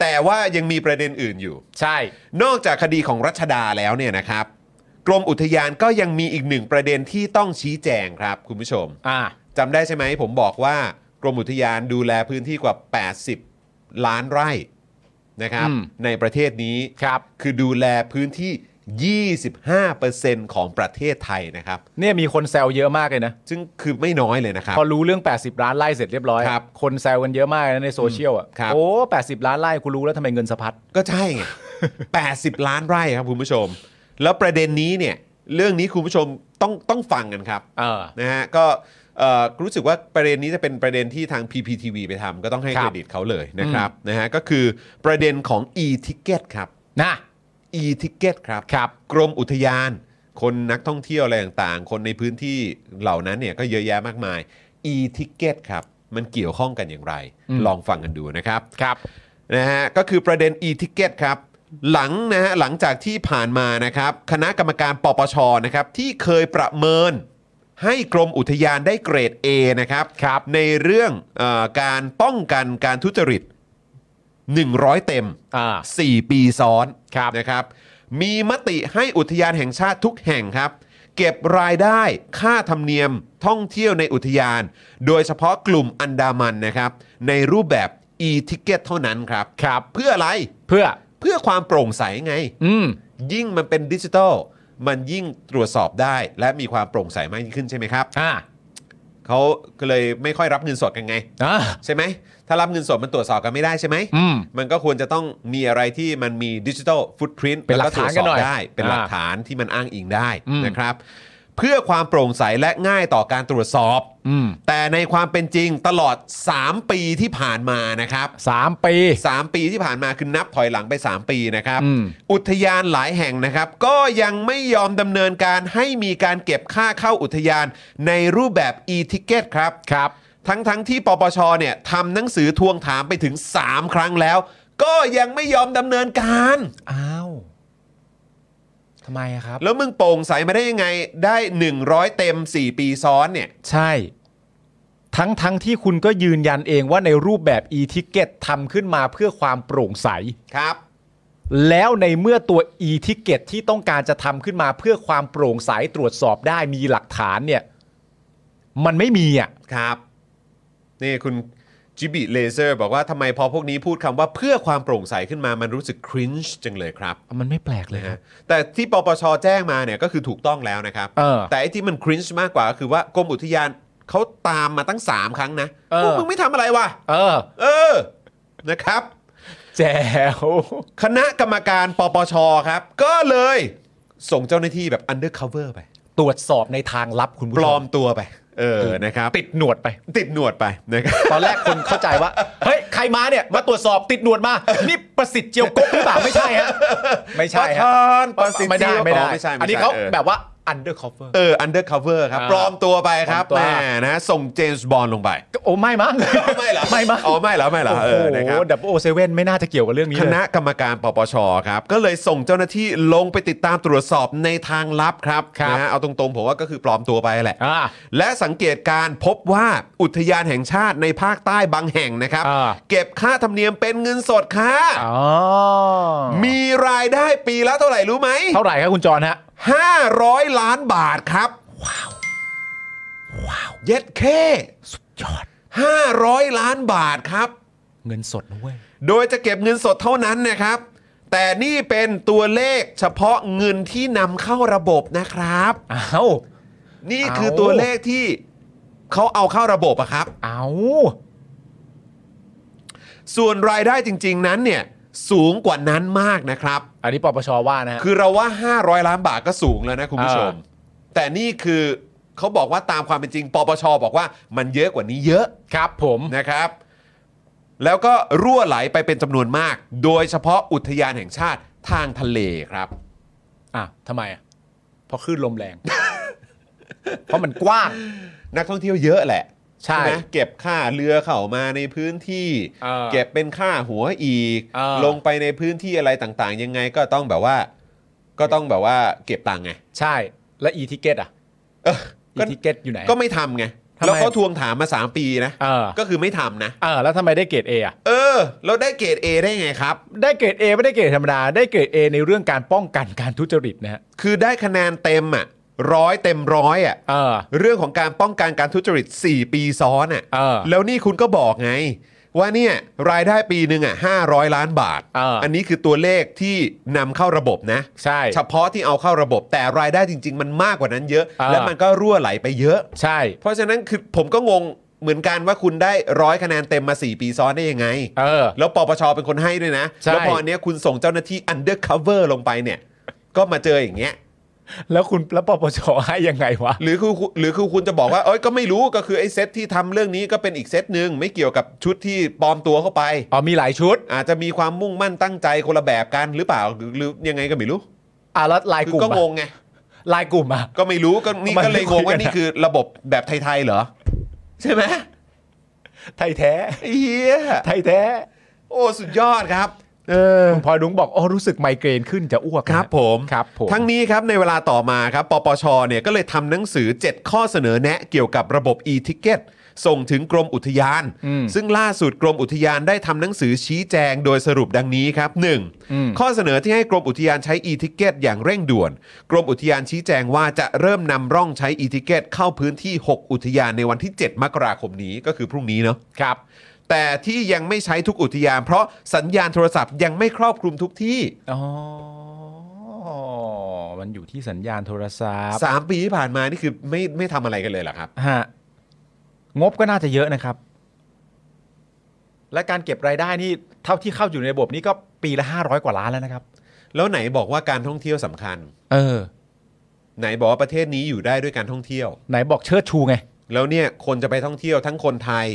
S1: แต่ว่ายังมีประเด็นอื่นอยู่
S2: ใช่
S1: นอกจากคดีของรัชดาแล้วเนี่ยนะครับ กรมอุทยานก็ยังมีอีกหนึ่งประเด็นที่ต้องชี้แจงครับ คุณผู้ชม
S2: อ่า
S1: จำได้ใช่ไหมผมบอกว่ากรมอุทยานดูแลพื้นที่กว่า 80 ล้านไร่นะครับ
S2: อืม
S1: ในประเทศนี้
S2: ครับ
S1: คือดูแลพื้นที่ 25%ของประเทศไทยนะครับ
S2: เนี่ยมีคนแซวเยอะมากเลยนะ
S1: ซึ่งคือไม่น้อยเลยนะครับ
S2: พอรู้เรื่อง 80 ล้านไล่เสร็จเรียบร้อย
S1: ครับ
S2: คนแซวกันเยอะมากเลยนะในโซเชียลอ่ะ
S1: ครับ
S2: โอ้ 80 ล้านไล่กูรู้แล้วทำไมเงินสะพัด
S1: ก็ใช่ไง 80 ล้านไร่ครับคุณผู้ชม แล้วประเด็นนี้เนี่ยเรื่องนี้คุณผู้ชมต้องต้องฟังกันครับ
S2: เออ
S1: นะฮะก็เอ่อรู้สึกว่าประเด็นนี้จะเป็นประเด็นที่ทาง PPTV ไปทำก็ต้องให้
S2: ครั
S1: เค
S2: บ
S1: รดิตเขาเลยนะครับนะฮะก็คือประเด็นของ e-ticket ครับ
S2: นะ
S1: e-ticket ครับ
S2: ครับ
S1: กรมอุทยาน คนนักท่องเที่ยวอะไรต่างๆ คนในพื้นที่เหล่านั้นเนี่ยก็เยอะแยะมากมาย e-ticket ครับมันเกี่ยวข้องกันอย่างไร
S2: อืม
S1: ลองฟังกันดูนะครับ
S2: ครับ
S1: นะฮะก็คือประเด็น e-ticket ครับ หลังนะฮะหลังจากที่ผ่านมานะครับคณะกรรมการปปชนะครับที่เคยประเมิน ให้กรมอุทยานได้เกรด A นะครับ
S2: ครับ
S1: ในเรื่องเออการป้องกันการทุจริต 100 เต็ม
S2: อ่า
S1: 4 ปีซ้อน
S2: ครับ
S1: นะครับ มีมติให้อุทยานแห่งชาติทุกแห่งครับ เก็บรายได้ค่าธรรมเนียมท่องเที่ยวในอุทยาน โดยเฉพาะกลุ่มอันดามันนะครับ ในรูปแบบ e-ticket เท่านั้นครับ
S2: ครับ
S1: เพื่ออะไร
S2: เพื่อ
S1: เพื่อความโปร่งใสไง
S2: อืม
S1: ยิ่งมันเป็นดิจิทัล มันยิ่งตรวจสอบได้ และมีความโปร่งใสมากยิ่งขึ้นใช่ไหมครับ
S2: อ่า
S1: เขาก็เลยไม่ค่อยรับเงินสดกันไง
S2: อ่า
S1: ใช่ไหม ถ้ารับเงินสดมันตรวจสอบกันไม่ได้ใช่ไหม
S2: อืม
S1: มันก็ควรจะต้องมีอะไรที่มันมีดิจิทัลฟุตพิ้น
S2: เป็นหลักฐานกันหน่อย
S1: ได้ เป็นหลัก
S2: อ่า
S1: ฐานที่มันอ้างอิงได้
S2: อืม
S1: นะครับ เพื่อความโปร่งใสและง่ายต่อการตรวจสอบ
S2: อืม
S1: แต่ในความเป็นจริงตลอด 3 ปีที่ผ่านมานะครับ
S2: สามปี
S1: 3 ปีที่ผ่านมาคือนับถอยหลังไป 3 ปีนะครับ
S2: อืม
S1: อุทยานหลายแห่งนะครับ ก็ยังไม่ยอมดำเนินการให้มีการเก็บค่าเข้าอุทยานในรูปแบบ e-ticket ครับ
S2: ครับ
S1: ทั้งทั้งๆที่ปปชเนี่ยทำหนังสือทวงถามไปถึง 3 ครั้งแล้ว ก็ยังไม่ยอมดำเนินการ
S2: อ้าวทำไมอะครับ
S1: แล้วมึงโปร่งใสมาได้ยังไงได้ 100 เต็ม 4 ปีซ้อนเนี่ย
S2: ใช่ ทั้งทั้งที่คุณก็ยืนยันเองว่าในรูปแบบ e-ticket ทำขึ้นมาเพื่อความโปร่งใส
S1: ครับ
S2: แล้วในเมื่อตัว e-ticket ที่ต้องการจะทำขึ้นมาเพื่อความโปร่งใสตรวจสอบได้มีหลักฐานเนี่ย มันไม่มีอ่ะ
S1: ครับ นี่คุณจิบิเลเซอร์บอกว่าทำไมพอพวกนี้พูดคำว่าเพื่อความโปร่งใสขึ้นมามันรู้สึกคริ้นช์จังเลยครับ
S2: มันไม่แปลกเลย
S1: นะ
S2: ครั
S1: ฮะ
S2: บ
S1: แต่ที่ปปชแจ้งมาเนี่ยก็คือถูกต้องแล้วนะครับ
S2: เออ
S1: แต่ไอ้ที่มันคริ้นช์มากกว่าก็คือว่ากรมอุทยานเขาตามมาตั้ง 3 ครั้งนะ
S2: เออ
S1: พวกมึงไม่ทำอะไรวะ
S2: เออ
S1: เออ นะครับ
S2: แจ๋ว
S1: คณะกรรมการปปชครับ ก็เลย ส่งเจ้าหน้าที่แบบ undercover ไป
S2: ตรวจสอบในทางลับคุณผู้
S1: ป
S2: ช
S1: ลอ
S2: ม
S1: มตัวไป เออ นะครับ
S2: ติดหนวดไป
S1: ติดหนวดไปนะครับ
S2: ตอนแรกคนเข้าใจว่า เฮ้ย ใครมาเนี่ย มาตรวจสอบติดหนวดมา นี่ประสิทธิ์เจียวกกหรือเปล่า ไม่ใช่ฮะ ไม่ใช่
S1: ประธ
S2: ฮะ
S1: านประสิทธิ์
S2: ไม่ได้ไม่ได้
S1: เจียวกกไม่ใช่ไม่ใช่
S2: อันนี้เขา
S1: เออ
S2: แบบว่า undercover
S1: เออ undercover ครับ
S2: อ่า
S1: ปลอมตัวไปครับ
S2: ปลอมตัว
S1: แหมนะ ส่งเจมส์บอลลงไป
S2: โอ้ไม่มั้ง
S1: ไม่เหรอ
S2: ไม่มั้ง
S1: อ๋อไม่เหรอไม่เหรอ
S2: โอ้
S1: เอ
S2: โห
S1: อนะครับ
S2: ดับโอเซเว่นไม่น่าจะเกี่ยวกับเรื่องนี้
S1: ค
S2: เลย
S1: ณะกรรมการปปชครับ ก็เลยส่งเจ้าหน้าที่ลงไปติดตามตรวจสอบในทางลับครับ
S2: ครับ
S1: นะฮะเอาตรงๆ ผมว่าก็คือปลอมตัวไปแหละ
S2: อ่า
S1: และสังเกตการพบว่าอุทยานแห่งชาติในภาคใต้บางแห่งนะครับ
S2: อ่า
S1: เก็บค่าธรรมเนียมเป็นเงินสดค่ะ
S2: อ๋อ
S1: มีรายได้ปีละเท่าไหร่รู้ไหม
S2: เท่าไหร่ครับคุณจรฮะ
S1: 500 ล้านบาทครับ ว้าว ว้าว เย็ดแค่
S2: สุดยอด
S1: 500 ล้านบาทครับ
S2: เงินสดนะเว้ย
S1: โดยจะเก็บเงินสดเท่านั้นนะครับ แต่นี่เป็นตัวเลขเฉพาะเงินที่นำเข้าระบบนะครับ
S2: อ้าว
S1: นี่
S2: เอ้า
S1: คือตัวเลขที่เขาเอาเข้าระบบอะครับ
S2: เอา
S1: ส่วนรายได้จริง ๆ นั้นเนี่ยสูงกว่านั้นมากนะครับ
S2: อันนี้ปปชว่านะฮะ
S1: คือเราว่า 500 ล้านบาทก็สูงแล้วนะคุณผู้ชม
S2: อ่
S1: แต่นี่คือเขาบอกว่าตามความเป็นจริง ปปชบอกว่ามันเยอะกว่านี้เยอะ
S2: ครับผม
S1: นะครับ แล้วก็รั่วไหลไปเป็นจำนวนมาก โดยเฉพาะอุทยานแห่งชาติทางทะเลครับ
S2: อ่ะทำไมอ่ะเพราะคลื่นลมแรง เพราะมันกว้าง
S1: นักท่องเที่ยวเยอะแหละ
S2: ใช่
S1: ไหมเก็บค่าเรือเข้ามาในพื้นที่
S2: เออ
S1: เก็บเป็นค่าหัวอีก
S2: เออ
S1: ลงไปในพื้นที่อะไรต่างๆ ยังไงก็ต้องแบบว่า ก็ต้องแบบว่าเก็บ ตังค์ไง
S2: ใช่ และอีทิเกตอ่ะ
S1: เออ
S2: อี
S1: ก็
S2: ทิเกตอยู่ไหน
S1: ก็ไม่ทำไง
S2: ทำไม
S1: แล้วเขาทวงถามมา 3 ปีนะ
S2: เออ
S1: ก็คือไม่ทำนะ
S2: เออแล้วทำไมได้เกรด A อ่ะ
S1: เออ แล้วได้เกรด A ได้ไงครับ
S2: ได้เกรด A ไม่ได้เกรดธรรมดา ได้เกรด A ในเรื่องการป้องกันการทุจริตนะฮะ
S1: คือได้คะแนนเต็มอ่ะร้อยเต็มร้อยอ่ะ
S2: เออ
S1: เรื่องของการป้องกันการทุจริต 4 ปีซ้อน
S2: เออ
S1: อะ่ะ แล้วนี่คุณก็บอกไง ว่าเนี่ยรายได้ปีหนึ่งอ่ะ500 ล้านบาท
S2: เอออั
S1: นนี้คือตัวเลขที่นำเข้าระบบนะ
S2: ใช่
S1: เฉพาะที่เอาเข้าระบบ แต่รายได้จริง ๆ มันมากกว่านั้นเยอะ
S2: เออ
S1: และมันก็รั่วไหลไปเยอะ
S2: ใช่
S1: เพราะฉะนั้นคือผมก็งงเหมือนกันว่าคุณได้ร้อยคะแนนเต็มมา 4 ปีซ้อนได้ยังไง
S2: เออ
S1: แล้วปปชเป็นคนให้ด้วยนะ
S2: ใช่
S1: แล้วพออันเนี้ยคุณส่งเจ้าหน้าที่ undercover ลงไปเนี่ย ก็มาเจออย่างเงี้ย
S2: แล้วคุณแล้วปปชให้ยังไงวะ
S1: หรือคือหรือคือคุณจะบอกว่า เอ้ยก็ไม่รู้ก็คือไอ้เซตที่ทำเรื่องนี้ก็เป็นอีกเซตหนึ่งไม่เกี่ยวกับชุดที่ปลอมตัวเข้าไป
S2: อ๋อมีหลายชุด
S1: อาจจะมีความมุ่งมั่นตั้งใจคนละแบบกันหรือเปล่าหรือหรือยังไงก็ไม่รู้
S2: อ่ะแล้วลายก
S1: คื
S2: ลุ่
S1: อ
S2: ม
S1: ก็
S2: อะ
S1: งงไง
S2: ไลน์กลุ่มอะ
S1: ก็ไม่รู้ก็นี่
S2: มัน
S1: ก็เลยงง
S2: ไม่คุยกั
S1: ว่า
S2: นอะ
S1: นี่คือระบบแบบไทยๆเหรอ ใช่ไหม
S2: ไทยแท้
S1: ไอ้เฮีย
S2: ไทยแท้
S1: โอ้สุดยอดครับ
S2: เออพลอยรุ้งบอกอ๋อรู้สึกไมเกรนขึ้นจะอ้วก
S1: ครับผม
S2: ครับผม
S1: ทั้งนี้ครับในเวลาต่อมาครับปปชเนี่ยก็เลยทำหนังสือ 7 ข้อเสนอแนะเกี่ยวกับระบบ e-ticket ส่งถึงกรมอุทยาน
S2: อืม
S1: ซึ่งล่าสุดกรมอุทยานได้ทำหนังสือชี้แจงโดยสรุปดังนี้ครับ
S2: อืม
S1: 1. ข้อเสนอที่ให้กรมอุทยานใช้ e-ticket อย่างเร่งด่วน กรมอุทยานชี้แจงว่าจะเริ่มนำร่องใช้ e-ticket เข้าพื้นที่ 6 อุทยานในวันที่ 7 มกราคมนี้ก็คือพรุ่งนี้เนาะ
S2: ครับ
S1: แต่ที่ยังไม่ใช้ทุกอุทยาน เพราะสัญญาณโทรศัพท์ยังไม่ครอบคลุมทุกที่
S2: อ๋อ มันอยู่ที่สัญญาณโทรศัพท์
S1: สามปีที่ผ่านมานี่คือไม่ไม่ทำอะไรกันเลยเหรอครับ
S2: ฮะงบก็น่าจะเยอะนะครับ และการเก็บรายได้นี่เท่าที่เข้าอยู่ในระบบนี่ก็ปีละ 500 กว่าล้านแล้วนะครับ
S1: แล้วไหนบอกว่าการท่องเที่ยวสำคัญ
S2: เออ
S1: ไหนบอกว่าประเทศนี้อยู่ได้ด้วยการท่องเที่ยว
S2: ไหนบอกเชิดชูไง
S1: แล้วเนี่ยคนจะไปท่องเที่ยวทั้งคนไทย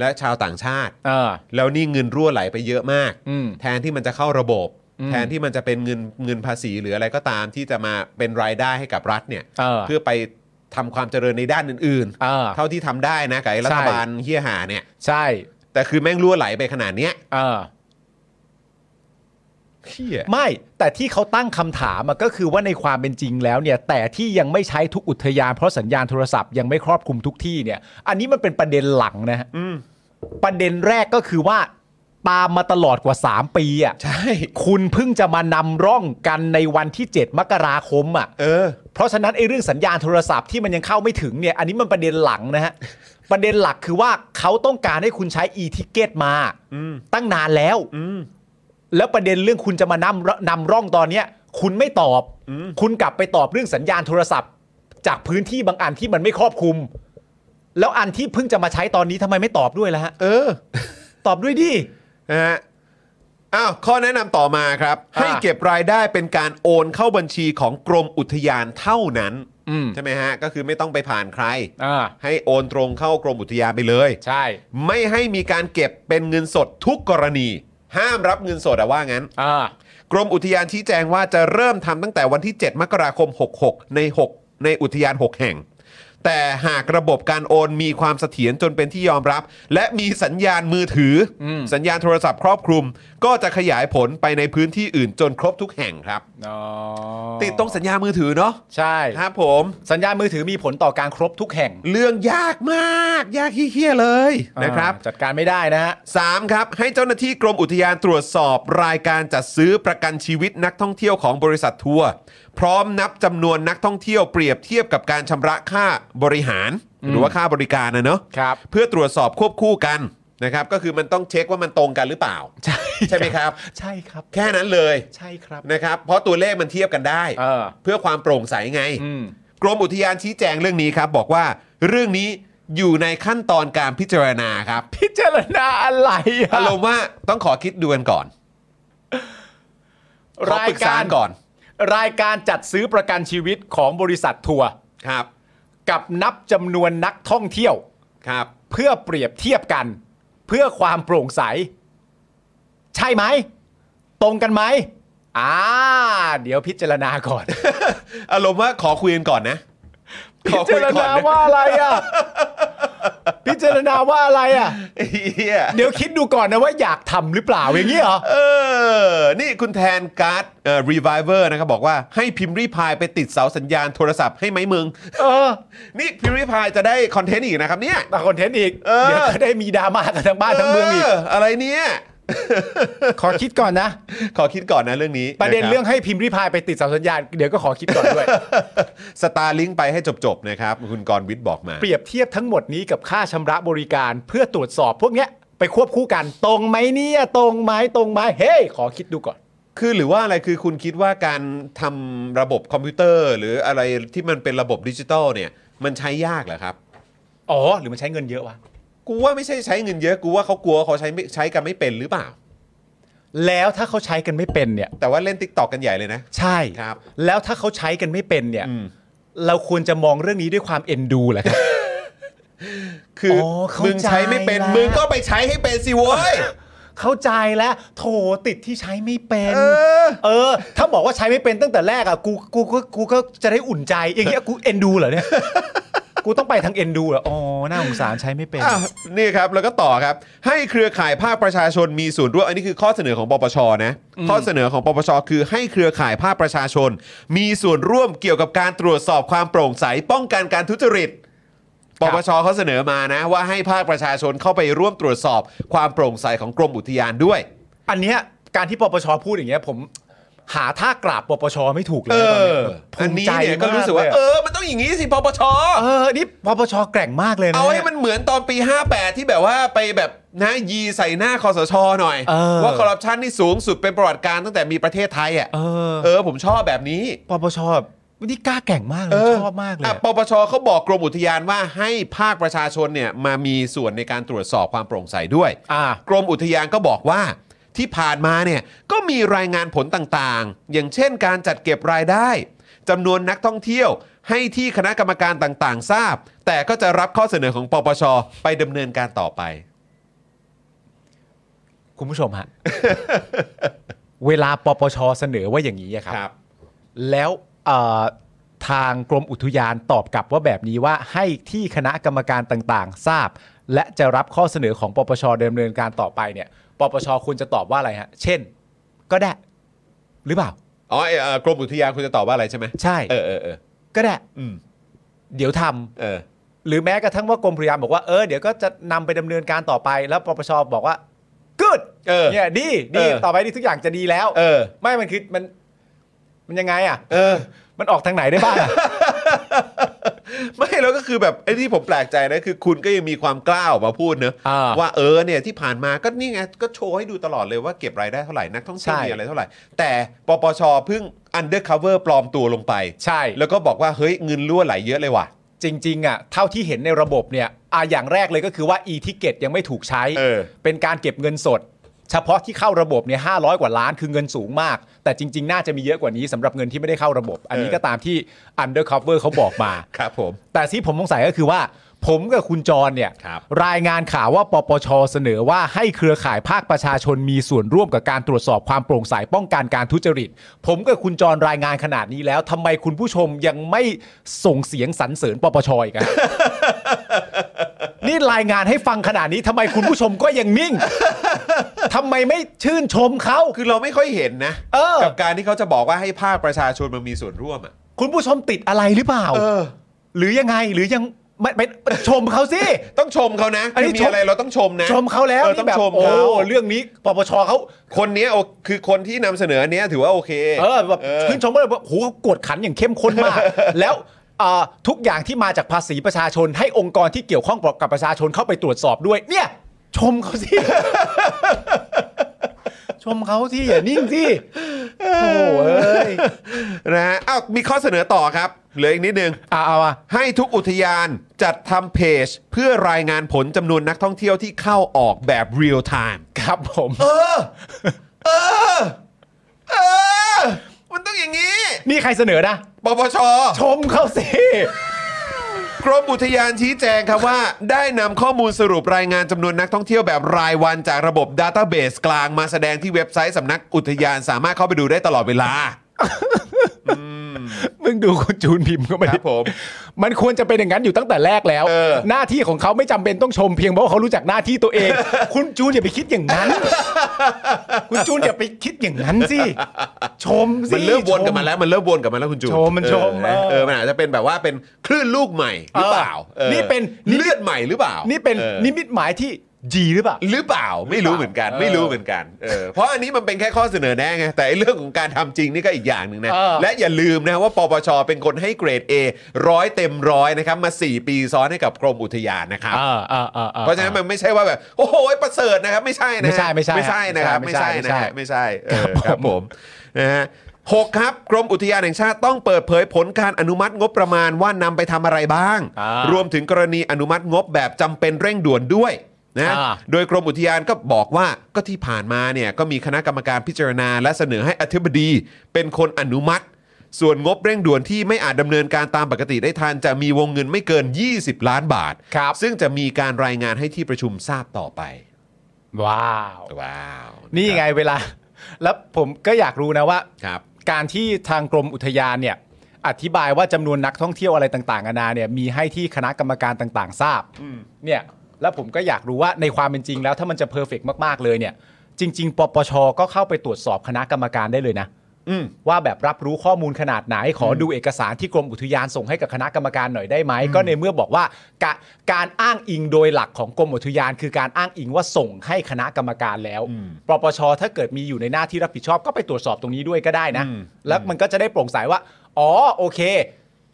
S1: และชาวต่างชาติ
S2: เออ
S1: แล้วนี่เงินรั่วไหลไปเยอะมาก
S2: อืม
S1: แทนที่มันจะเข้าระบบ
S2: อืม
S1: แทนที่มันจะเป็นเงินเงินภาษีหรืออะไรก็ตามที่จะมาเป็นรายได้ให้กับรัฐเนี่ย
S2: เออ
S1: อไปทำความเจริญในด้านอื่น
S2: เออ
S1: ๆ เท่าที่ทำได้นะกับไอ้รัฐบาลเฮี้ยหาเนี่ย
S2: ใช่
S1: แต่คือแม่งรั่วไหลไปขนาดเนี้ย
S2: เออ
S1: เฮี้ย
S2: ไม่แต่ที่เขาตั้งคำถามอะก็คือว่าในความเป็นจริงแล้วเนี่ย แต่ที่ยังไม่ใช้ทุกอุทยานเพราะสัญญาณโทรศัพท์ยังไม่ครอบคลุมทุกที่เนี่ย อันนี้มันเป็นประเด็นหลังนะฮะ
S1: อืม
S2: ประเด็นแรกก็คือว่าตามมาตลอดกว่า 3 ปีอ่ะ
S1: ใช่
S2: คุณเพิ่งจะมานำร่องกันในวันที่ 7 มกราคมอ่ะ
S1: เออ
S2: เพราะฉะนั้นไอ้เรื่องสัญญาณโทรศัพท์ที่มันยังเข้าไม่ถึงเนี่ย อันนี้มันประเด็นหลังนะฮะ ประเด็นหลักคือว่าเขาต้องการให้คุณใช้ e-ticket มา
S1: อืม
S2: ตั้งนานแล้ว
S1: อืม
S2: แล้วประเด็นเรื่องคุณจะมานำนำร่องตอนเนี้ย คุณไม่ตอบ
S1: อืม
S2: คุณกลับไปตอบเรื่องสัญญาณโทรศัพท์ จากพื้นที่บางอันที่มันไม่ครอบคลุม แล้วอันที่เพิ่งจะมาใช้ตอนนี้ทำไมไม่ตอบด้วยล่ะฮะ
S1: เออ
S2: ตอบด้วยดิ
S1: นะฮะ อ้าว ข้อแนะนำต่อมาครับ
S2: อ่า
S1: ให้เก็บรายได้เป็นการโอนเข้าบัญชีของกรมอุทยานเท่านั้น
S2: อืม
S1: ใช่ไหมฮะ ก็คือไม่ต้องไปผ่านใคร
S2: อ่า
S1: ให้โอนตรงเข้ากรมอุทยานไปเลย
S2: ใช่
S1: ไม่ให้มีการเก็บเป็นเงินสดทุกกรณี ห้ามรับเงินสดอะว่างั้น
S2: อ่าก
S1: รมอุทยานชี้แจงว่าจะเริ่มทำตั้งแต่วันที่ 7 มกราคม 66 ใน 6 ในอุทยาน 6 แห่ง แต่หากระบบการโอนมีความเสถียรจนเป็นที่ยอมรับ และมีสัญญาณมือถืออสัญญาณโทรศัพท์ครอบคลุม ก็จะขยายผลไปในพื้นที่อื่นจนครบทุกแห่งครับ
S2: อ๋อ
S1: ติดตรงสัญญาณมือถือเนาะ
S2: ใช่
S1: ครับผม
S2: สัญญาณมือถือมีผลต่อการครบทุกแห่ง
S1: เรื่องยากมาก ยากเฮี้ยๆเลยนะครับ
S2: อ่าจัดการไม่ได้นะฮะ
S1: 3ครับให้เจ้าหน้าที่กรมอุทยานตรวจสอบรายการจัดซื้อประกันชีวิตนักท่องเที่ยวของบริษัททัวร์พร้อมนับจำนวนนักท่องเที่ยวเปรียบเทียบกับการชำระค่าบริหาร หรือว่าค่าบริการนะเนาะ
S2: ครับ
S1: เพื่อตรวจสอบควบคู่กันนะครับก็คือมันต้องเช็คว่ามันตรงกันหรือเปล่า
S2: ใช่
S1: ใช่ไหมครับ
S2: ใช่ครับ
S1: แค่นั้นเลย
S2: ใช่ครับ
S1: นะครับเพราะตัวเลขมันเทียบกันได้
S2: เออ
S1: เพื่อความโปร่งใสไง
S2: อืม
S1: กรมอุทยานชี้แจงเรื่องนี้ครับบอกว่าเรื่องนี้อยู่ในขั้นตอนการพิจารณาครับ
S2: พิจารณาอะไรอะ
S1: อารมณ์ว่าต้องขอคิดดูกันก่อนขอปรึกษาก่อน
S2: รายการจัดซื้อประกันชีวิตของบริษัททัวร์
S1: ครับ
S2: กับนับจำนวนนักท่องเที่ยว
S1: ครับ
S2: เพื่อเปรียบเทียบกัน เพื่อความโปร่งใส ใช่ไหม ตรงกันไหมอ่าเดี๋ยวพิจารณาก่อน
S1: อารมณ์ว่าขอคุยกันก่อนนะ ข
S2: พิ
S1: อ
S2: จา
S1: คุย
S2: ร
S1: ก่อน
S2: ณา
S1: นะ
S2: ว่าอะไรอ่ะ พิจารณาว่าอะไรอ่ะ
S1: เหี้ย
S2: เดี๋ยวคิดดูก่อนนะว่าอยากทำหรือเปล่าอย่างนี้เหรอ
S1: เออ นี่คุณแทนการ์ดเอ่อรีไวเวอร์นะครับ บอกว่าให้พิมพ์รีพายไปติดเสาสัญญาณโทรศัพท์ให้ไหมมึง
S2: เออ
S1: นี่พิมพ์รีพายจะได้คอนเทนต์อีกนะครับเนี่ย
S2: มาคอนเทนต์อีก
S1: เออ
S2: เดี๋ยวก็ได้มีดราม่ากันทั้งบ้านทั้งเมืองอีก
S1: อะไรเนี่ย
S2: ขอคิดก่อนนะ
S1: ขอคิดก่อนนะเรื่องนี้
S2: ประเด็น
S1: คบ
S2: เรื่องให้พิมพ์ริพายไปติดเสาสัญญาณเดี๋ยวก็ขอคิดก่อนด้วย
S1: สตาร์ลิงไปให้จบๆนะครับ คุณกรณ์วิทย์บอกมา
S2: เปรียบเทียบทั้งหมดนี้กับค่าชำระบริการเพื่อตรวจสอบพวกเนี้ยไปควบคู่กัน ตรงไหมเนี่ยตรงไหมตรงไหมเฮ้ยขอคิดดูก่อน
S1: คือหรือว่าอะไรคือคุณคิดว่าการทำระบบคอมพิวเตอร์ หรืออะไรที่มันเป็นระบบดิจิตอลเนี่ย มันใช้ยากเหรอครับ
S2: อ๋อ หรือมันใช้เงินเยอะวะ
S1: กูว่าไม่ใช่ใช้เงินเยอะ กูว่าเขากลัวเขาใช้ไม่ใช้กันไม่เป็นหรือเปล่า
S2: แล้วถ้าเขาใช้กันไม่เป็นเนี่ย
S1: แต่ว่าเล่น t ิ k t o k กันใหญ่เลยนะ
S2: ใช่
S1: ครับ
S2: แล้วถ้าเขาใช้กันไม่เป็นเนี่ย เราควรจะมองเรื่องนี้ด้วยความเอ็นดูแหละครับ
S1: คืออ
S2: อเข้าใจ
S1: มึงใช้ไม่เป็น
S2: แล้ว
S1: มึงก็ไปใช้ให้เป็นสิเว้ย
S2: เข้าใจแล้วโถติดที่ใช้ไม่เป็น
S1: เออ
S2: เออ ถ้าบอกว่าใช้ไม่เป็นตั้งแต่แรกอ่ะกูกูก็กูก็จะได้อุ่นใจอย่างเงี้ยกู เอ็นดูเหรอเนี่ย กูต้องไปทางเอ็นดูเหรออ๋อน่าสงสารใช้ไม่เป็น
S1: อ่ะนี่ครับ แล้วก็ต่อครับ ให้เครือข่ายภาคประชาชนมีส่วนร่วมอันนี้คือข้อเสนอของปปชนะ ข้อเสนอของปปชคือให้เครือข่ายภาคประชาชน มีส่วนร่วมเกี่ยวกับการตรวจสอบความโปร่งใสป้องกันการทุจริต
S2: ค
S1: ป
S2: รับ
S1: ปชเขาเสนอมานะ ว่าให้ภาคประชาชนเข้าไปร่วมตรวจสอบความโปร่งใสของกรมอุทยานด้วย
S2: อันเนี้ยการที่ปปชพูดอย่างเงี้ยผมหาท่ากราบปปชไม่ถูกเล
S1: เอย
S2: ตอนเนี้
S1: อยอันนี้เนี่ยก็รู้สึกว่า
S2: ภูมิใจมลย
S1: เอ
S2: อะ
S1: อมันต้องอย่างนี้สิปปช
S2: เออนี่ปปชแกร่งมากเลยนะ
S1: เอาให้มันเหมือนตอนปี 58 ที่แบบว่าไปแบบนะยีใส่หน้าคอสชหน่อย ว่าคอร์รัปชันนี่สูงสุดเป็นประวัติการตั้งแต่มีประเทศไทยอ่ะ
S2: เออ
S1: เออผมชอบแบบนี้
S2: ปปชวันนี้กล้าแกร่งมากเลยชอบมากเลย
S1: อ่ะปปชเขาบอกกรมอุทยานว่าให้ภาคประชาชนเนี่ยมามีส่วนในการตรวจสอบความโปร่งใสด้วย
S2: อ่า
S1: กรมอุทยานก็บอกว่าที่ผ่านมาเนี่ยก็มีรายงานผลต่างๆ อย่างเช่นการจัดเก็บรายได้จำนวนนักท่องเที่ยว ให้ที่คณะกรรมการต่างๆ ทราบ แต่ก็จะรับข้อเสนอของปปชไปดำเนินการต่อไป
S2: คุณผู้ชมฮะ เวลาปปชเสนอว่าอย่างนี้อะครับ แล้วเอ่อทางกรมอุทยานตอบกลับว่าแบบนี้ว่าให้ที่คณะกรรมการต่างๆ ทราบ และจะรับข้อเสนอของปปชดำเนินการต่อไปเนี่ยปปชควรจะตอบว่าอะไรฮะ เช่น ก็ได้ หรือเปล่า
S1: อ๋อเอ่อเอ่อกรมอุทยานคุณจะตอบว่าอะไรใช่ไหม
S2: ใช่
S1: เออเออเออ
S2: ก็ได้
S1: อืม
S2: เดี๋ยวทำ
S1: เออ
S2: หรือแม้กระทั่งว่ากรมอุทยานบอกว่าเออเดี๋ยวก็จะนำไปดำเนินการต่อไปแล้วปปชบอกว่า good
S1: เออ
S2: เนี่ยดีดี
S1: เออ
S2: ต่อไปนี่ทุกอย่างจะดีแล้ว
S1: เออ
S2: ไม่มันคือมันมันยังไงอ่ะ
S1: เออ
S2: มันออกทางไหนได้บ้างอะ
S1: ไม่แล้วก็คือแบบไอ้ที่ผมแปลกใจนะคือคุณก็ยังมีความกล้าออกมาพูดเนอะ
S2: อ่า
S1: ว่าเออเนี่ยที่ผ่านมาก็นี่ไงก็โชว์ให้ดูตลอดเลยว่าเก็บรายได้เท่าไหร่นักท่องเที่ยว
S2: ใช่
S1: มีอะไรเท่าไหร่ แต่ปปชเพิ่ง undercover ปลอมตัวลงไป
S2: ใช่
S1: แล้วก็บอกว่าเฮ้ยเงินรั่วไหลเยอะเลยว่ะ
S2: จริง ๆ อ่ะ เท่าที่เห็นในระบบเนี่ยอ่ะอย่างแรกเลยก็คือว่า e t i c k e t ยังไม่ถูกใช้
S1: เออ
S2: เป็นการเก็บเงินสด เฉพาะที่เข้าระบบเนี่ยห้าร้อยกว่าล้านคือเงินสูงมาก แต่จริง ๆ น่าจะมีเยอะกว่านี้สำหรับเงินที่ไม่ได้เข้าระบบ อันนี้ก็ตามที่ undercover เขาบอกมา
S1: ครับผม
S2: แต่ที่ผมสงสัยก็คือว่า ผมกับคุณจรเนี่ย
S1: ครับ
S2: ยงานข่าวว่าปปชเสนอว่าให้เครือข่ายภาคประชาชนมีส่วนร่วมกับการตรวจสอบความโปร่งใสป้องกันการทุจริต ผมกับคุณจรรายงานขนาดนี้แล้วทำไมคุณผู้ชมยังไม่ส่งเสียงสรรเสริญปปชอีกอะ นี่รายงานให้ฟังขนาดนี้ทำไมคุณผู้ชมก็ยังนิ่งทำไมไม่ชื่นชมเขา
S1: คือเราไม่ค่อยเห็นนะ
S2: เออ
S1: กับการที่เขาจะบอกว่าให้ภาคประชาชนมันมีส่วนร่วมอ่ะ
S2: คุณผู้ชมติดอะไรหรือเปล่า
S1: เออ
S2: หรือยังไงหรือยังไม่ไม่ชมเขาสิ
S1: ต้องชมเขานะ
S2: อัน
S1: คื
S2: นี้
S1: อมี
S2: ชม
S1: อะไรเราต้องชมนะ
S2: ชมเขาแล้ว
S1: ออ
S2: นี่
S1: ต้อง
S2: แบบ
S1: ชม
S2: โอ้
S1: เขา
S2: เรื่องนี้ปปชเขา
S1: คนเนี้ยโอคือคนที่นำเสนอเนี้ยถือว่าโอเค
S2: เออแบบ
S1: เออ
S2: ชื่นชมว่าแบบโหเขากวดขันอย่างเข้มข้น มาก แล้วเอ่อทุกอย่างที่มาจากภาษีประชาชนให้องค์กรที่เกี่ยวข้องกับประชาชนเข้าไปตรวจสอบด้วย เนี่ย ชมเขาสิ ชมเขาที่อย่านิ่งสิโอ้โหเอ้ย
S1: นะฮะอ้าวมีข้อเสนอต่อครับ เหลืออีกนิดนึง
S2: อ่ะเอาอ่ะ
S1: ให้ทุกอุทยานจัดทำเพจ เพื่อรายงานผลจำนวนนักท่องเที่ยวที่เข้าออกแบบเรียลไทม์
S2: ครับผม
S1: เออ เออ มันต้องอย่างนี้
S2: นี่ใครเสนอนะ
S1: ปปช
S2: ชมเขาสิ
S1: กรมอุทยานชี้แจงครับว่า ได้นำข้อมูลสรุปรายงานจำนวนนักท่องเที่ยวแบบรายวันจากระบบดัต a ต a s เบสกลางมาแสดงที่เว็บไซต์สำนักอุทยานสามารถเข้าไปดูได้ตลอดเวลา
S2: มึงดูคุณจูนพิมพ์ก็ไม่
S1: ค
S2: ได้
S1: รับผม
S2: มันควรจะเป็นอย่างนั้นอยู่ตั้งแต่แรกแล้ว
S1: เออ
S2: หน้าที่ของเขาไม่จำเป็นต้องชมเพียงเพราะว่าเขารู้จักหน้าที่ตัวเอง คุณจูนอย่าไปคิดอย่าง นั้น คุณจูนอย่าไปคิดอย่างนั้นสิ ชมสิ
S1: มันเริ่มวนกลับมาแล้วมันเริ่มวนกลับมาแล้วคุณจูน
S2: ชมมัน
S1: เออ
S2: ชม
S1: นะ
S2: เออ
S1: เออมันอาจจะเป็นแบบว่าเป็นคลื่นลูกใหม่หรือเปล่า
S2: ออ
S1: ออ
S2: นี่เป็น
S1: เลือดใหม่หรือเปล่า
S2: นี่เป็น
S1: ออ
S2: นิมิตหมายที่ดีหรือเปล่า
S1: หรือเปล่าไม่รู้เหมือนกัน
S2: เออ
S1: ไม่รู้เหมือนกันเออเพราะอันนี้มันเป็นแค่ข้อเสนอแนะไงแต่ไอ้เรื่องของการทำจริงนี่ก็อีกอย่างหนึ่งนะ
S2: เออ
S1: และอย่าลืมนะว่าปปชเป็นคนให้เกรด A ร้อยเต็มร้อยนะครับมา 4 ปีซ้อนให้กับกรมอุทยานนะครับ
S2: อ่าอ่าอ่อ่
S1: เพราะฉะนั้นมันไม่ใช่ว่าแบบโอ้โหประเสริฐนะครับ ไม่ใช่นะฮะ
S2: ไม่ใช่ไม่ใช่
S1: ไม่ใช่นะครับ
S2: ไม่
S1: ไม่
S2: ใช่ไม่ใช่
S1: ใช่นะฮะไม่ใช่เออ
S2: ครับผม
S1: ครับผมนะฮะหกครับ กรมอุทยานแห่งชาติต้องเปิดเผยผลการอนุมัติงบประมาณว่านำไปทำอะไรบ้าง
S2: อ่าร ร
S1: วมถึงกรณีอนุมัติงบแบบจำเป็นเร่งด่วนด้วยนะ
S2: อ่า
S1: โดยกรมอุทยานก็บอกว่าก็ที่ผ่านมาเนี่ยก็มีคณะกรรมการพิจารณา และเสนอให้อธิบดี เป็นคนอนุมัติ ส่วนงบเร่งด่วนที่ไม่อาจดำเนินการตามปกติได้ทันจะมีวงเงินไม่เกิน 20 ล้านบาท
S2: ครับ
S1: ซึ่งจะมีการรายงานให้ที่ประชุมทราบต่อไป
S2: ว้าว
S1: ว้าว
S2: นี่ไงเวลา แล้วผมก็อยากรู้นะว่า
S1: ครับ
S2: การที่ทางกรมอุทยานเนี่ยอธิบายว่าจำนวนนักท่องเที่ยวอะไรต่างๆนานาเนี่ยมีให้ที่คณะกรรมการต่างๆ ทราบเนี่ยแล้วผมก็อยากรู้ว่าในความเป็นจริงแล้วถ้ามันจะเพอร์เฟกมากๆเลยเนี่ยจริง ๆ ปปชก็เข้าไปตรวจสอบคณะกรรมการได้เลยนะ
S1: อืม
S2: ว่าแบบรับรู้ข้อมูลขนาดไหน ขอดูเอกสารที่กรมอุทยานส่งให้กับคณะกรรมการหน่อยได้ไหม ก็ในเมื่อบอกว่ากะการอ้างอิงโดยหลักของกรมอุทยาน คือการอ้างอิงว่าส่งให้คณะกรรมการแล้ว ปปชถ้าเกิดมีอยู่ในหน้าที่รับผิดชอบก็ไปตรวจสอบตรงนี้ด้วยก็ได้นะ
S1: อืม
S2: แล้วมันก็จะได้โปร่งใสว่า อ๋อโอเค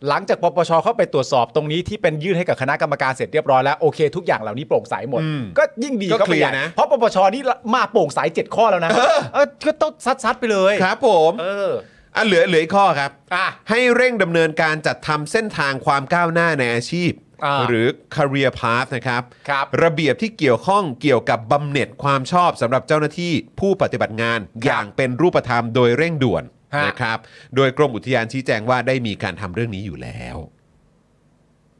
S2: หลังจากปปชเข้าไปตรวจสอบตรงนี้ที่เป็นยื่นให้กับคณะกรรมการเสร็จเรียบร้อยแล้วโอเค ทุกอย่างเหล่านี้โปร่งใสหมด ก็ยิ่งดี
S1: ก็
S2: เข้า
S1: เค
S2: ไป
S1: ลีย
S2: ให
S1: ร์
S2: ญ่
S1: นะ
S2: เพราะปปชนี่มาโปร่งใสเจ็ดข้อแล้วนะเออก็ต้องซัดๆไปเลย
S1: ครับผม
S2: เออ
S1: อ่ะเหลือเหลืออีกข้อครับ
S2: อ่ะ
S1: ให้เร่งดำเนินการจัดทำเส้นทางความก้าวหน้าในอาชีพ
S2: อ่า
S1: หรือ career path นะครับ
S2: ครับ
S1: เบียบที่เกี่ยวข้องเกี่ยวกับบำเหน็จความชอบสำหรับเจ้าหน้าที่ผู้ปฏิบัติงานอย่างเป็นรูปธรรมโดยเร่งด่วนนะครับ โดยกรมอุทยานชี้แจงว่าได้มีการทำเรื่องนี้อยู่แล้ว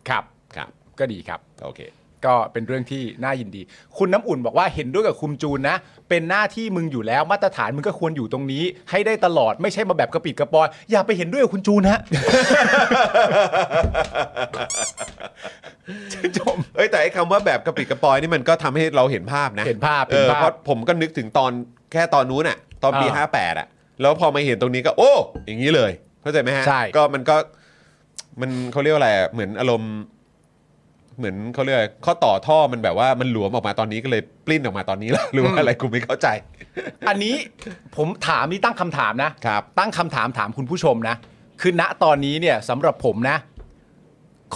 S2: ครับ
S1: ครับ
S2: ก็ดีครับ
S1: โอเค
S2: ก็เป็นเรื่องที่น่ายินดี คุณน้ำอุ่นบอกว่าเห็นด้วยกับคุณจูนนะ เป็นหน้าที่มึงอยู่แล้วมาตรฐานมึงก็ควรอยู่ตรงนี้ ให้ได้ตลอดไม่ใช่มาแบบกระปิดกระปอยอย่าไปเห็นด้วยกับคุณจูนฮะ ชื่นชม
S1: เอ้ยแต่ไอ้คำว่าแบบกระปิดกระปอยนี่มันก็ทำให้เราเห็นภาพนะ
S2: เห็นภาพ
S1: เอ
S2: เห็น
S1: อ
S2: ภาพ
S1: เพราะผมก็นึกถึงตอนแค่ตอนนู้นน่ะตอนปี
S2: อ่า
S1: 58อ่ะแล้วพอมาเห็นตรงนี้ก็โอ้ อย่างนี้เลยเข้าใจไหมฮะ
S2: ใช่
S1: ก็มันก็มันเขาเรียกว่าอะไรอะเหมือนอารมณ์ เหมือนเขาเรียกอะไรข้อต่อท่อมันแบบว่ามันหลวมออกมาตอนนี้ก็เลยปลิ้นออกมาตอนนี้แล้ว หรือว่าอะไรกูไม่เข้าใจ
S2: อันนี้ผมถามนี่ตั้งคำถามนะ
S1: ครับ
S2: ตั้งคำถามถามคุณผู้ชมนะ คือณตอนนี้เนี่ยสำหรับผมนะ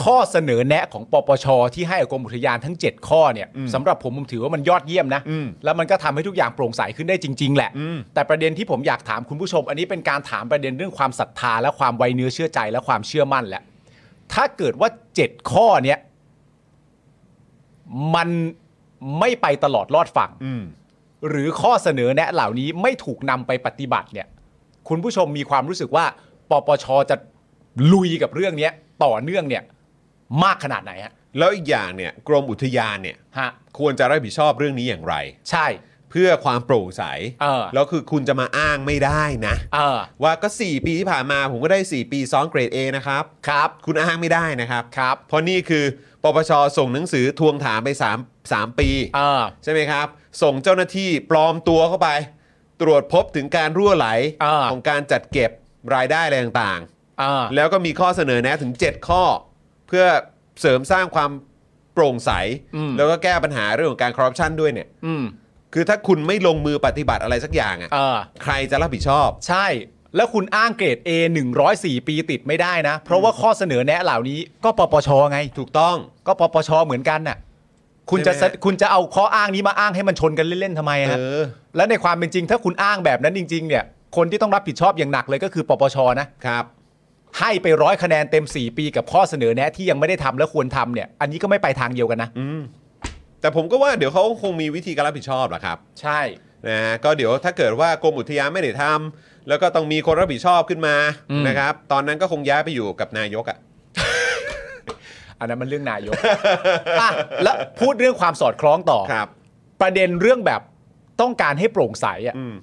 S2: ข้อเสนอแนะของปปช ที่ให้กับกรมอุทยานทั้ง 7 ข้อเนี่ยสำหรับผมผมถือว่ามันยอดเยี่ยมนะ
S1: อืม
S2: แล้วมันก็ทำให้ทุกอย่างโปร่งใสขึ้นได้จริง ๆ แหละ
S1: อืม
S2: แต่ประเด็นที่ผมอยากถามคุณผู้ชม อันนี้เป็นการถามประเด็นเรื่องความศรัทธาและความไวเนื้อเชื่อใจและความเชื่อมั่นแหละ ถ้าเกิดว่า 7 ข้อเนี่ยมันไม่ไปตลอดรอดฝั่ง
S1: อืม
S2: หรือข้อเสนอแนะเหล่านี้ไม่ถูกนำไปปฏิบัติเนี่ย คุณผู้ชมมีความรู้สึกว่าปปชจะลุยกับเรื่องเนี้ยต่อเนื่องเนี่ย มากขนาดไหนฮะ
S1: แล้วอีกอย่างเนี่ย กรมอุทยานเนี่ย
S2: ฮะ
S1: ควรจะรับผิดชอบเรื่องนี้อย่างไร
S2: ใช่
S1: เพื่อความโปร่งใส
S2: เออ
S1: แล้วคือคุณจะมาอ้างไม่ได้นะ
S2: เออ
S1: ว่าก็ 4 ปีที่ผ่านมาผมก็ได้ 4 ปีซ้อนเกรด A นะครับ
S2: ครับ
S1: คุณอ้างไม่ได้นะครับ
S2: ครับ
S1: เพราะนี่คือปปชส่งหนังสือทวงถามไป 3 3 ปี
S2: เออ
S1: ใช่ไหมครับ ส่งเจ้าหน้าที่ปลอมตัวเข้าไป ตรวจพบถึงการรั่วไหล
S2: อ่า
S1: ของการจัดเก็บรายได้อะไรต่าง
S2: เออ
S1: ๆ แล้วก็มีข้อเสนอแนะถึง 7 ข้อ เพื่อเสริมสร้างความโปร่งใส แล้วก็แก้ปัญหาเรื่องของการคอร์รัปชันด้วยเนี่ย
S2: อืม
S1: คือถ้าคุณไม่ลงมือปฏิบัติอะไรสักอย่าง
S2: เออ
S1: อะ่ะใครจะรับผิดชอบ
S2: ใช่ แล้วคุณอ้างเกรด A 104 ปีติดไม่ได้นะ เพราะว่าข้อเสนอแนะเหล่านี้ ก็ปปชไง
S1: ถูกต้อง
S2: ก็ปปชเหมือนกันน่ะ คุณจะ
S1: ใช่ไหมฮะ
S2: คุณจะเอาข้ออ้างนี้มาอ้างให้มันชนกันเล่นๆทำไมฮะ
S1: เออ
S2: และในความเป็นจริงถ้าคุณอ้างแบบนั้นจริง ๆ เนี่ย คนที่ต้องรับผิดชอบอย่างหนักเลยก็คือ ปปชนะครับ ให้ไปร้อยคะแนนเต็ม 4 ปีกับข้อเสนอแนะที่ยังไม่ได้ทำและควรทำเนี่ย อันนี้ก็ไม่ไปทางเดียวกันนะ
S1: แต่ผมก็ว่าเดี๋ยวเขาคงมีวิธีการรับผิดชอบแหละครับ
S2: ใช่
S1: นะฮะก็เดี๋ยวถ้าเกิดว่ากรมอุทยานไม่ได้ทำแล้วก็ต้องมีคนรับผิดชอบขึ้นมา
S2: อืม
S1: นะครับ ตอนนั้นก็คงย้ายไปอยู่กับนายกอะ
S2: อันนั้นมันเรื่องนายก อ่ะแล้วพูดเรื่องความสอดคล้องต่อ
S1: ครับ
S2: ประเด็นเรื่องแบบต้องการให้โปร่งใสอ่ะ
S1: อืม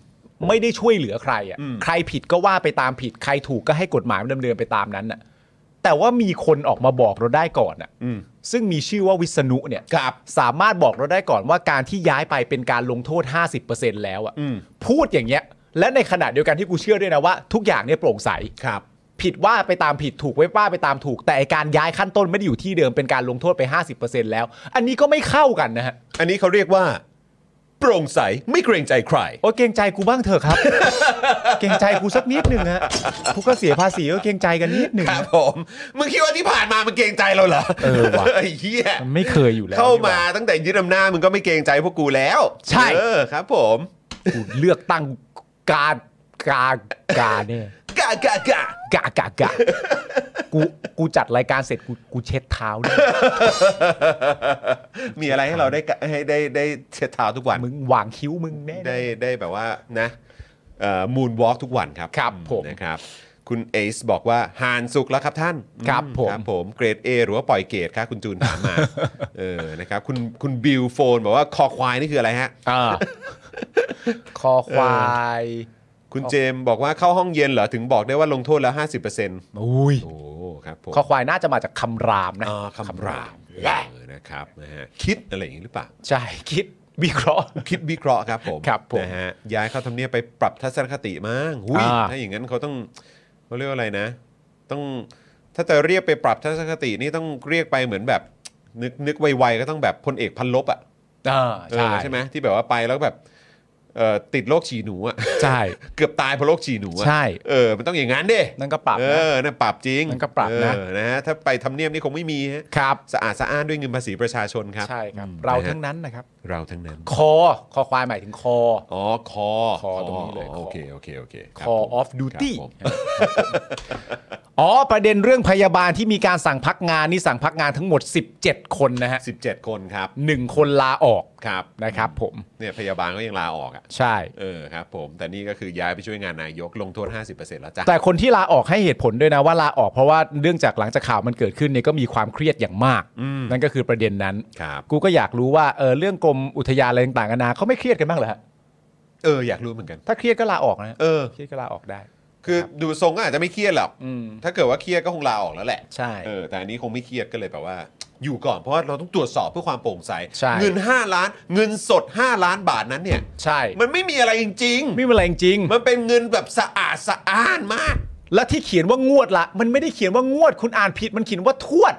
S2: ไม่ได้ช่วยเหลือใครอ่ะ
S1: อืม
S2: ใครผิดก็ว่าไปตามผิดใครถูกก็ให้กฎหมายมันดำเนินไปตามนั้นน่ะแต่ว่ามีคนออกมาบอกเราได้ก่อนอ่ะ
S1: อืม
S2: ซึ่งมีชื่อว่าวิษณุเนี่ย
S1: ครับ
S2: สามารถบอกเราได้ก่อนว่าการที่ย้ายไปเป็นการลงโทษ 50%แล้วอะ
S1: อืม
S2: พูดอย่างเงี้ย และในขณะเดียวกันที่กูเชื่อด้วยนะว่า ทุกอย่างเนี่ยโปร่งใส
S1: ครับ
S2: ผิดว่าไปตามผิดถูกไว้ว่าไปตามถูก แต่ไอ้การย้ายขั้นต้นไม่ได้อยู่ที่เดิมเป็นการลงโทษไป 50%แล้ว อันนี้ก็ไม่เข้ากันนะฮะ
S1: อันนี้เขาเรียกว่า โปร่งใสไม่เกรงใจใคร
S2: โอ้ยเกรงใจกูบ้างเถอะ ครับ เกรงใจกูสักนิดหนึ่งฮะกูก็เสียภาษีก็เกรงใจกันนิดหนึ่ง
S1: ครับผม มึงคิดว่าที่ผ่านมามันเกรงใจเราเหรอ
S2: เออว่ะ
S1: ไเหี้ย
S2: มันไม่เคยอยู่แล้ว
S1: เข้า
S2: นี่หว่
S1: มาตั้งแต่ยึดอำนาจมึงก็ไม่เกรงใจพวกกูแล้ว
S2: ใช่
S1: เออครับ ผม
S2: กูเลือกตั้งกากากาเนี่ย
S1: กากากาก
S2: ะกะกะกูกูจัดรายการเสร็จกูกูเช็ดเท้าเลย
S1: มีอะไรให้เราได้กะให้ได้ได้เช็ดเท้าทุกวัน
S2: มึงวางคิ้วมึงแน่
S1: ได้ได้แบบว่านะมูนวอล์กทุกวันครับ
S2: ครับ
S1: อื
S2: ผม
S1: นะครับ คุณเอซบอกว่าหานสุกแล้วครับท่าน
S2: ครับผม
S1: ครับผมเกรด A หรือว่าปล่อยเกรดคะคุณจูนถามมา เออนะครับคุณคุณบิวโฟนบอกว่าคอควายนี่คืออะไรฮะ
S2: อ่าคอควาย
S1: คุณเจมส์บอกว่าเข้าห้องเย็นเหรอ ถึงบอกได้ว่าลงโทษแล้ว 50%
S2: อุ้ย
S1: โอ้ครับผม
S2: คอควายน่าจะมาจากคำรามนะ
S1: อ่าคำราม
S2: แหละ
S1: เออนะครับนะฮะคิดอะไรอย่างนี้หรือเปล่า
S2: ใช่คิดวิเคราะห์
S1: คิดวิเคราะห์ครับผม
S2: ครับผม
S1: นะฮะย้ายเข้าทำเนียบไปปรับทัศนคติมั้งหุ้ย
S2: อ่า
S1: ถ้าอย่างนั้นเขาต้องเขาเรียกว่าอะไรนะ ต้องถ้าจะเรียกไปปรับทัศนคตินี่ต้องเรียกไปเหมือนแบบ นึกนึกไวๆก็ต้องแบบพลเอกพันลบอ่ะ
S2: อ่า
S1: เออใช่ไหมที่แบบว่าไปแล้วแบบเอ่อติดโรคฉี่หนูอ่ะ
S2: ใช่
S1: เกือบตายเพราะโรคฉี่หนูอะ
S2: ใช่
S1: เออ มันต้องอย่างนั้นดิ
S2: นั่นก็ปรับนะ
S1: เออนั่นปรับจริง
S2: นั่นก็ปรับนะ
S1: เออนะฮะถ้าไปทำเนียบนี่คงไม่มีฮะ
S2: ครับ
S1: สะอาดสะอ้านด้วยเงินภาษีประชาชนครับ
S2: ใช่ครับ
S1: อื
S2: เรา
S1: มะฮะ
S2: ทั้งนั้นนะครับ
S1: เราทั้งนั้น
S2: คอคอควายหมายถึงคอ
S1: อ๋อ คอ
S2: คอตรงนี้เลยค
S1: อ๋อ
S2: อ
S1: โอเค โอเค โอเค
S2: ค
S1: รับ
S2: อ
S1: ผม
S2: of duty
S1: ครับผม
S2: อ๋อ ประเด็นเรื่องพยาบาลที่มีการสั่งพักงาน นี่สั่งพักงานทั้งหมด 17 คนนะฮะ
S1: 17 คนครับ
S2: หนึ่งคนลาออก
S1: ครับ
S2: นะครับผม
S1: เนี่ยพยาบาลก็ยังลาออกอ่ะ
S2: ใช่
S1: เออ ครับผม แต่นี่ก็คือย้ายไปช่วยงานนายก ลงโทษ 50%แล้วจ้ะ
S2: แต่คนที่ลาออกให้เหตุผลด้วยนะว่าลาออกเพราะว่าเนื่องจากหลังจากข่าวมันเกิดขึ้นเนี่ยก็มีความเครียดอย่างมาก นั่นก็คือประเด็นนั้น
S1: ครับ
S2: กูก็อยากรู้ว่าเออเรื่องกรมอุทยานอะไรต่างๆนานาเขาไม่เครียดกันบ้างเหรอฮะ
S1: เออ อยากรู้เหมือนกัน
S2: ถ้าเครียดก็ลาออกนะ
S1: เออ
S2: เครียดก็ลาออกได้
S1: คือดูทรงก็อาจจะไม่เครียดหรอก
S2: อืม
S1: ถ้าเกิดว่าเครียดก็คงลาออกแล้วแหละ
S2: ใช่
S1: เออ แต่อันนี้คงไม่เครียดก็เลยแบบว่า อยู่ก่อน เพราะว่าเราต้องตรวจสอบเพื่อความโปร่งใส
S2: ใช่
S1: เงิน 5 ล้าน เงินสด 5 ล้านบาทนั้นเนี่ย
S2: ใช่
S1: มันไม่มีอะไรจริง
S2: ไม่เป็นไรจริง
S1: ๆ มันเป็นเงินแบบสะอาดสะอ้านมาก
S2: ๆและที่เขียนว่างวดละมันไม่ได้เขียนว่างวด คุณอ่านผิดมันเขียนว่าทวด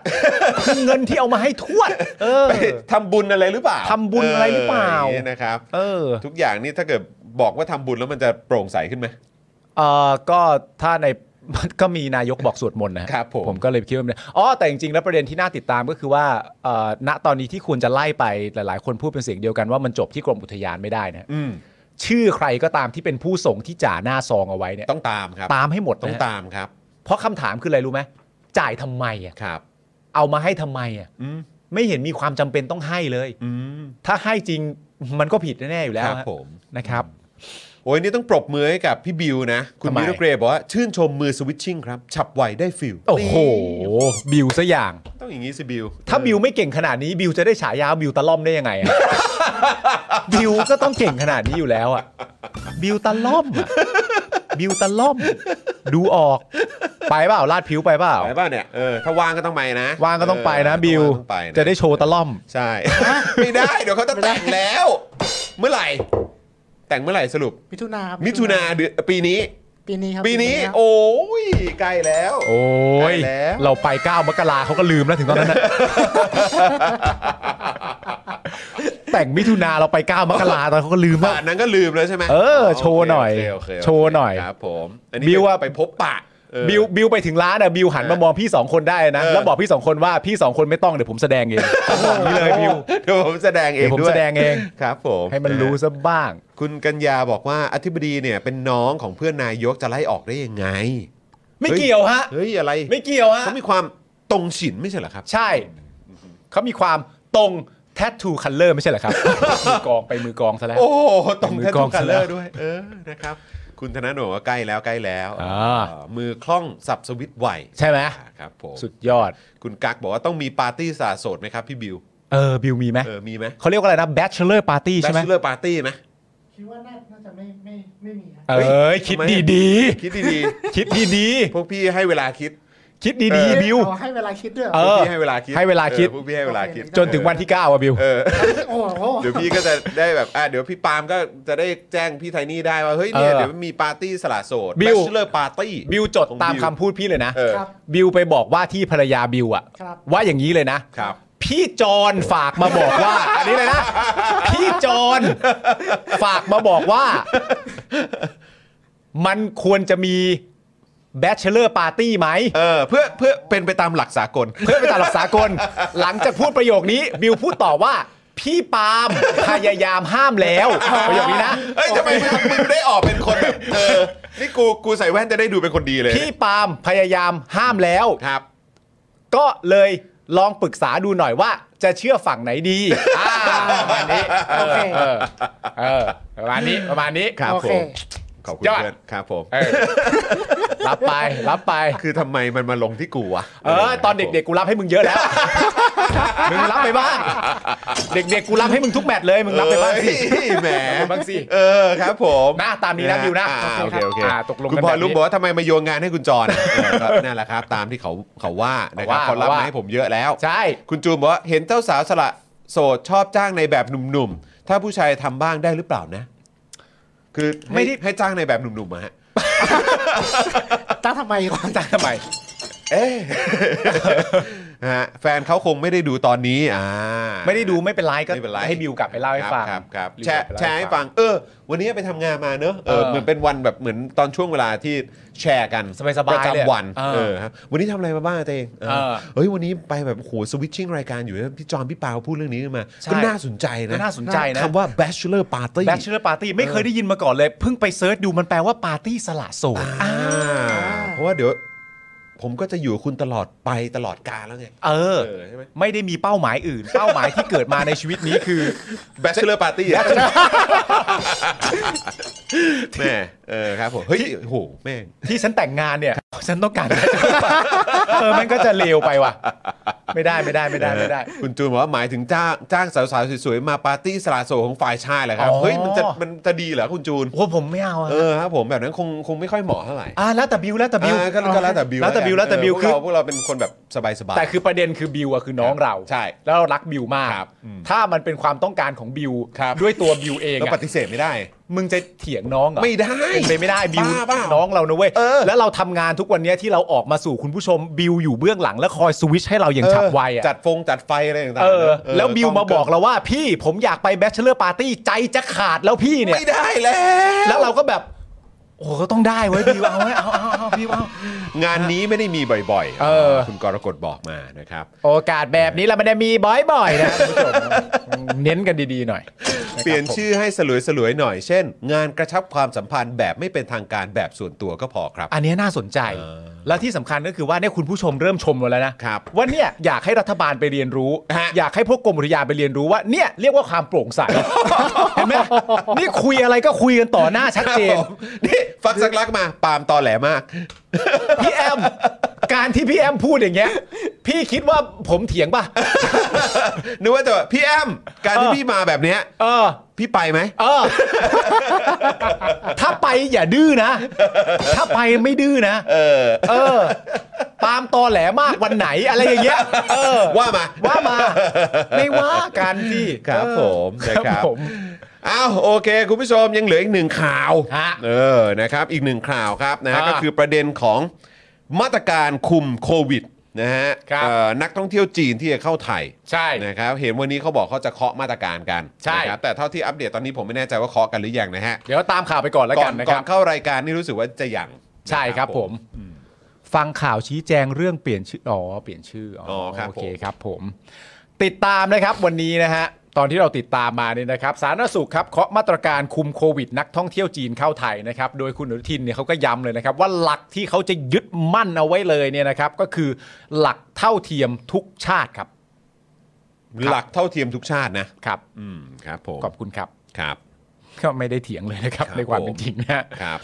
S2: คือเงินที่เอามาให้ทวด เออ
S1: ไปทำบุญอะไรหรือเปล่า
S2: ทำบุญอะไรหรือเปล่า
S1: ย่งงี้ยนะครับ
S2: เออ
S1: ทุกอย่างนี่ถ้าเกิดบอกว่าทำบุญแล้วมันจะโปร่งใสขึ้นไหม
S2: เออก็ถ้าใน ก็มีนายกบอกสวดมนต์นะครับ
S1: ผม
S2: ผมก็เลยคิดว่ามันอ๋อแต่จริงๆแล้วประเด็นที่น่าติดตามก็คือว่าเอ่อณตอนนี้ที่ควรจะไล่ไปหลายๆ คนพูดเป็นเสียงเดียวกันว่ามันจบที่กรมอุทยานไม่ได้นะ
S1: อืม
S2: ชื่อใครก็ตามที่เป็นผู้ส่งที่จ่าหน้าซองเอาไว้เนี่ย
S1: ต้องตามครับ
S2: ตามให้หมดนะ
S1: ต้อง
S2: ฮะ
S1: ตามครับ
S2: เพราะคำถามคืออะไรรู้ไหมจ่ายทำไมอ่ะ
S1: ครับ
S2: เอามาให้ทำไมอ่ะ
S1: อืม
S2: ไม่เห็นมีความจำเป็นต้องให้เลย
S1: อืม
S2: ถ้าให้จริงมันก็ผิดแน่ๆอยู่แล้ว
S1: ครับ
S2: ฮะ
S1: ผม
S2: นะครับ
S1: โอ้ยนี่ต้องปรบมือให้กับพี่บิวนะ คุณ
S2: ทำไม
S1: มิโรเกรบอกว่า ชื่นชมมือสวิตชิ่งครับ ฉับไวได้ฟิล
S2: โอ้โห บิวซะอย่าง
S1: นี่ต้องอย่างนี้สิบิว
S2: ถ้าบิวไม่เก่งขนาดนี้บิวจะได้ฉายาบิวตะล่อมได้ยังไง อะ บิวก็ต้องเก่งขนาดนี้อยู่แล้วอ่ะ บิวตะล่อมอะ บิวตะล่อม ดูออก ไปเปล่าลาดผิวไปเปล่า
S1: ไปบ้าเนี่ยเออถ้าว่างก็ต้องไปนะ
S2: ว่างก็ต้องไปนะ
S1: เ
S2: บิว
S1: ถ้าางต้องไปน
S2: จะได้โชว์ตะล่อม
S1: ใช่ ไม่ได้เดี๋ยวเขาจะแต่งแล้ว เมื่อไหร่ แต่งเมื่อไหร่สรุป
S4: มิถุนาครับ
S1: มิถุนาเดือนปีนี้
S4: ปีนี้ครับ
S1: ปีนี้
S4: ครับ
S1: โอ้ยใกล้แล้ว
S2: โอ้ย
S1: ใกล้แล้ว
S2: เราไป 9 มกราเขาก็ลืมแล้วถึงตอนนั้น นะ แต่งมิถุนาเราไป 9 มกราตอนเขาก็ลืมแล้
S1: ป่าว นนั้นก็ลืมแล้วใช่ไหม
S2: เออ
S1: โเค
S2: โชว์หน่อย
S1: โเคโเคโเค
S2: โชว์หน่อย
S1: ครับผม
S2: บิวอะ
S1: ไปพบปะเออ
S2: บิวบิวไปถึงร้านอ่ะบิวหันมามองพี่ 2 คนได้นะ
S1: เออ
S2: แล้วบอกพี่ 2 คนว่าพี่ 2 คนไม่ต้องเดี๋ยวผมแสดงเอง บอกอย่างนี้เลยบิว
S1: เดี๋ยวผมแสดงเอง
S2: เดี๋ยวผม
S1: ด้วย
S2: แสดงเอง
S1: ครับผม
S2: ให้มันรู้
S1: ะฮะ
S2: ซะบ้าง
S1: คุณกัญญาบอกว่าอธิบดีเนี่ยเป็นน้องของเพื่อนนายกจะไล่ออกได้ยังไง
S2: ไม่เกี่ยวฮะ
S1: เฮ้ยอะไร
S2: ไม่เกี่ยวฮะ
S1: เขามีความตรงฉินไม่ใช่เหรอครับ
S2: ใช่ เขามีความตรงแทททูคัลเลอร์ไม่ใช่เหรอครับ มือกองไปมือกองซะแล้ว
S1: โอ้ตรง
S2: มือ
S1: แท้
S2: ก
S1: ทุ
S2: อง
S1: กคันเลอ
S2: ซะแล้
S1: ร์
S2: ว
S1: ด้วย เออนะครับ คุณธนาหนูว่าใกล้แล้วใกล้แล้ว
S2: อ่า
S1: เออมือคล่องสับสวิตช์ไว
S2: ใช่ไหม
S1: ครับผม
S2: สุดยอด
S1: คุณกั๊กบอกว่าต้องมีปาร์ตี้สาโสดไหมครับพี่บิว
S2: เออบิวมีไหม
S1: เออมีไหม
S2: เขาเรียกว่าอะไรนะ bachelor party ใช่ไหม
S1: เลอร์ปาร์ตี้ไหม
S4: คิดว่าน่าน่าจะไม่ไม่ไม่มีครับ
S2: เอ
S1: เฮ้
S2: ้ย
S1: ย
S2: คิด
S1: ทำไม
S2: ดี
S1: อะ
S2: ดี
S1: คิดดี
S2: ๆ คิดดีดี
S1: ๆ พวกพี่ให้เวลาคิด
S2: ๆคิดดีดีๆบิว
S4: เอาให้เวลาคิดด้วยหร
S2: เอ
S4: อ
S2: อ
S1: พวกพี่ให้เวลาคิด
S2: ให้เวลาคิด
S1: ออพวกพี่ให้เวลาคิด
S2: จนถึงวันที่ 9อ่ะบิว
S1: เออ
S4: โอ้โห
S1: เดี๋ยวพี่ก็จะได้แบบ อ่ะเดี๋ยวพี่ปาล์มก็จะได้แจ้งพี่ไทนี่ได้ว่า เฮ้ยเนี่ย
S2: เออ
S1: เดี๋ยวมีปาร์ตี้สละโสด
S2: บิ
S1: แบ
S2: ว
S1: ชเลอร์ปาร์ตี้
S2: บิวจดตามคำพูดพี่เลยนะ
S1: เออ
S4: ครับ
S2: บิวไปบอกว่าที่ภรรยาบิวอะ
S4: ครับ
S2: ว่าอย่างนี้เลยนะ
S1: ครับ
S2: พี่จอนฝากมาบอก ว่า อันนี้เลยนะ พี่จอนฝากมาบอกว่า มันควรจะมี bachelor party ไหม
S1: เออ เพื่อเพื่อเป็นไปตามหลักสากล
S2: เพื่อไปตามหลักสากล หลังจากพูดประโยคนี้ บิวพูดต่อว่า พี่ปาล์มพยายามห้ามแล้ว ประโยคนี้นะ
S1: เอ้ยทำไมมึงมึงได้ออกเป็นคนแบบเออ นี่กูกูใส่แว่นจะได้ดูเป็นคนดีเลย
S2: พี่ปาล์มพยายามห้ามแล้ว
S1: ครับ
S2: ก็เลยลองปรึกษาดูหน่อยว่า จะเชื่อฝั่งไหนดีอ่าประมาณนี้
S4: โอเค
S2: เออเออประมาณนี้ประมาณนี้
S1: ครับ
S4: โอ
S1: ผ
S4: เค
S1: ม ขอบคุณ
S2: ยอด
S1: เพื่อนครับผม
S2: เออรับไปรับไป
S1: คือทำไมมันมาลงที่กูวะ
S2: เออ ตอนเด็กๆ กูรับให้มึงเยอะแล้ว มึงรับไปบ้าง เด็กๆ กูรับให้มึงทุกแมตช์เลย มึง
S1: เอ้
S2: รับ
S1: ย
S2: ไปบ้างสิ
S1: แหม
S2: รับไปบ้างสิ
S1: เออครับผม
S2: นะตามนี้นะดิวนะ
S1: อ่าโอเคโอเค
S2: อ่าตกลง
S1: คุ
S2: กั
S1: ณ
S2: น
S1: พลอ
S2: แบ
S1: ย
S2: บ
S1: รู้บ
S2: นี้
S1: อกว่าทำไมมาโยงงานให้คุณจรเออก็ นั่นแหละครับ ตามที่เขาเขาว่านะครับ
S2: เขาว่า
S1: เขารับ
S2: เขาว่า
S1: มาให้ผมเยอะแล้ว
S2: ใช่
S1: คุณจูนบอกว่าเห็นเจ้าสาวสละโสดชอบจ้างในแบบหนุ่มๆ ถ้าผู้ชายทำบ้างได้หรือเปล่านะ คือ
S2: ไม่
S1: ไม่
S2: ได้
S1: ได้ให้จ้างในแบบหนุ่มๆอะฮะ
S4: ตั้งทำไมก่อน
S2: จ้างทำไม
S1: เอ๊ะ ฮะแฟนเขาคงไม่ได้ดูตอนนี้อ่า
S2: ไม่ได้ดูไม่เป็นไรก็
S1: ไม่เป็นไร
S2: ให้บิวกลับไปเล่าให้ฟัง
S1: ครับครับ
S2: บิว
S1: แช
S2: กลั
S1: ร์
S2: บไปเล่า
S1: แชร์ให้ฟัง เออ วันนี้ไปทำงานมาเนอะเอ
S2: เออ
S1: อเหมือนเป็นวันแบบเหมือนตอนช่วงเวลาที่แชร์กัน
S2: สบายๆ
S1: ประ
S2: เลยอะ
S1: จำวัน
S2: เออ
S1: เออครับวันนี้ทำอะไรมาบ้างอะเตงเออ
S2: เออ
S1: เฮ้ยวันนี้ไปแบบโหสวิตชิ่งรายการอยู่นะพี่จอมพี่ปาวพูดเรื่องนี้ขึ้นมา
S2: ใช่
S1: ก็น่าสนใจนะ
S2: ก็น่าสนใจนะ
S1: คำว่า bachelor party
S2: Bachelor Party ไม่เคยได้ยินมาก่อนเลย เพิ่งไปเซิร์ชดูมันแปลว่าปาร์ตี้สละโสด
S1: อ่าเพราะว่าเดี๋ยว ผมก็จะอยู่กับคุณตลอดไปตลอดกาลแล้วไง
S2: เออ
S1: เออใช่ไหม
S2: ไม่ได้มีเป้าหมายอื่น เป้าหมายที่เกิดมาในชีวิตนี้ คือ
S1: Bachelor Party อะแม่เออครับผมเฮ้ยโอ้โหแม่ง
S2: ที่ฉันแต่งงานเนี่ย ฉันต้องการ เออมันก็จะเลวไปว่ะ ไม่ได้ไม่ได้ไม่ได้ไม่ได้
S1: คุณจูนบอกว่าหมายถึงจ้างจ้างสาวๆสวยๆมาปาร์ตี้สละโสดของฝ่ายชายเหรอครับ
S2: อ๋อ
S1: เฮ้ยมันจะมันจะดีเหรอคุณจูน
S2: โอ้ผมไม่เอาอะ
S1: เออครับผมแบบนั้นคงคงไม่ค่อยเหมาะเท่าไหร่
S2: อ่ะแล้วแต่บิวแล้วแต่บิว
S1: อ่าก็ก็แล้วแต่บิว
S2: แล้วแต่บิวแล้วแต่บิว
S1: เออ
S2: คือ
S1: พวกเราพวกเราเป็นคนแบบสบายๆ
S2: แต่คือประเด็นคือบิวอะคือน้องเรา
S1: ใช่
S2: แล้วเรารักบิวมาก
S1: ครับอืม
S2: ถ้ามันเป็นความต้องการของบิว
S1: ครับ
S2: ด้วยตัวบิวเอง
S1: ก็
S2: อะ
S1: ปฏิเสธไม่ได้
S2: มึงจะเถียงน้องเหรอ
S1: ไม่ได้
S2: เป็นไปไม่ได้บิว
S1: บ้าเปล่า
S2: น้องเรานะเว้ย
S1: เออ
S2: แล้วเราทำงานทุกวันเนี้ยที่เราออกมาสู่คุณผู้ชมบิวอยู่เบื้องหลังและคอยสวิตชให้เราอย่างฉับไวอะ
S1: จัดฟงจัดไฟอะไรต่างๆ
S2: เออ
S1: นะเออ
S2: แล้วบิวมาบอก
S1: ล้
S2: เราว่าพี่ผมอยากไปแบชเลอร์ปาร์ตี้ใจจะขาดแล้วพี่เนี่ย
S1: ไม่ได้แล้ว
S2: แล้วเราก็แบบ โอ้โหก็ต้องได้เว้ยบิวเอาเว้ยเอาเอาเอาบิวเอา
S1: งานนี้ไม่ได้มีบ่อย
S2: เออ
S1: คุณกรกฎบอกมานะครับ
S2: โอกาสแบบนี้เราไม่ได้มีบ่อยๆนะคุณผู้ชม เน้นกันดีๆหน่อย
S1: เปลี่ยนชื่อให้สลวยสลวยๆหน่อย เช่น งานกระชับความสัมพันธ์แบบไม่เป็นทางการแบบส่วนตัวก็พอครับ
S2: อันเนี้ยน่าสนใจ แล้วที่สำคัญก็คือว่าเนี่ยคุณผู้ชมเริ่มชมเราแล้วนะครับ ว่าเนี่ยอยากให้รัฐบาลไปเรียนรู้
S1: ฮะ
S2: อยากให้พวกกรมอุทยานไปเรียนรู้ว่าเนี่ยเรียกว่าความโปร่งใส เห็นไหมนี่คุยอะไรก็คุยกันต่อหน้าชัดเจน
S1: ครับผมนี่ฟักสักลักมา ปาล์มตอแหลมาก
S2: พี่แอม การที่พี่แอมพูดอย่างเงี้ย พี่คิดว่าผมเถียงป่ะ
S1: นึกว่าจะแบบพี่แอม การที่
S2: เออ
S1: พี่มาแบบเนี้ย
S2: เออ
S1: พี่ไปไหม
S2: เออ ถ้าไปอย่าดื้อนะ ถ้าไปไม่ดื้อนะ เออ เออ ปาล์มตอแหลมากวันไหนอะไรอย่างเงี้ย เออ
S1: ว่ามา
S2: ว่ามา ไม่ว่ากันที่
S1: ครับผมนะ
S2: ค
S1: ค
S2: รั
S1: รั
S2: บบ ผม
S1: อ้าวโอเค คุณผู้ชมยังเหลืออีกหนึ่งข่าว
S2: ฮะ
S1: เออนะครับอีกหนึ่งข่าวครับนะฮะ
S2: อ่า
S1: ก็คือประเด็นของมาตรการคุมโควิดนะฮะ
S2: ครับ
S1: เอ่อนักท่องเที่ยวจีนที่จะเข้าไทย
S2: ใช่
S1: นะครับเห็นวันนี้เขาบอกเขาจะเคาะมาตรการกัน
S2: ใช่
S1: นะครับแต่เท่าที่อัปเดตตอนนี้ผมไม่แน่ใจว่าเคาะกันหรือยังนะฮะ
S2: เดี๋ยวตามข่าวไปก่อนแล้ว
S1: ก่
S2: กั
S1: อน น
S2: นะค
S1: ก่อ
S2: รั
S1: น
S2: บ
S1: เข้ารายการนี่รู้สึกว่าจะยัง
S2: ใช่ครับ
S1: นะ
S2: ผม ฟังข่าวชี้แจงเรื่องเปลี่ยนชื่อ อ๋อ เปลี่ยนชื่อ อ๋ออ
S1: อครับ
S2: โอเค
S1: ผม
S2: ครับผม ติดตามนะครับวันนี้นะฮะ ตอนที่เราติดตามมาเนี่ยนะครับ สาธารณสุขครับเคาะมาตรการคุมโควิด นักท่องเที่ยวจีนเข้าไทยนะครับ โดยคุณอนุทินเนี่ยเขาก็ย้ำเลยนะครับ ว่าหลักที่เขาจะยึดมั่นเอาไว้เลยเนี่ยนะครับ ก็คือหลักเท่าเทียมทุกชาติครับ
S1: หลักเท่าเทียมทุกชาตินะครับ อืมครับผม
S2: ขอบคุณครับ
S1: ครับ
S2: ก็ไม่ได้เถียงเลยนะครับ
S1: ครับ
S2: ในความเป็นจริงนะฮะ
S1: ครับ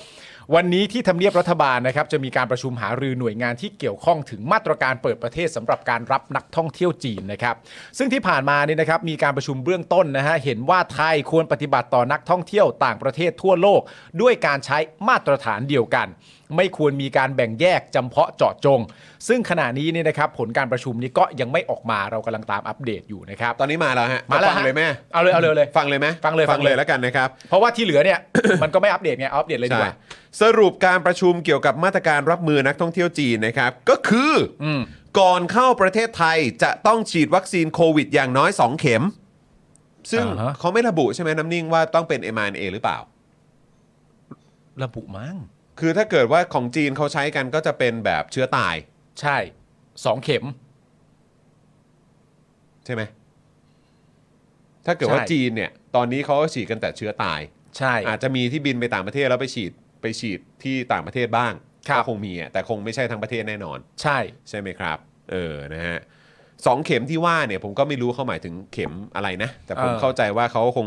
S2: วันนี้ที่ทำเนียบรัฐบาลนะครับจะมีการประชุมหารือหน่วยงานที่เกี่ยวข้องถึงมาตรการเปิดประเทศสำหรับการรับนักท่องเที่ยวจีนนะครับ ซึ่งที่ผ่านมาเนี่ยนะครับมีการประชุมเบื้องต้นนะฮะเห็นว่าไทยควรปฏิบัติต่อนักท่องเที่ยวต่างประเทศทั่วโลก ด้วยการใช้มาตรฐานเดียวกัน ไม่ควรมีการแบ่งแยกจำเพาะเจาะจง ซึ่งขณะนี้เนี่ยนะครับผลการประชุมนี้ก็ยังไม่ออกมาเรากำลังตามอัปเดตอยู่นะครับ
S1: ตอนนี้มาแล้วฮะ
S2: มาแล้ว
S1: ฟัง
S2: ฮะ
S1: เลยแม่
S2: เอาเลยเอาเลยเอาเลย
S1: ฟังเลยไหม
S2: ฟังเลยฟั
S1: ฟั
S2: ง
S1: ง
S2: เล
S1: เลย ยแล้วกันนะครับ
S2: เพราะว่าที่เหลือเนี่ย มันก็ไม่อัปเดตไงเอาอัปเดตเลยดีกว่า
S1: ใช่สรุปการประชุมเกี่ยวกับมาตรการรับมือนักท่องเที่ยวจีนนะครับ ก็คืออ
S2: ม
S1: ก่อนเข้าประเทศไทยจะต้องฉีดวัคซีนโควิดอย่างน้อย 2 เข็ม ซึ่งเขาไม่ระบุใช่ไหมน้ำนิ่งว่าต้องเป็น m r n a หรือเปล่า
S2: ระบุมั้ง
S1: คือถ้าเกิดว่าของจีนเขาใช้กันก็จะเป็นแบบเชื้อตาย
S2: ใช่สองเข็ม
S1: ใช่ไหมถ้าเกิดว่า
S2: ใช่
S1: จีนเนี่ย ตอนนี้เขาก็ฉีดกันแต่เชื้อตาย
S2: ใช่
S1: อาจจะมีที่บินไปต่างประเทศแล้วไปฉีดไปฉีดที่ต่างประเทศบ้าง
S2: ครับ
S1: ก็คงมีอะแต่คงไม่ใช่ทั้งประเทศแน่นอน
S2: ใช่
S1: ใช่ไหมครับ เออ นะฮะสองเข็มที่ว่าเนี่ย ผมก็ไม่รู้เขาหมายถึงเข็มอะไรนะ แต่ผม
S2: เออ
S1: เข้าใจว่าเขาคง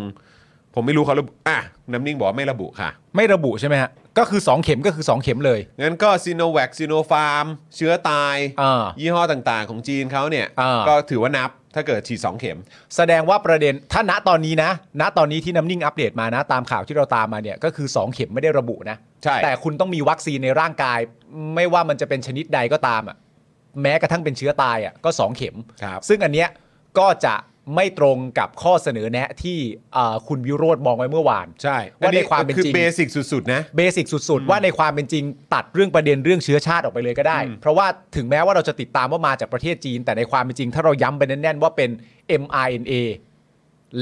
S1: ผมไม่รู้เขาระบุอ่ะน้ำนิ่งบอกว่าไม่ระบุค่ะ
S2: ไม่ระบุใช่ไหมฮะ ก็คือ 2 เข็มก็คือ 2 เข็มเลย
S1: งั้นก็ซีโนแวคซีโนฟาร์มเชื้อตาย
S2: อ่า
S1: ยี่ห้อต่างๆ ของจีนเขาเนี่ย
S2: อ่า
S1: ก็ถือว่านับถ้าเกิดฉีด 2 เข็ม
S2: แสดงว่าประเด็นถ้าณตอนนี้นะ ณตอนนี้ที่น้ำนิ่งอัปเดตมานะ ตามข่าวที่เราตามมาเนี่ยก็คือ 2 เข็มไม่ได้ระบุนะ
S1: ใช่
S2: แต่คุณต้องมีวัคซีนในร่างกาย ไม่ว่ามันจะเป็นชนิดใดก็ตามอ่ะแม้กระทั่งเป็นเชื้อตายอ่ะก็ 2 เข็ม
S1: ครับ
S2: ซึ่งอันเนี้ยก็จะไม่ตรงกับข้อเสนอแนะที่เอ่อคุณวิโรธมองไว้เมื่อวาน
S1: ใช่
S2: ว่าในความเป็นจริง
S1: คือเบสิกสุด ๆ นะ
S2: เบสิกสุด ๆ ว่าในความเป็นจริงตัดเรื่องประเด็นเรื่องเชื้อชาติออกไปเลยก็ได้ เพราะว่าถึงแม้ว่าเราจะติดตามว่ามาจากประเทศจีน แต่ในความเป็นจริง ถ้าเราย้ำไปแน่นๆว่าเป็น mRNA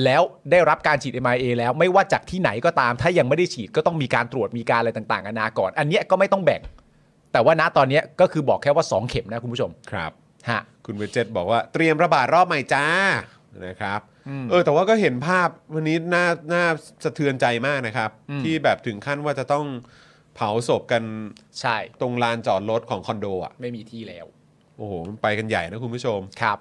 S2: แล้วได้รับการฉีด mRNA แล้วไม่ว่าจากที่ไหนก็ตาม ถ้ายังไม่ได้ฉีดก็ต้องมีการตรวจมีการอะไรต่างๆนานาก่อน อันเนี้ยก็ไม่ต้องแบ่ง แต่ว่าณตอนเนี้ยก็คือบอกแค่ว่า 2 เข็มนะคุณผู้ชม
S1: ครับ
S2: ฮะ
S1: คุณเวจเจตบอกว่าเตรียมระบาดรอบใหม่จ้า นะครับ เออ แต่ว่าก็เห็นภาพวันนี้น่าน่าสะเทือนใจมากนะครับ ที่แบบถึงขั้นว่าจะต้องเผาศพกัน
S2: ใช่
S1: ตรงลานจอดรถของคอนโดอ่ะ
S2: ไม่มีที่แล้ว
S1: โอ้โห มันไปกันใหญ่นะคุณผู้ชม
S2: ครับ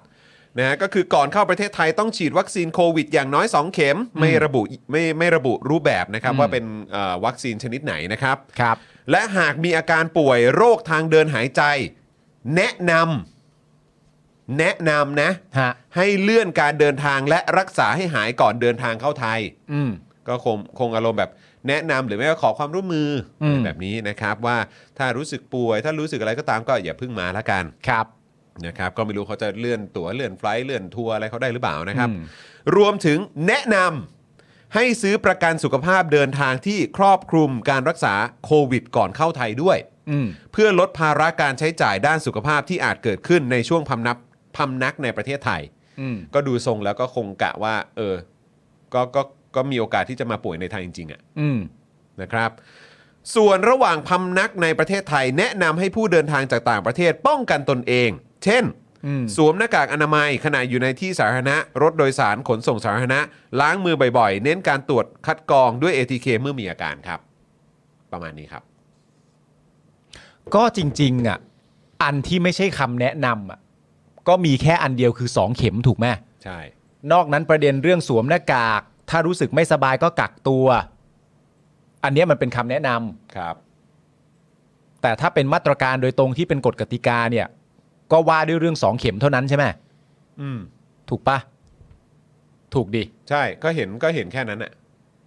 S1: นะฮะก็คือก่อนเข้าประเทศไทยต้องฉีดวัคซีนโควิดอย่างน้อย 2 เข็ม ไม่ระบุไม่ไม่ระบุรูปแบบนะครับ ว่าเป็นเอ่อวัคซีนชนิดไหนนะครับ
S2: ครับ
S1: และหากมีอาการป่วยโรคทางเดินหายใจ แนะนำแนะนำนะ
S2: ฮะ
S1: ให้เลื่อนการเดินทางและรักษาให้หายก่อนเดินทางเข้าไทย
S2: อืม
S1: ก็คงคงอารมณ์แบบแนะนำหรือไม่ก็ขอความร่วมมืออ
S2: ม
S1: แบบนี้นะครับ ว่าถ้ารู้สึกป่วย ถ้ารู้สึกอะไรก็ตามก็อย่าเพิ่งมาละกัน
S2: ครับ
S1: นะครับก็ไม่รู้เขาจะเลื่อนตั๋วเลื่อนไฟลท์เลื่อนทัวร์อะไรเขาได้หรือเปล่านะครับ
S2: อืม
S1: รวมถึงแนะนำให้ซื้อประกันสุขภาพเดินทางที่ครอบคลุมการรักษาโควิดก่อนเข้าไทยด้วย
S2: อืม
S1: เพื่อลดภาระการใช้จ่ายด้านสุขภาพที่อาจเกิดขึ้นในช่วงพำนับพำนักในประเทศไทย
S2: อืม
S1: ก็ดูทรงแล้วก็คงกะว่า เออก็ก็ก็มีโอกาสที่จะมาป่วยในไทยจริงๆอ่ะ
S2: อืม
S1: นะครับ ส่วนระหว่างพำนักในประเทศไทย แนะนำให้ผู้เดินทางจากต่างประเทศป้องกันตนเอง เช่น
S2: อืม
S1: สวมหน้ากากอนามัยขณะอยู่ในที่สาธารณะ รถโดยสารขนส่งสาธารณะ ล้างมือบ่อยๆ เน้นการตรวจคัดกรองด้วย ATK เมื่อมีอาการครับ ประมาณนี้ครับ
S2: ก็จริงๆอ่ะอันที่ไม่ใช่คำแนะนำอ่ะก็มีแค่อันเดียวคือ 2 เข็มถูกไหม
S1: ใช่
S2: นอกนั้นประเด็นเรื่องสวมหน้ากาก ถ้ารู้สึกไม่สบายก็กักตัว อันเนี้ยมันเป็นคำแนะนำ
S1: ครับ
S2: แต่ถ้าเป็นมาตรการโดยตรงที่เป็นกฎกติกาเนี่ย ก็ว่าด้วยเรื่องสองเข็มเท่านั้นใช่ไหม
S1: อืม
S2: ถูกปะถูกดิ
S1: ใช่ ก็เห็นก็เห็นแค่นั้นน่ะ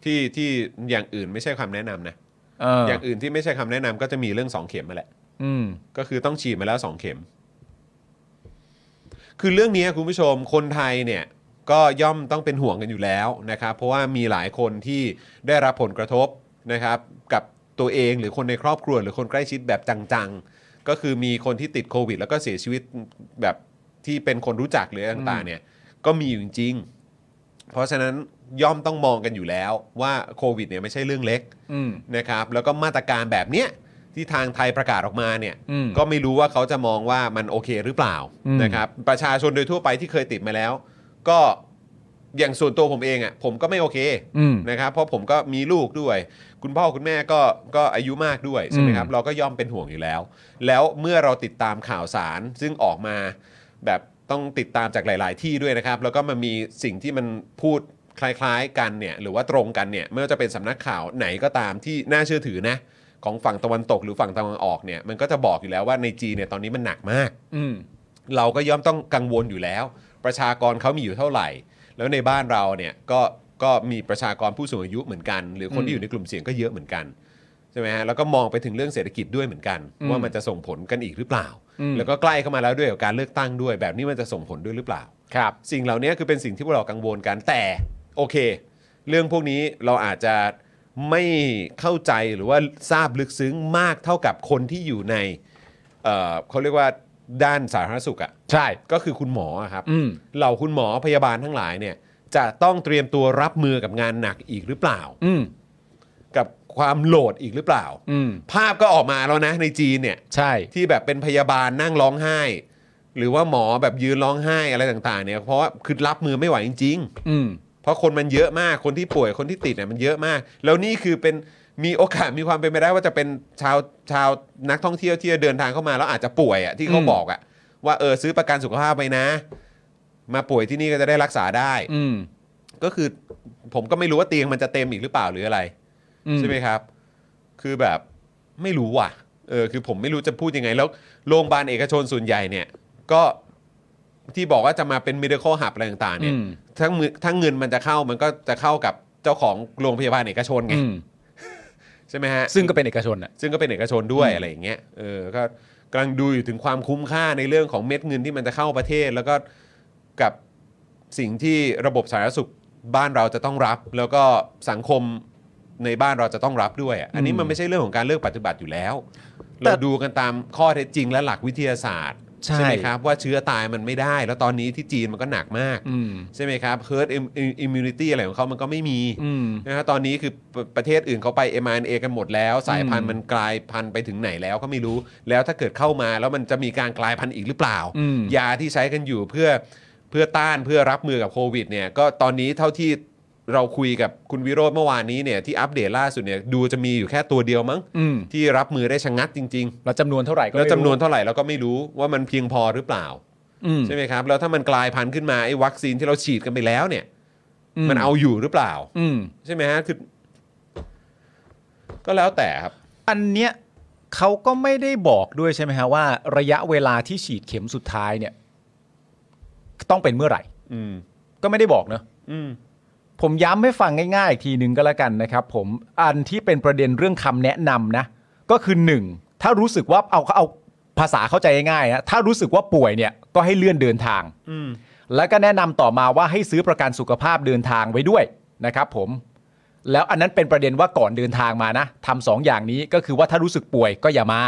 S1: ที่ที่อย่างอื่นไม่ใช่คำแนะนำนะ
S2: เออ
S1: อย่างอื่นที่ไม่ใช่คำแนะนำก็จะมีเรื่องสองเข็มมาแหละ
S2: อืม
S1: ก็คือต้องฉีดมาแล้ว 2 เข็ม คือเรื่องนี้คุณผู้ชมคนไทยเนี่ยก็ย่อมต้องเป็นห่วงกันอยู่แล้วนะครับ เพราะว่ามีหลายคนที่ได้รับผลกระทบนะครับ กับตัวเองหรือคนในครอบครัวหรือคนใกล้ชิดแบบจังๆ ก็คือมีคนที่ติดโควิด แล้วก็เสียชีวิตแบบที่เป็นคนรู้จักหรืออะไรต่างๆเนี่ยก็มีอยู่จริง เพราะฉะนั้นย่อมต้องมองกันอยู่แล้วว่าโควิดเนี่ยไม่ใช่เรื่องเล็ก
S2: อืม
S1: นะครับแล้วก็มาตรการแบบเนี้ยที่ทางไทยประกาศออกมาเนี่ย
S2: อืม
S1: ก็ไม่รู้ว่าเขาจะมองว่ามันโอเคหรือเปล่า
S2: อืม
S1: นะครับประชาชนโดยทั่วไปที่เคยติดมาแล้ว ก็อย่างส่วนตัวผมเองอะ่ะผมก็ไม่โอเค
S2: อืม
S1: นะครับเพราะผมก็มีลูกด้วย คุณพ่อคุณแม่ก็ก็อายุมากด้วยใช่ไหมครับ
S2: อืม
S1: เราก็ย่อมเป็นห่วงอยู่แล้ว แล้วเมื่อเราติดตามข่าวสารซึ่งออกมาแบบต้องติดตามจากหลาย ๆ ที่ด้วยนะครับ แล้วก็มันมีสิ่งที่มันพูดคล้าย ๆ กันเนี่ยหรือว่าตรงกันเนี่ยไม่ว่าจะเป็นสำนักข่าวไหนก็ตามที่น่าเชื่อถือนะของฝั่งตะวันตกหรือฝั่งตะวันออกเนี่ยมันก็จะบอกอยู่แล้วว่าในจีนเนี่ยตอนนี้มันหนักมาก
S2: อืม
S1: เราก็ย่อมต้องกังวลอยู่แล้ว ประชากรเขามีอยู่เท่าไหร่ แล้วในบ้านเราเนี่ยก็ก็มีประชากรผู้สูงอายุเหมือนกัน หรือคนที่อยู่ในกลุ่มเสี่ยงก็เยอะเหมือนกันใช่ไหมฮะแล้วก็มองไปถึงเรื่องเศรษฐกิจด้วยเหมือนกัน
S2: อืม
S1: ว่ามันจะส่งผลกันอีกหรือเปล่า
S2: อืม
S1: แล้วก็ใกล้เข้ามาแล้วด้วยกับการเลือกตั้งด้วย แบบนี้มันจะส่งผลด้วยหรือเปล่า
S2: ครับ
S1: สิ่งเหล่านี้คือเป็นสิ่งที่พวกเรากังวลกันแต่โอเค เรื่องพวกนี้เราอาจจะไม่เข้าใจหรือว่าทราบลึกซึ้งมากเท่ากับคนที่อยู่ในเอ่อเขาเรียกว่าด้านสาธารณสุขอะ
S2: ใช่
S1: ก็คือคุณหมออะครับ
S2: อืม
S1: เหล่าคุณหมอพยาบาลทั้งหลายเนี่ยจะต้องเตรียมตัวรับมือกับงานหนักอีกหรือเปล่า
S2: อืม
S1: กับความโหลดอีกหรือเปล่า
S2: อืม
S1: ภาพก็ออกมาแล้วนะในจีนเนี่ย
S2: ใช่
S1: ที่แบบเป็นพยาบาลนั่งร้องไห้ หรือว่าหมอแบบยืนร้องไห้อะไรต่างๆเนี่ยเพราะว่าคือรับมือไม่ไหวจริง
S2: อืม
S1: ๆ เพราะคนมันเยอะมากคนที่ป่วยคนที่ติดเนี่ยมันเยอะมาก แล้วนี่คือเป็นมีโอกาสมีความเป็นไปได้ว่าจะเป็นชาวชาวนักท่องเที่ยวที่จะเดินทางเข้ามาแล้วอาจจะป่วยอ่ะที่เขา
S2: อืม
S1: บอกอ่ะว่าเออซื้อประกันสุขภาพไปนะ มาป่วยที่นี่ก็จะได้รักษาได้
S2: อืม
S1: ก็คือผมก็ไม่รู้ว่าเตียงมันจะเต็มอีกหรือเปล่าหรืออะไร
S2: อื
S1: ใช่ไหมครับ คือแบบ ไม่รู้ว่ะเออคือผมไม่รู้จะพูดยังไง แล้วโรงพยาบาลเอกชนส่วนใหญ่เนี่ย ก็ที่บอกว่าจะมาเป็นมิเด c ค e หับอะไรต่างๆเนี่ย
S2: อืม
S1: ทั้งมือทั้งเงินมันจะเข้ามันก็จะเข้ากับเจ้าของโรงพยาบาลเอกชนไง
S2: อืม
S1: ใช่ไหมฮะ
S2: ซึ่งก็เป็นเอกชนอ่ะ
S1: ซึ่งก็เป็นเอกชนด้วย
S2: อืม
S1: อะไรอย่างเงี้ย เออ ก็กำลังดูอยู่ถึงความคุ้มค่าในเรื่องของเม็ดเงินที่มันจะเข้าประเทศ แล้วก็กับสิ่งที่ระบบสาธารณสุขบ้านเราจะต้องรับ แล้วก็สังคมในบ้านเราจะต้องรับด้วยอะอันนี้มันไม่ใช่เรื่องของการเลือกปฏิบัติอยู่แล้ว เราดูกันตามข้อเท็จจริงและหลักวิทยาศาสตร์
S2: ใช่
S1: ไหมครับ ว่าเชื้อตายมันไม่ได้ แล้วตอนนี้ที่จีนมันก็หนักมาก
S2: อืม
S1: ใช่ไหมครับ herd im- immunity อะไรของเขามันก็ไม่มี
S2: อืม
S1: นะฮะตอนนี้คือปประเทศอื่นเขาไป mRNA กันหมดแล้ว สายพัน
S2: อื
S1: ธุ์
S2: ม
S1: มันกลายพันธุ์ไปถึงไหนแล้วก็ไม่รู้ แล้วถ้าเกิดเข้ามาแล้วมันจะมีการกลายพันธุ์อีกหรือเปล่า
S2: อืม
S1: ยาที่ใช้กันอยู่เพื่อเพื่อต้านเพื่อรับมือกับโควิดเนี่ยก็ตอนนี้เท่าที่เราคุยกับคุณวิโรธเมื่อวานนี้เนี่ยที่อัปเดตล่าสุดเนี่ยดูจะมีอยู่แค่ตัวเดียวมั้ง
S2: อืม
S1: ที่รับมือได้ชะงักจริง
S2: แล้วจำนวนเท่าไหร่
S1: ๆ
S2: ก็
S1: แล้ว
S2: ไม่รู้
S1: จำนวนเท่าไหร่เราก็ไม่รู้ว่ามันเพียงพอหรือเปล่า
S2: อืม
S1: ใช่ไหมครับแล้วถ้ามันกลายพันธุ์ขึ้นมาไอ้วัคซีนที่เราฉีดกันไปแล้วเนี่ย
S2: ม
S1: มันเอาอยู่หรือเปล่า
S2: อืม
S1: ใช่ไหมฮะคือ ก็แล้วแต่ครับ
S2: อันเนี้ยเขาก็ไม่ได้บอกด้วยใช่ไหมฮะว่า ระยะเวลาที่ฉีดเข็มสุดท้ายเนี่ย ต้องเป็นเมื่อไหร่
S1: อืม
S2: ก็ไม่ได้บอกเนอะ
S1: อืม
S2: ผมย้ำให้ฟังง่ายๆอีกทีหนึ่งก็แล้วกันนะครับ ผมอันที่เป็นประเด็นเรื่องคำแนะนำนะ ก็คือหนึ่งถ้ารู้สึกว่าเอาเอาภาษาเข้าใจง่ายๆนะถ้ารู้สึกว่าป่วยเนี่ยก็ให้เลื่อนเดินทาง
S1: อืม
S2: แล้วก็แนะนำต่อมาว่าให้ซื้อประกันสุขภาพเดินทางไว้ด้วยนะครับผม แล้วอันนั้นเป็นประเด็นว่าก่อนเดินทางมานะทำสองอย่างนี้ก็คือว่าถ้ารู้สึกป่วยก็อย่ามา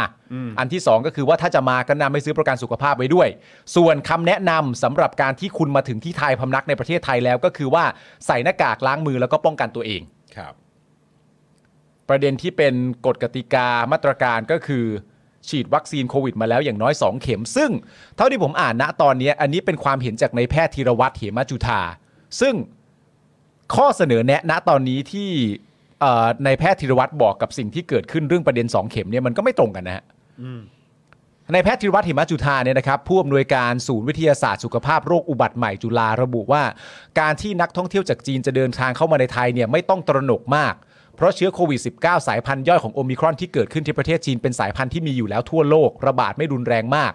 S2: อันที่สองก็คือว่าถ้าจะมาก็แนะนำให้ซื้อประกันสุขภาพไว้ด้วย ส่วนคำแนะนำสำหรับการที่คุณมาถึงที่ไทยพำนักในประเทศไทยแล้วก็คือว่าใส่หน้ากากล้างมือแล้วก็ป้องกันตัวเอง
S1: ครับ
S2: ประเด็นที่เป็นกฎกติกามาตรการก็คือ ฉีดวัคซีนโควิดมาแล้วอย่างน้อย 2 เข็ม ซึ่ง เท่าที่ผมอ่านณตอนนี้ อันนี้เป็นความเห็นจากในายแพทย์ธีรวัตรเหมจุธาซึ่งข้อเสนอแนะณตอนนี้ที่เอ่อในายแพทย์ธีรวัตรบอกกับสิ่งที่เกิดขึ้นเรื่องประเด็น 2 เข็มเนี่ยมันก็ไม่ตรงกันนะฮะ ในแพทย์ธีรวัตรเหมจุธาเนี่ยนะครับผู้อำนวยการศูนย์วิทยาศาสตร์สุขภาพโรคอุบัติใหม่จุฬาระบุว่า การที่นักท่องเที่ยวจากจีนจะเดินทางเข้ามาในไทยเนี่ยไม่ต้องตระหนกมาก เพราะเชื้อโควิด -19 สายพันธุ์ย่อยของโอมิครอนที่เกิดขึ้นที่ประเทศจีนเป็นสายพันธุ์ที่มีอยู่แล้วทั่วโลก ระบาดไม่รุนแรงมาก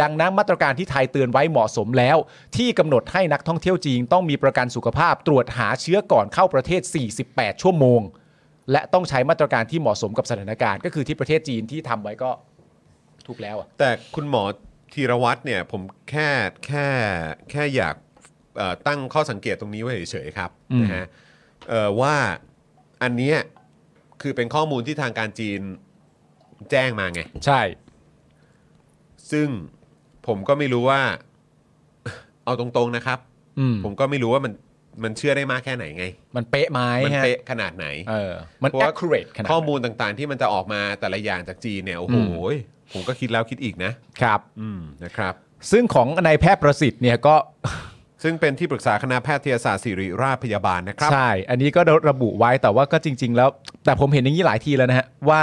S2: ดังนั้นมาตรการที่ไทยเตือนไว้เหมาะสมแล้ว ที่กำหนดให้นักท่องเที่ยวจีนต้องมีประกันสุขภาพตรวจหาเชื้อก่อนเข้าประเทศ 48 ชั่วโมง และต้องใช้มาตรการที่เหมาะสมกับสถานการณ์ ก็คือที่ประเทศจีนที่ทำไว้ก็ถูกแล้วอะ
S1: แต่คุณหมอธีรวัตรเนี่ย ผมแค่แค่แค่อยากเอ่อตั้งข้อสังเกตตรงนี้ไว้เฉยๆครับ
S2: อืม
S1: นะฮะเอ่อว่าอันเนี้ยคือเป็นข้อมูลที่ทางการจีนแจ้งมาไง
S2: ใช่
S1: ซึ่งผมก็ไม่รู้ว่า เอาตรงๆนะครับ
S2: อืม
S1: ผมก็ไม่รู้ว่ามันมันเชื่อได้มากแค่ไหนไง
S2: มันเป๊ะไหม
S1: มัน
S2: ฮ
S1: เป๊ะขนาดไหน
S2: เออ มัน
S1: เพราะว่า
S2: accurate ขนาด
S1: ข้อ
S2: ไหน
S1: มูลต่างๆที่มันจะออกมาแต่ละอย่างจากจีนเนี่ยโอ้โห
S2: อื
S1: ผมก็คิดแล้วคิดอีกนะครับ อืมนะครับ
S2: ซึ่งของนายแพทย์ประสิทธิ์เนี่ยก็
S1: ซึ่งเป็นที่ปรึกษาคณะแพทยศาสตร์ศิริราชพยาบาลนะครับ
S2: ใช่ อันนี้ก็ระบุไว้แต่ว่าก็จริง ๆ แล้ว แต่ผมเห็นอย่างนี้หลายทีแล้วนะฮะ ว่า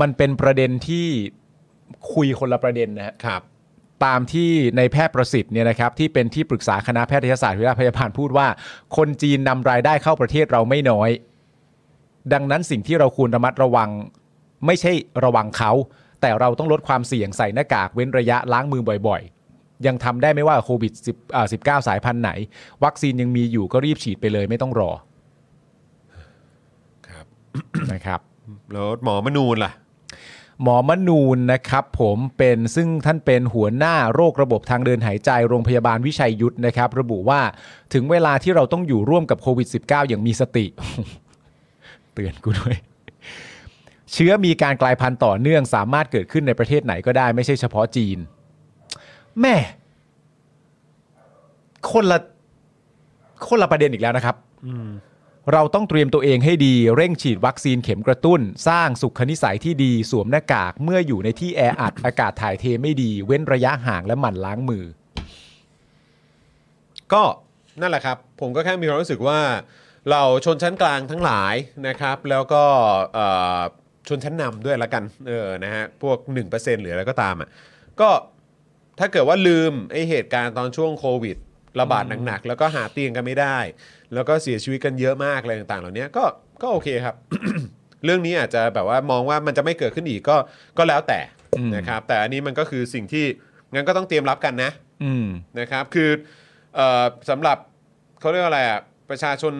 S2: มันเป็นประเด็นที่คุยคนละประเด็นนะฮะ
S1: ครับ
S2: ตามที่ในายแพทย์ประสิทธิ์เนี่ยนะครับที่เป็นที่ปรึกษาคณะแพทยศาสตร์วิทยาพยาบาลพูดว่า คนจีนนำรายได้เข้าประเทศเราไม่น้อย ดังนั้นสิ่งที่เราควรระมัดระวัง ไม่ใช่ระวังเขา แต่เราต้องลดความเสี่ยงใส่หน้ากากเว้นระยะล้างมือบ่อยๆ ยังทำได้ไม่ว่าโควิด10อ่า19 สายพันธุ์ไหน วัคซีนยังมีอยู่ก็รีบฉีดไปเลยไม่ต้องรอ
S1: ครับ
S2: นะครับ
S1: แล้วหมอมนูนล่ะ
S2: หมอมนูนนะครับผมเป็นซึ่งท่านเป็นหัวหน้าโรคระบบทางเดินหายใจโรงพยาบาลวิชัยยุทธนะครับ ระบุว่าถึงเวลาที่เราต้องอยู่ร่วมกับโควิด -19 อย่างมีสติ เตือนกูด้วย เชื้อมีการกลายพันธุ์ต่อเนื่องสามารถเกิดขึ้นในประเทศไหนก็ได้ไม่ใช่เฉพาะจีน แม่ คนละคนละประเด็นอีกแล้วนะครับ เราต้องเตรียมตัวเองให้ดี เร่งฉีดวัคซีนเข็มกระตุ้น สร้างสุขนิสัยที่ดี สวมหน้ากากเมื่ออยู่ในที่แออัด อากาศถ่ายเทไม่ดี เว้นระยะห่างและหมั่นล้างมือ
S1: ก็นั่นแหละครับ ผมก็แค่มีความรู้สึกว่า เราชนชั้นกลางทั้งหลายนะครับ แล้วก็เอ่อชนชั้นนำด้วยละกันเออนะฮะพวก 1%หรืออะไรก็ตามอ่ะก็ถ้าเกิดว่าลืมไอเหตุการณ์ตอนช่วงโควิด ระบาดหนักๆ แล้วก็หาเตียงกันไม่ได้ แล้วก็เสียชีวิตกันเยอะมากอะไรต่างๆ เหล่านี้ก็ก็โอเคครับ เรื่องนี้อาจจะแบบว่ามองว่ามันจะไม่เกิดขึ้นอีกก็ก็แล้วแต่นะครับแต่อันนี้มันก็คือสิ่งที่งั้นก็ต้องเตรียมรับกันนะ
S2: อืม
S1: นะครับคือเอ่อสำหรับเขาเรียกว่าอะไรอ่ะประชาชน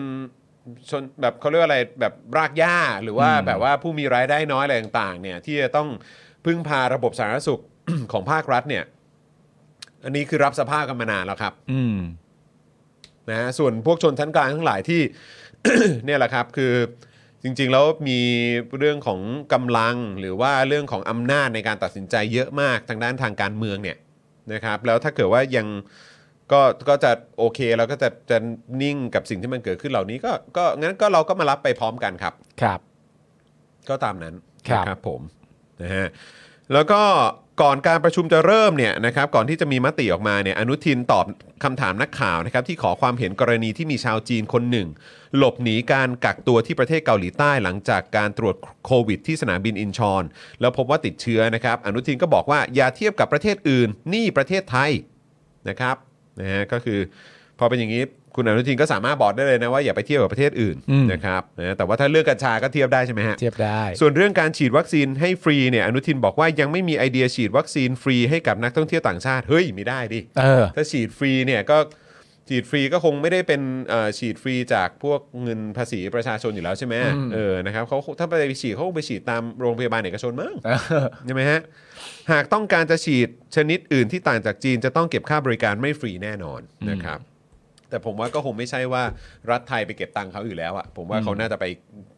S1: ชนแบบเขาเรียกว่าอะไรแบบรากหญ้าหรือว่า
S2: อืม
S1: แบบว่าผู้มีรายได้น้อยอะไรต่างๆเนี่ยที่จะต้องพึ่งพาระบบสาธารณสุข ของภาครัฐเนี่ยอันนี้คือรับสภาพกันมานานแล้วครับ
S2: อืม
S1: นะฮะส่วนพวกชนชั้นกลางทั้งหลายที่ เนี่ยแหละครับคือจริงๆแล้วมีเรื่องของกำลังหรือว่าเรื่องของอำนาจในการตัดสินใจเยอะมากทางด้านทางการเมืองเนี่ย นะครับแล้วถ้าเกิดว่ายังก็ก็จะโอเคแล้วก็จะจะนิ่งกับสิ่งที่มันเกิดขึ้นเหล่านี้ก็ก็งั้นก็เราก็มารับไปพร้อมกันครับ
S2: ครับ
S1: ก็ตามนั้น
S2: ครับ
S1: นะผมนะฮะแล้วก็ก่อนการประชุมจะเริ่มเนี่ยนะครับก่อนที่จะมีมติออกมาเนี่ยอนุทินตอบคำถามนักข่าวนะครับที่ขอความเห็นกรณีที่มีชาวจีนคนหนึ่ง หลบหนีการกักตัวที่ประเทศเกาหลีใต้หลังจากการตรวจโควิดที่สนามบินอินชอน แล้วพบว่าติดเชื้อนะครับอนุทินก็บอกว่าอย่าเทียบกับประเทศอื่น นี่ประเทศไทยนะครับนะฮะก็คือพอเป็นอย่างนี้คุณอนุทินก็สามารถบอกได้เลยนะว่าอย่าไปเทียบกับประเทศอื่น
S2: อืม
S1: นะครับนะแต่ว่าถ้าเลือกกัญชาก็เทียบได้ใช่ไหมฮะ
S2: เทียบได้
S1: ส่วนเรื่องการฉีดวัคซีนให้ฟรีเนี่ยอนุทินบอกว่ายังไม่มีไอเดียฉีดวัคซีนฟรีให้กับนักท่องเที่ยวต่างชาติ เฮ้ยไม่ได้ดิ
S2: เออ
S1: ถ้าฉีดฟรีเนี่ยก็ฉีดฟรีก็คงไม่ได้เป็นเอ่อฉีดฟรีจากพวกเงินภาษีประชาชนอยู่แล้วใช่ไหมเออนะครับเขาถ้าไปฉีดเขาคงไปฉีดตามโรงพยาบาลเอกชนมั้ง ใช่ไหมฮะ หากต้องการจะฉีดชนิดอื่นที่ต่างจากจีนจะต้องเก็บค่าบริการไม่ฟรีแน่นอนนะครับ แต่ผมว่าก็คงไม่ใช่ว่ารัฐไทยไปเก็บตังค์เขาอยู่แล้วอะผมว่าเขาน่าจะไป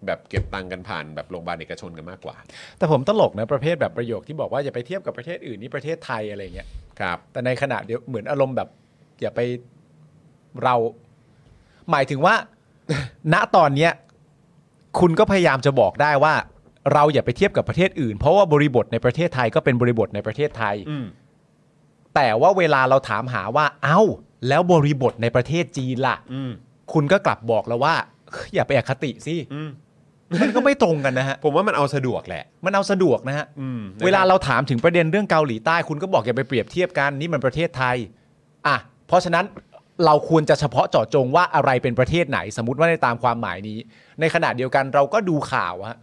S1: แบบเก็บตังค์กันผ่านแบบโรงพยาบาลเอกชนกันมากกว่า
S2: แต่ผมตลกนะประเภทแบบประโยคที่บอกว่าอย่าไปเทียบกับประเทศอื่นนี่ประเทศไทยอะไรเงี้ย
S1: ครับ
S2: แต่ในขณะเดียวเหมือนอารมณ์แบบ อย่าไปเรา หมายถึงว่า ณตอนเนี้ย คุณก็พยายามจะบอกได้ว่า เราอย่าไปเทียบกับประเทศอื่น เพราะว่าบริบทในประเทศไทยก็เป็นบริบทในประเทศไทย
S1: อืม
S2: แต่ว่าเวลาเราถามหาว่า เอ้า แล้วบริบทในประเทศจีนล่ะ
S1: อืม
S2: คุณก็กลับบอกแล้วว่าเฮ้ยอย่าไปอคติสิ
S1: อืม
S2: มันก็ไม่ตรงกันนะฮะ
S1: ผมว่ามันเอาสะดวกแหละ
S2: มันเอาสะดวกนะฮะ
S1: อืม
S2: เวลาเราถามถึงประเด็นเรื่องเกาหลีใต้ คุณก็บอกอย่าไปเปรียบเทียบกันนี่มันประเทศไทย อ่ะ เพราะฉะนั้นเราควรจะเฉพาะเจาะจงว่าอะไรเป็นประเทศไหน สมมติว่าในตามความหมายนี้ ในขณะเดียวกันเราก็ดูข่าวอะ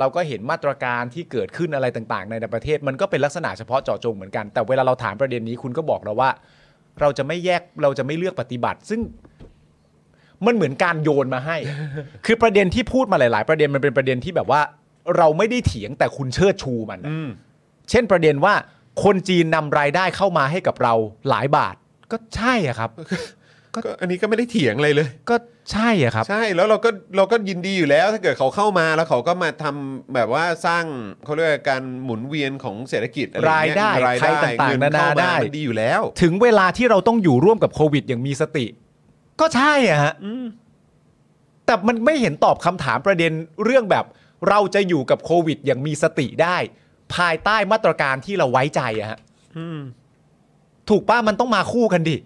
S2: เราก็เห็นมาตรการที่เกิดขึ้นอะไรต่างๆ ในประเทศมันก็เป็นลักษณะเฉพาะเจาะจงเหมือนกัน แต่เวลาเราถามประเด็นนี้คุณก็บอกเราว่า เราจะไม่แยกเราจะไม่เลือกปฏิบัติ ซึ่ง มันเหมือนการโยนมาให้ คือประเด็นที่พูดมาหลาย ๆ ประเด็นมันเป็นประเด็นที่แบบว่า เราไม่ได้เถียงแต่คุณเชิดชูมันอะ
S1: อืม
S2: เช่นประเด็นว่าคนจีนนำรายได้เข้ามาให้กับเราหลายบาท ก็ใช่อะครับ
S1: ก็อันนี้ก็ไม่ได้เถียงอะไรเลย
S2: ก็ใช่อะครับ
S1: ใช่แล้วเราก็เราก็ยินดีอยู่แล้วถ้าเกิดเขาเข้ามาแล้วเขาก็มาทำแบบว่าสร้างเขาเรียกว่าการหมุนเวียนของเศรษฐกิจอะไรองเงี้
S2: รายได้
S1: ราย
S2: ใคร
S1: ได้
S2: ต่างๆ
S1: เงิเข้ม
S2: นานาได้
S1: มันดีอยู่แล้ว
S2: ถึงเวลาที่เราต้องอยู่ร่วมกับโควิดอย่างมีสติ ก็ใช่อะฮะแต่มันไม่เห็นตอบคำถามประเด็นเรื่องแบบ เราจะอยู่กับโควิดอย่างมีสติได้ ภายใต้มาตรการที่เราไว้ใจอะฮะถูกป้ามันต้องมาคู่กันดิ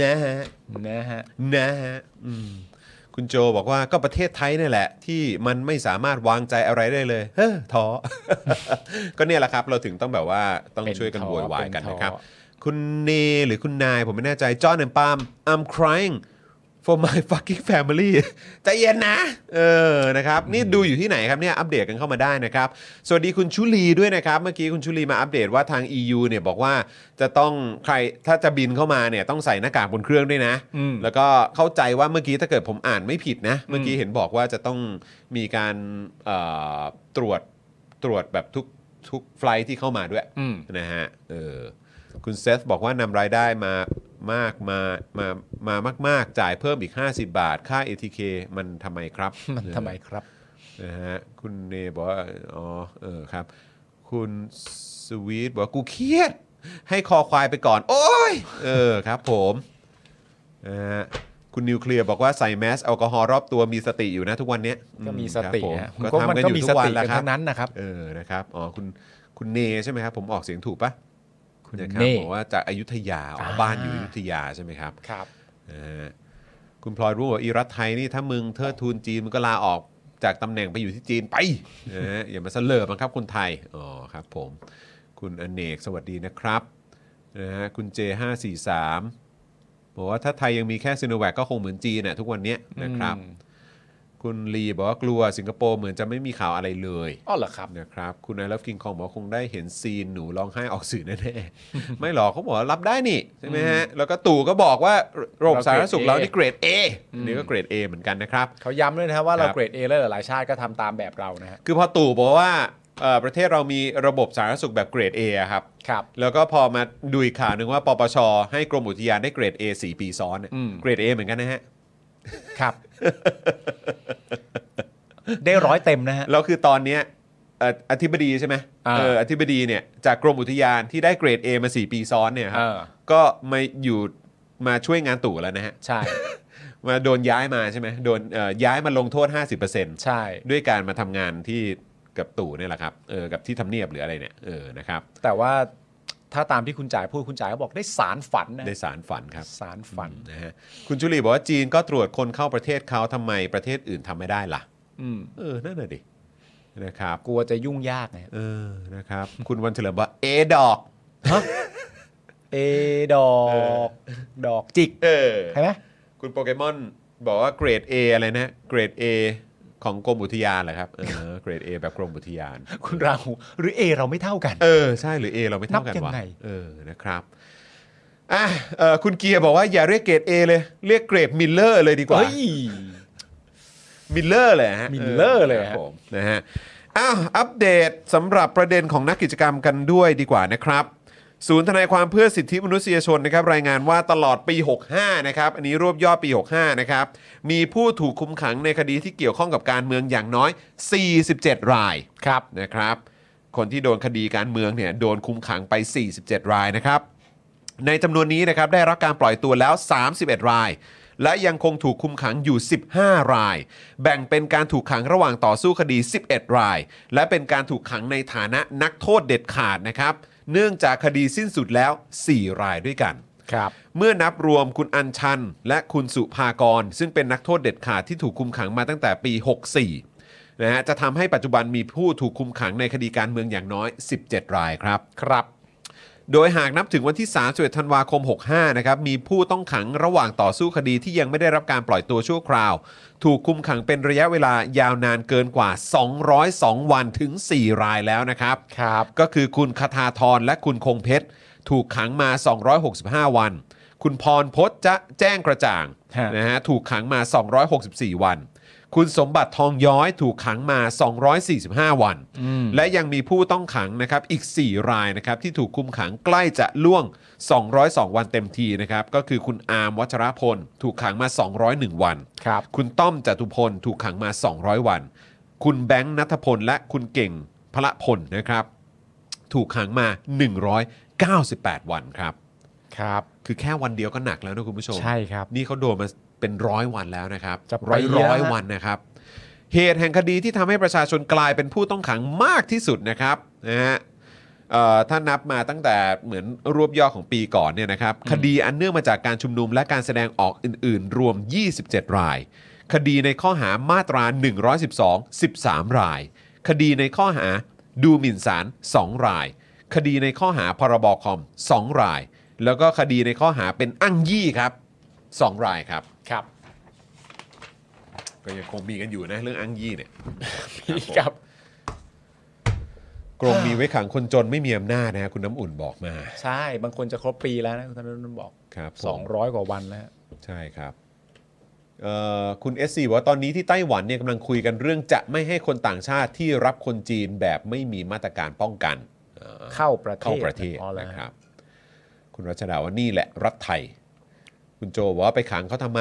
S1: นะฮะ
S2: นะฮะ
S1: นะฮะอืมคุณโจบอกว่าก็ประเทศไทยนี่แหละ ที่มันไม่สามารถวางใจอะไรได้เลย เฮ้อ ท้อ ก็เนี่ยแหละครับ เราถึงต้องแบบว่าต้อง
S2: เป็น
S1: ช่วยกัน
S2: ท้อ
S1: โวยวายกัน
S2: เป็นท้อ
S1: นะครับ คุณเนหรือคุณนายผมไม่แน่ใจจอห์นแอนปาล์ม I'm crying for my fucking family ใจเย็นนะ เออนะครับ นี่ดูอยู่ที่ไหนครับเนี่ยอัปเดตกันเข้ามาได้นะครับ สวัสดีคุณชุลีด้วยนะครับ เมื่อกี้คุณชุลีมาอัปเดตว่าทาง EU เนี่ยบอกว่าจะต้องใครถ้าจะบินเข้ามาเนี่ยต้องใส่หน้ากากบนเครื่องด้วยนะ
S2: อืม
S1: แล้วก็เข้าใจว่าเมื่อกี้ถ้าเกิดผมอ่านไม่ผิดนะ เมื่อกี้เห็นบอกว่าจะต้องมีการเอ่อตรวจตรวจแบบทุกทุกไฟลท์ที่เข้ามาด้วย
S2: อืม
S1: นะฮะ เออ คุณเซธบอกว่านำรายได้มามากมามามามาก ๆ จ่ายเพิ่มอีก 50 บาท ค่า ATK มันทำไมครับ
S2: มันทำไมครับ
S1: นะฮะ คุณเนบอกว่า อ๋อ เออครับ คุณสวีทบอกว่า กูเครียด ให้คอควายไปก่อน โอ้ย เออครับผมนะฮะคุณนิวเคลียร์บอกว่าใส่แมสแอลกอฮอล์รอบตัวมีสติอยู่นะทุกวันเนี้ย
S2: ก็มีสติ
S1: ครับ
S2: ฮะ
S1: ผมก็ทำกันอยู่ทุกวันแหล้วครับ
S2: ทั้งนั้นนะครับ
S1: เออ นะครับ อ๋อ คุณ คุณเนใช่ไหมครับ ผมออกเสียงถูกปะ
S2: คุณ
S1: นะครับ
S2: เน่
S1: บอกว่าจากอยุธยาอ๋ออา บ้านอยู่อยุธยาใช่ไหมครับ
S2: ครับ
S1: อ่าคุณพลอยรู้ว่าอีรัฐไทยนี่ถ้ามึงเทิดทูนจีนมึงก็ลาออกจากตำแหน่งไปอยู่ที่จีนไปนะฮะอย่ามาเสลอบังคับคนไทย อ๋อ ครับผม คุณอเนกสวัสดีนะครับ นะฮะ คุณเจ543บอกว่าถ้าไทยยังมีแค่ซีโนแวคก็คงเหมือนจีนน่ะทุกวันเนี้ยนะครับ
S2: อืม
S1: คุณลีบอกว่ากลัวสิงคโปร์เหมือนจะไม่มีข่าวอะไรเลย
S2: อ๋อเหรอครับ
S1: นะครับ คุณนายรับกิงของบอกว่าคงได้เห็นซีนหนูร้องไห้ออกสื่อแน่ๆ ไม่หรอกเขาบอกว่ารับได้นี่ใช่ไหมฮะ แล้วก็ตู่ก็บอกว่าโรงพยาบาลสาธารณสุขเรานี่เกรด A นี่ก็เกรด A เหมือนกันนะครับ
S2: เขาย้ำด้วยนะครับว่าเรา
S1: ครับ
S2: เกรด A แล้วหลายๆชาติก็ทำตามแบบเรานะฮะ
S1: คือพอตู่บอกว่าเอ่อประเทศเรามีระบบสาธารณสุขแบบเกรด A อะครับ
S2: ครับ
S1: แล้วก็พอมาดูอีกข่าวหนึ่งว่าปปช ให้กรมอุทยานได้เกรด A 4 ปีซ้อนเนี่ย
S2: อืม
S1: เกรด A เหมือนกันนะฮะ
S2: ครับ ได้ร้อยเต็มนะฮะ
S1: แล้วคือตอนเนี้ยเอ่ออธิบดีใช่ไหม
S2: อ่า
S1: เอออธิบดีเนี่ยจากกรมอุทยานที่ได้เกรด A มา 4 ปีซ้อนเนี่ยครั
S2: เอบ อ
S1: ก็มาอยู่มาช่วยงานตู่แล้วนะฮะ
S2: ใช่
S1: มาโดนย้ายมาใช่ไหมโดนเอ่อย้ายมาลงโทษ 50%
S2: ใช่
S1: ด้วยการมาทำงานที่กับตู่เนี่ยแหละครับเออกับที่ทำเนียบหรืออะไรเนี่ยเออนะครับ
S2: แต่ว่าถ้าตามที่คุณจ่ายพูดคุณจ่ายเขาบอกได้สารฝันนะ
S1: ได้สารฝันครับ
S2: สารฝัน
S1: นะฮะคุณจุลีบอกว่าจีนก็ตรวจคนเข้าประเทศเขาทำไมประเทศอื่นทำไม่ได้ล่ะ
S2: อืม
S1: เออ นั่นน่ะดิ นะครับ
S2: กลัวจะยุ่งยากนะฮะ
S1: เออ นะครับ คุณวันเฉลิมบอกว่าเอดอก
S2: เอดอก ดอกจิก
S1: เออ
S2: ใช่ไหม
S1: คุณโปเกมอนบอกว่าเกรด A อะไรนะ เกรด A ของกรมอุทยานเหรอครับ เออ เกรด A แบบกรมอุทยาน
S2: คุณราหูหรือ A เราไม่เท่ากัน
S1: เออ ใช่หรือ A เราไม่เท่ากัน
S2: นับยั
S1: วะ
S2: งไง
S1: เออ นะครับ อ่ะเออคุณเกียร์บอกว่าอย่าเรียกเกรด A เลย เรียกเกรดมิลเลอร์เลยดีกว่า
S2: เฮ้ย
S1: มิลเลอร์เลยฮะ
S2: Miller เลยฮะ
S1: ครับผมนะฮะอ้าวอัปเดตสำหรับประเด็นของนักกิจกรรมกันด้วยดีกว่านะครับ ศูนย์ทนายความเพื่อสิทธิมนุษยชนนะครับรายงานว่าตลอดปี 65 นะครับ อันนี้รวบยอดปี 65 นะครับ มีผู้ถูกคุมขังในคดีที่เกี่ยวข้องกับการเมืองอย่างน้อย 47 รายครับนะครับ คนที่โดนคดีการเมืองเนี่ยโดนคุมขังไป 47 รายนะครับ ในจำนวนนี้นะครับได้รับการปล่อยตัวแล้ว 31 ราย และยังคงถูกคุมขังอยู่ 15 ราย แบ่งเป็นการถูกขังระหว่างต่อสู้คดี 11 ราย และเป็นการถูกขังในฐานะนักโทษเด็ดขาดนะครับ เนื่องจากคดีสิ้นสุดแล้ว 4 รายด้วยกัน
S2: ครับ
S1: เมื่อนับรวมคุณอัญชัน และคุณสุภากร ซึ่งเป็นนักโทษเด็ดขาดที่ถูกคุมขังมาตั้งแต่ปี 64 นะฮะจะทำให้ปัจจุบันมีผู้ถูกคุมขังในคดีการเมืองอย่างน้อย 17 รายครับ
S2: ครับ
S1: โดยหากนับถึงวันที่31ธันวาคม 65 นะครับ มีผู้ต้องขังระหว่างต่อสู้คดีที่ยังไม่ได้รับการปล่อยตัวชั่วคราว ถูกคุมขังเป็นระยะเวลายาวนานเกินกว่า 202 วันถึง 4 รายแล้วนะครับ
S2: ครับ
S1: ก็คือคุณคทาทรและคุณคงเพชร ถูกขังมา 265 วัน คุณพรพจน์จะแจ้งกระจ่าง
S2: ฮะ
S1: นะฮะถูกขังมา 264 วัน คุณสมบัติทองย้อยถูกขังมา 245 วัน และยังมีผู้ต้องขังนะครับอีก 4 รายนะครับที่ถูกคุมขังใกล้จะล่วง 202 วันเต็มทีนะครับก็คือคุณอาร์มวัชรพล ถูกขังมา 201 วัน
S2: ครับ
S1: คุณต้อมจตุพลถูกขังมา 200 วัน คุณแบงค์นัทพล และคุณเก่งพละพลนะครับ ถูกขังมา 198 วันครับ
S2: ครับ
S1: คือแค่วันเดียวก็หนักแล้วนะคุณผู้ชม
S2: ใช่ครับ
S1: นี่เขาโดนมาเป็นร้อยวันแล้วนะครับ
S2: จะไป
S1: ร้อย
S2: แล้ว
S1: ร้อย
S2: ฮะ
S1: วันนะครับ เหตุแห่งคดีที่ทำให้ประชาชนกลายเป็นผู้ต้องขังมากที่สุดนะครับนะฮะเอ่อถ้านับมาตั้งแต่เหมือนรวบย่อของปีก่อนเนี่ยนะครับ คดีอันเนื่องมาจากการชุมนุมและการแสดงออกอื่น ๆ รวม 27 ราย คดีในข้อหามาตรา 112 13 ราย คดีในข้อหาดูหมิ่นศาล2ราย คดีในข้อหาพรบคอม 2 ราย แล้วก็คดีในข้อหาเป็นอ้างยี่ครับ 2 รายครับ
S2: ครับ
S1: ก็ยังคงมีกันอยู่นะ เรื่องอ้างยี่เนี่ย
S2: พี่ ครับ
S1: กรงมีไว้ขังคนจนไม่มีอำนาจนะฮะคุณน้ำอุ่นบอกมา
S2: ใช่ บางคนจะครบปีแล้วนะคุณธนนท์บอก
S1: ครับผม
S2: สองร้อยกว่าวันแล้ว
S1: ใช่ครับเอ่อคุณ SC บอกว่าตอนนี้ที่ไต้หวันเนี่ยกำลังคุยกันเรื่องจะไม่ให้คนต่างชาติที่รับคนจีนแบบไม่มีมาตรการป้องกันเอ่อ
S2: เข้าประเทศ
S1: เข้าประเทศ
S2: อ๋อเหรอฮะ
S1: นะครับ คุณรัชดาว่านี่แหละรัฐไทย คุณโจบอกว่าไปขังเขาทำไม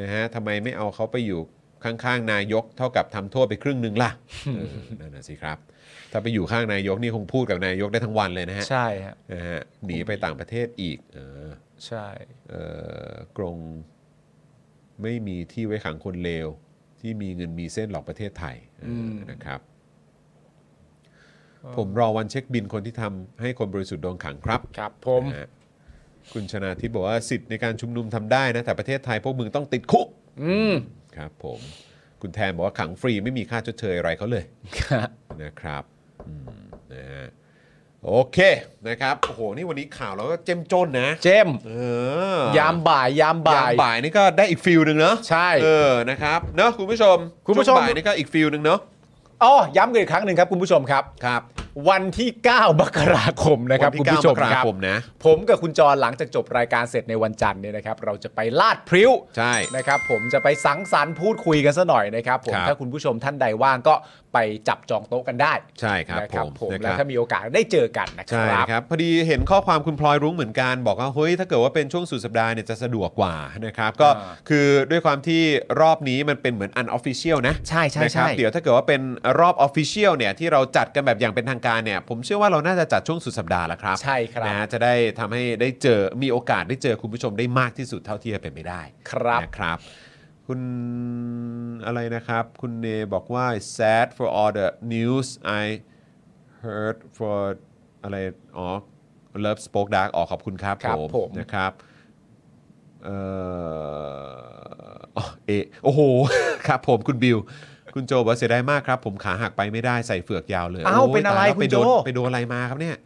S1: นะฮะทำไมไม่เอาเขาไปอยู่ข้างๆนายก เท่ากับทำโทษไปครึ่งหนึ่ง ล่ะเออนั่นน่ะสิครับ ถ้าไปอยู่ข้างนายกนี่คงพูดกับนายกได้ทั้งวันเลยนะฮะ
S2: ใช่ฮะ
S1: นะฮะหนีไปต่างประเทศอีกเออ
S2: ใช่
S1: เอ่อกรงไม่มีที่ไว้ขังคนเลว ที่มีเงินมีเส้นหลอกประเทศไทยเอออนะครับ ผมรอวันเช็คบินคนที่ทำให้คนบริสุทธิ์โดนขังครับ
S2: ครับผม
S1: นะฮะคุณชนาทิพย์บอกว่าสิทธิ์ในการชุมนุมทำได้นะ แต่ประเทศไทยพวกมึงต้องติดคุก
S2: อืม
S1: ครับผมคุณแทนบอกว่าขังฟรีไม่มีค่าชดเชยอะไรเขาเลย นะครับอืมนะฮะ โอเคนะครับโอ้โหนี่วันนี้ข่าวเราก็เจ้มจนนะ
S2: เจมส์
S1: เออย
S2: ามบ่ายยามบ่าย
S1: ามบ่ายนี่ก็ได้อีกฟิลหนึ่งเนอะ
S2: ใช่
S1: เออนะครับเนอะคุณผู้ชม
S2: คุณผู้ชม
S1: วงบ่ายนี่ก็อีกฟิลหนึ่งเนอะ
S2: อ๋อย้ำกันอีกครั้งหนึ่งครับคุณผู้ชมครับ
S1: ครับ
S2: วันที่ 9 มกราคมนะครับ
S1: วัน
S2: คุณ
S1: ที่เก้า
S2: ผู้ช
S1: ม
S2: ม
S1: กรา
S2: ครับ
S1: คมนะ
S2: ผมกับคุณจรหลังจากจบรายการเสร็จในวันจันทร์เนี่ยนะครับ เราจะไปลาดพริ้ว
S1: ใช่
S2: นะครับ ผมจะไปสังสรรค์พูดคุยกันซะหน่อยนะครับผม
S1: ครับ
S2: ถ้าคุณผู้ชมท่านใดว่างก็ไปจับจองโต๊ะกันได้
S1: ใช่ครับ
S2: นะ
S1: ผ
S2: ครับ
S1: ม
S2: ผม
S1: นะค
S2: แล้ว
S1: รับ
S2: ถ้ามีโอกาสได้เจอกันนะค
S1: ใช่
S2: รับ
S1: ครับพอดีเห็นข้อความคุณพลอยรุ้งเหมือนกัน บอกว่าเฮ้ยถ้าเกิดว่าเป็นช่วงสุดสัปดาห์เนี่ยจะสะดวกกว่านะครับก็
S2: อ่า
S1: คือด้วยความที่รอบนี้มันเป็นเหมือนอันออฟฟิเชียลนะ
S2: ใช่ใช่
S1: นะครั
S2: ใช่
S1: เดี๋ยวถ้าเกิดว่าเป็นรอบออฟฟิเชียลเนี่ยที่เราจัดกันแบบอย่างเป็นทางการเนี่ยผมเชื่อว่าเราน่าจะจัดช่วงสุดสัปดาห์ละครับ
S2: ใช่ครับ
S1: นะจะได้ทำให้ได้เจอมีโอกาสได้เจอคุณผู้ชมได้มากที่สุดเท่าที่จะเป็นไปได้
S2: ครับ
S1: นะครับคุณอะไรนะครับ คุณเนบอกว่า sad for all the news I heard for อะไร อ๋อ Love Spoke Dark อ๋อขอบคุณครับ
S2: ครับ
S1: ผม
S2: ผม
S1: นะครับ เอ่ออ๋อเอะโอ้โห ครับผมคุณบิว คุณโจบอกว่าเสียดายมากครับ ผมขาหักไปไม่ได้ใส่เฟือกยาวเลย
S2: อ้าว
S1: โย
S2: เป็นอะไร
S1: ตายแล้ว
S2: คุณ
S1: ไปโดน
S2: โจ
S1: ไปโดนอะไรมาครับเนี่ย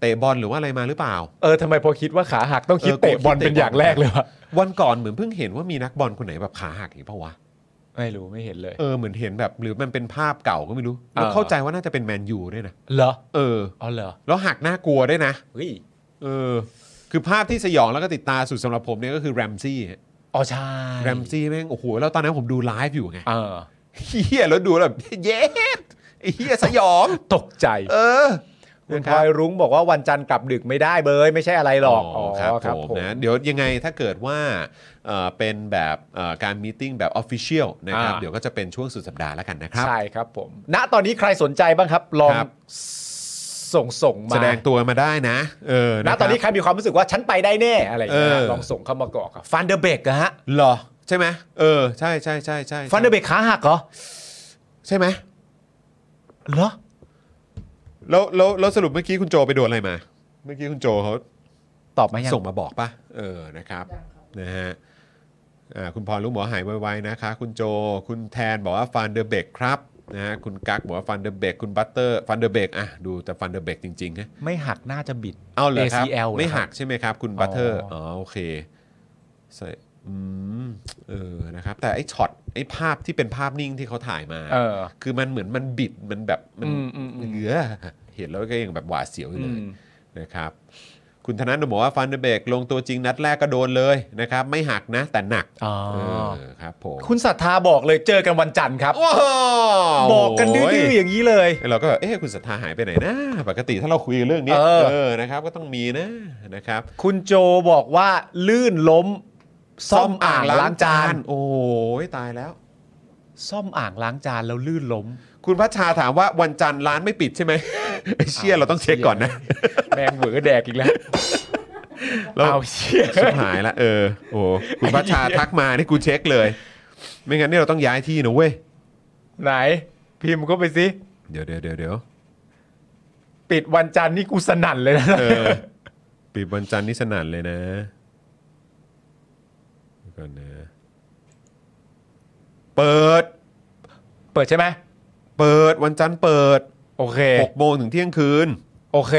S1: เตะบอลหรือว่าอะไรมาหรือเปล่า
S2: เออทำไมพอคิดว่าขาหักต้องคิด
S1: เออกู
S2: เตะบอล
S1: คิดเตะ
S2: เป็นอย่างแรกเลยวะ
S1: วันก่อนเหมือนเพิ่งเห็นว่ามีนักบอลคนไหนแบบขาหักอีกเปล่าวะ
S2: ไม่รู้ไม่เห็นเลย
S1: เออเหมือนเห็นแบบหรือมันเป็นภาพเก่าก็ไม่รู้แล้ว
S2: เออ
S1: เข้าใจว่าน่าจะเป็นแมนยูด้วยนะ
S2: เหรอ
S1: เออ
S2: อ๋อเหรอ
S1: แล้วหักน่ากลัวด้วยนะ
S2: เฮ้ย
S1: เออคือภาพที่สยองแล้วก็ติดตาสุดสำหรับผมเนี่ยก็คือแรมซี่
S2: อ๋อใช่
S1: แรมซี่แม่งโอ้โหแล้วตอนนั้นผมดูไลฟ์อยู่ไง
S2: เออ
S1: เฮียแล้วดูแล้วแบบเย้ไอ้เฮียสยอง
S2: ตกใจ
S1: เออ
S2: คุณพลอยรุ้งบอกว่าวันจันทร์กลับดึกไม่ได้เบยไม่ใช่อะไรหรอก
S1: อ๋อครับผมนะเดี๋ยวยังไงถ้าเกิดว่าเอ่อเป็นแบบเอ่อการมีตติ้งแบบออฟฟิเชียลนะครับเดี๋ยวก็จะเป็นช่วงสุดสัปดาห์แล้วกันนะครับ
S2: ใช่ครับผม ณตอนนี้ใครสนใจบ้างครับ ลอง
S1: ครับ
S2: ส่งส่งมา
S1: แสดงตัวมาได้นะ เอ
S2: ณ
S1: อะครับ
S2: ตอนนี้ใครมีความรู้สึกว่าฉันไปได้แน่อะไรอย่างเงี้ย
S1: เออ
S2: ลองส่งเข้ามาก่อนครับฟันเดอร์เบกฮะ
S1: เหรอใช่ไหมเออใช่ใช่ใช่ใช่
S2: ฟันเดอร์เบกขาหักเหรอ
S1: ใช่ไหม
S2: เหรอ
S1: แล้วแล้วแล้วสรุปเมื่อกี้คุณโจไปโดนอะไรมา เมื่อกี้คุณโจเขา
S2: ตอบมายัง
S1: ส่งมาบอกปะเออ นะครับ นะฮะอ่าคุณพรลูกหมอหายไวๆนะคะ คุณโจ คุณแทนบอกว่าฟันเดอร์เบกครับนะฮะคุณกั๊กบอกว่าฟันเดอร์เบกคุณบัตเตอร์ฟันเดอร์เบกอ่ะ ดูแต่ฟันเดอร์เบกจริงๆนะ
S2: ไม่หักน่าจะบิด
S1: เอาเหรอครับ
S2: ACL
S1: ไม่
S2: เรอค
S1: หั
S2: รับ
S1: กใช่ไหมครับ คุณบัตเตอร์
S2: อ๋ออ๋
S1: อ๋อ โอเคใส่อืม เออ นะครับ แต่ไอ้ช็อต ไอ้ภาพที่เป็นภาพนิ่งที่เขาถ่ายมา
S2: เออ
S1: คือมันเหมือนมันบิด มันแบบ มัน
S2: อืมอืมอืม
S1: เหงือ เห็นแล้วก็ยังแบบหวาดเสียวอยู่
S2: อื
S1: เลย
S2: ม
S1: นะครับคุณธนาหนูบอกว่าฟันเดอร์เบกลงตัวจริงนัดแรกก็โดนเลยนะครับ ไม่หักนะ แต่หนัก
S2: อ๋อ
S1: เออครับผม
S2: คุณศรัทธาบอกเลยเจอกันวันจันทร์ครับ
S1: ว้าว
S2: บอกกันดื้อๆอย่างนี้เลย
S1: เราก็แบบเอ๊ะคุณศรัทธาหายไปไหนนะ ปกติถ้าเราคุยกันเรื่องเนี้ย
S2: เออ
S1: เออนะครับ ก็ต้องมีนะนะครับ
S2: คุณโจบอกว่าลื่นล้ม ซ่อมอ่างล้างจาน
S1: โอ้ยตายแล้ว
S2: ซ่อมอ่างล้างจานแล้วลื่นล้ม
S1: คุณพัชชาถามว่าวันจันทร์ร้านไม่ปิดใช่ไหม ไอ้เชี่ยเราต้องเช็คก่อนนะ
S2: แมงเหวอแดกอีกแล้ว
S1: แล้ว
S2: เอาเชี่ย
S1: ชิบหายละเออโอ้คุณพัชชาทักมานี่กูเช็คเลย ไม่งั้นนี่เราต้องย้ายที่นะเว้ย
S2: ไหน พิมพ์ก็ไปสิ
S1: เดี๋ยวเดี๋ยวเดี๋ยวเดี๋ยว
S2: ปิดวันจันทร์นี่กูสนั่นเลยนะ
S1: เออปิดวันจันทร์นี่สนั่นเลยนะเดี๋ยวก่อนนะ เปิด
S2: เปิดใช่ไหม
S1: เปิดวันจันทร์เปิด
S2: โอเค
S1: 6โมงถึงเที่ยงคืน
S2: โอเค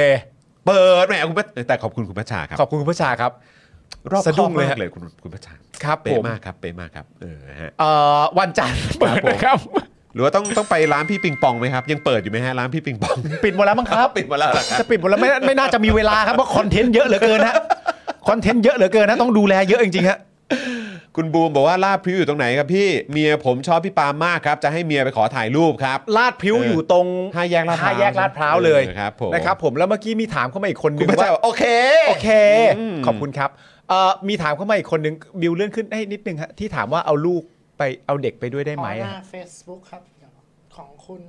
S1: เปิดแหมคุณพัชแต่ขอบคุณคุณพัชชาครับ
S2: ขอบคุณคุณผู้ชาครับ
S1: รอบ
S2: สะดุ้ง
S1: คอบ
S2: เลย
S1: มา
S2: ฮะ
S1: กเลยคุณคุณพัชชา
S2: ครับผ
S1: เป๊ะ
S2: ม
S1: มากครับเป๊ะมากครับเออฮะ
S2: เอ่อวันจันทร์เปิด
S1: ครับผม
S2: นะครับ
S1: หรือว่าต้องต้องไปร้านพี่ปิงปองไหมครับ ยังเปิดอยู่ไหมฮะร้านพี่ปิงปอง
S2: ปิดหมดแล้วมั้งครับ
S1: ปิดหมดแล้วเหรอครับ
S2: จะปิดหมดแล้วไม่ไม่น่าจะมีเวลาครับเพราะคอนเทนต์เยอะเหลือเกินฮะคอนเทนต์เยอะเหลือเกินนะต้องดูแลเยอะจริงๆฮะ
S1: คุณบูมบอกว่าลาบพริ้วอยู่ตรงไหนครับพี่เมียผมชอบพี่ปาล์มมากครับ จะให้เมียไปขอถ่ายรูปครับ
S2: ลาดพริ้ว
S1: เออ
S2: อ
S1: อยู่
S2: ตรง
S1: ห้าแยกลาดพร้าว
S2: ห้าแยกลาดพร้าวเลย
S1: เออครับผม
S2: นะครับ ผมแล้วเมื่อกี้มีถามเข้ามาอีกคนนึ
S1: คุณ
S2: ง
S1: พัชชา
S2: ว่า
S1: บอกโอเค
S2: โอเค
S1: อืม
S2: ขอบคุณครับเอ่อมีถามเข้ามาอีกคนนึงบิวเลื่อนขึ้นให้นิดนึงฮะที่ถามว่าเอาลูกไปเอาเด็กไปด้วยได้ไหม
S4: ขอห
S2: อะ
S4: น้า Facebook ครับเดี๋ยวของคุณ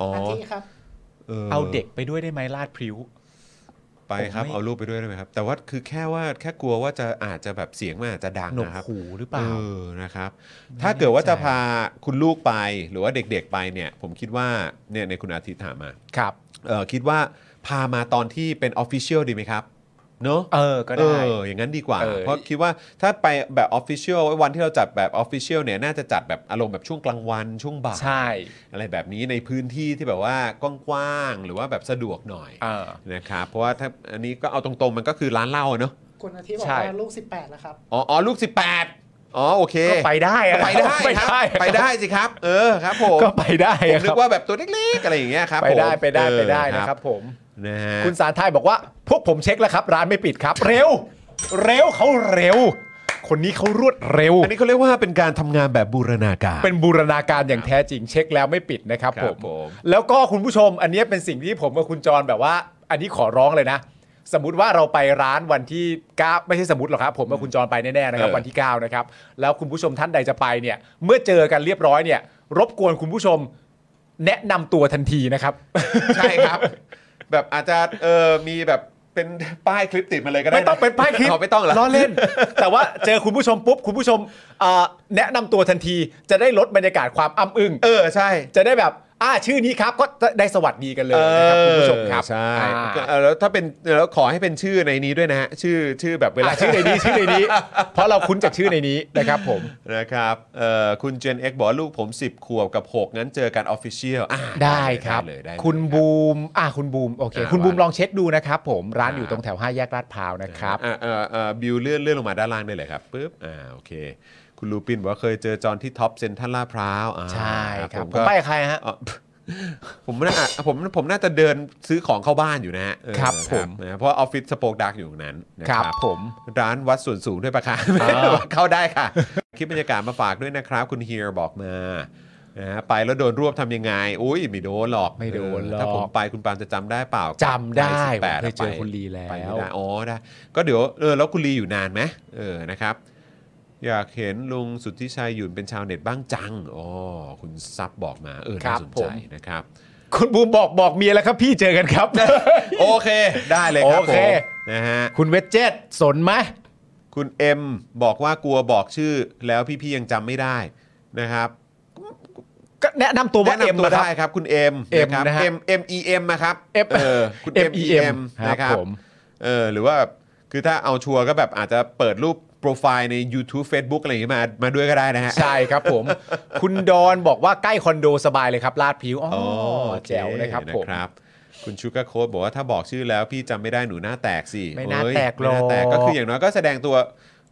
S1: อ๋อ
S4: อาทิครับ
S2: เอาเด็กไปด้วยได้ไหมลาดพริ้ว
S1: ไปครับ
S2: ผมไม่
S1: เอารูปไปด้วยได้ไหมครับ แต่ว่าคือแค่ว่าแค่กลัวว่าจะอาจจะแบบเสียงมันอาจจะดัง
S2: หนวก
S1: นะครับ
S2: หูหรือเป
S1: เอ
S2: ล่า
S1: อนะครับ ถ้าเกิดว่า
S2: แน่ใจ
S1: จะพาคุณลูกไปหรือว่าเด็กๆไปเนี่ย ผมคิดว่าเนี่ยในคุณอาทิตย์ถามมา
S2: ครับ
S1: เออคิดว่าพามาตอนที่เป็นออฟฟิเชียลดีไหมครับ เนอะ
S2: เออก็
S1: เอ
S2: ได้
S1: อ อย่างนั้นดีกว่า
S2: เออ
S1: เพราะคิดว่าถ้าไปแบบออฟฟิเชียลวันที่เราจัดแบบออฟฟิเชียลเนี่ยน่าจะจัดแบบอารมณ์แบบช่วงกลางวันช่วงบ่าย
S2: ใช่
S1: อะไรแบบนี้ในพื้นที่ที่แบบว่ากว้างๆหรือว่าแบบสะดวกหน่อย
S2: เออ
S1: นะครับเพราะว่าถ้าอันนี้ก็เอาตรงๆ มันก็คือร้านเหล้าอะเนอะ
S4: คุณอาทิตย์บอก
S2: ใช่
S4: ว่าลูก 18 แล้วครับ
S1: อ๋ออ๋อลูก 18 อ๋อโอเค
S2: ก็ไปได้อะ
S1: ไปได้
S2: ไป
S1: ครับ
S2: ได้
S1: ไปได้สิครับ เออครับผม
S2: ก็ไปได้อะค
S1: นึ
S2: รับ
S1: กว่าแบบตัวเล็กๆอะไรอย่างเงี้ยครับ
S2: ไปได้
S1: ผม
S2: ไปได้ไปได้
S1: เออ
S2: นะครับผม
S1: นะฮะ
S2: คุณสารไทยบอกว่า พวกผมเช็คแล้วครับ ร้านไม่ปิดครับ เร็ว เร็วเขาเร็ว คนนี้เขารวดเร็ว
S1: อันนี้เขาเรียกว่าเป็นการทำงานแบบบูรณาการ
S2: เป็นบูรณาการอย่างแท้จริงเช็คแล้วไม่ปิดนะครับผ
S1: ครับ
S2: ม
S1: ผม
S2: แล้วก็คุณผู้ชม อันเนี้ยเป็นสิ่งที่ผมกับคุณจรแบบว่า อันนี้ขอร้องเลยนะ สมมติว่าเราไปร้านวันที่9ไม่ใช่สมมติหรอกครับ ผมกับคุณจรไปแน่ๆนะครับ
S1: เออ
S2: วันที่9นะครับแล้วคุณผู้ชมท่านใดจะไปเนี่ย เมื่อเจอกันเรียบร้อยเนี่ย รบกวนคุณผู้ชม แนะนำตัวทันทีนะครับ
S1: ใช่ครับ แบบอาจจะเออมีแบบเป็นป้ายคลิปติดมาเลยก็ได้
S2: ไม่ต้องเป็นป้ายคลิป
S1: เอาไม่ต้องเหรอ
S2: ล้อเล่น แต่ว่าเจอคุณผู้ชมปุ๊บ คุณผู้ชมเอ่อแนะนำตัวทันที จะได้ลดบรรยากาศความอ้ำอึ้ง
S1: เออใช่
S2: จะได้แบบอ่าชื่อนี้ครับ ก็ได้สวัสดีกันเลยนะครับคุณผู้ชมครับ
S1: ใช่
S2: อ่า
S1: เออแล้วถ้าเป็นแล้วขอให้เป็นชื่อในนี้ด้วยนะฮะชื่อชื่อแบบเวลา
S2: อ่าชื่อในนี้ชื่อในนี้ เพราะเราคุ้นจากชื่อในนี้นะครับผม
S1: นะครับเอ่อคุณเจน X บอกว่าลูกผม 10 ขวบกับ 6 งั้นเจอกันออฟฟิเชียล
S2: ได้ครับ
S1: เลยได้เลย
S2: คุณบูมอ่าคุณบูมโอเค
S1: อ่า
S2: คุณบูม
S1: ว่า
S2: ลองเช็คดูนะครับผมร้านอยู่ตรงแถวห้าแยกลาดพร้าวนะครับ
S1: อ่ะเอ่อเอ่อบิวเลื่อนเลื่อนลงมาด้านล่างได้เลยครับปึ๊บอ่าโอเค คุณลูปินบอกว่าเคยเจอจอนที่ท็อปเซ็นทรัลลาดพร้าวอ่า
S2: ใช่ครับ
S1: ผม
S2: ผม
S1: ก็
S2: ไปกับใครฮะ
S1: อ๋อ ผมน่าผมผมน่าจะเดินซื้อของเข้าบ้านอยู่นะฮะเออ
S2: ครับผม
S1: นะเพราะออฟฟิศสโปกดักอยู่ตรงนั้นนะครั
S2: ครับ บผม
S1: ร้านวัดส่วนสูงด้วยปะคะ เข้าได้ค่ะ คลิปบรรยากาศมาฝากด้วยนะครับ คุณเฮียบอกมานะฮะไปแล้วโดนรวบทำยังไง อุ้ยไม่โดนหรอก
S2: ไม่โดนหรอก
S1: ถ้าผมไปคุณปาล์มจะจำได้เปล่า
S2: จำได้
S1: ป
S2: ผม
S1: 18
S2: เคยเจอ
S1: ไป
S2: คุณลีแล้ว
S1: ไปไม่ได้อ๋อได้ ก็เดี๋ยวเออแล้วคุณลีอยู่นานไหมเออนะครับ อยากเห็นลุงสุทธิชัยหยุ่นเป็นชาวเน็ตบ้างจังอ๋อคุณซับบอกมาเออ
S2: ครั
S1: น่า
S2: บ
S1: สน
S2: ผ
S1: ใจ
S2: ม
S1: นะครับ
S2: คุณบูมบอกบอกเมียแล้วครับพี่เจอกันครับ
S1: โอเคได้เลยครับ
S2: โอเค
S1: ผมนะฮะ
S2: คุณเวจเจตสนไหม
S1: คุณเอ็มบอกว่ากลัวบอกชื่อแล้วพี่ๆยังจำไม่ได้นะครับ
S2: ก็แนะนำตัวว่า
S1: แนะ
S2: เอ็ม
S1: นำตัว
S2: นะครับ
S1: ได้ครับคุณเอ็ม
S2: เอ็ม
S1: ครับ
S2: นะฮะ
S1: เอ็มเอ็มอีเอ็มนะครับ
S2: M
S1: เออคุณ
S2: M E M
S1: M นะครั
S2: ค
S1: บ
S2: รับผม
S1: เออหรือว่าคือถ้าเอาชัวร์ก็แบบอาจจะเปิดรูปโปรไฟล์ใน YouTube Facebook อะไรอย่างงี้มามาด้วยก็ได้นะฮะ
S2: ใช่ครับผม คุณดอนบอกว่าใกล้คอนโดสบายเลยครับ ลาดผิวอ๋อ
S1: อ๋อโอเค
S2: แจ๋วนะครับผม
S1: นะครับคุณชูการ์โค้ดบอกว่าถ้าบอกชื่อแล้วพี่จำไม่ได้หนูหน้าแตกสิ
S2: ไม่น่า
S1: เอ้ย
S2: แตกหรอก
S1: ไม่น่าแตกก็คืออย่างน้อยก็แสดงตัว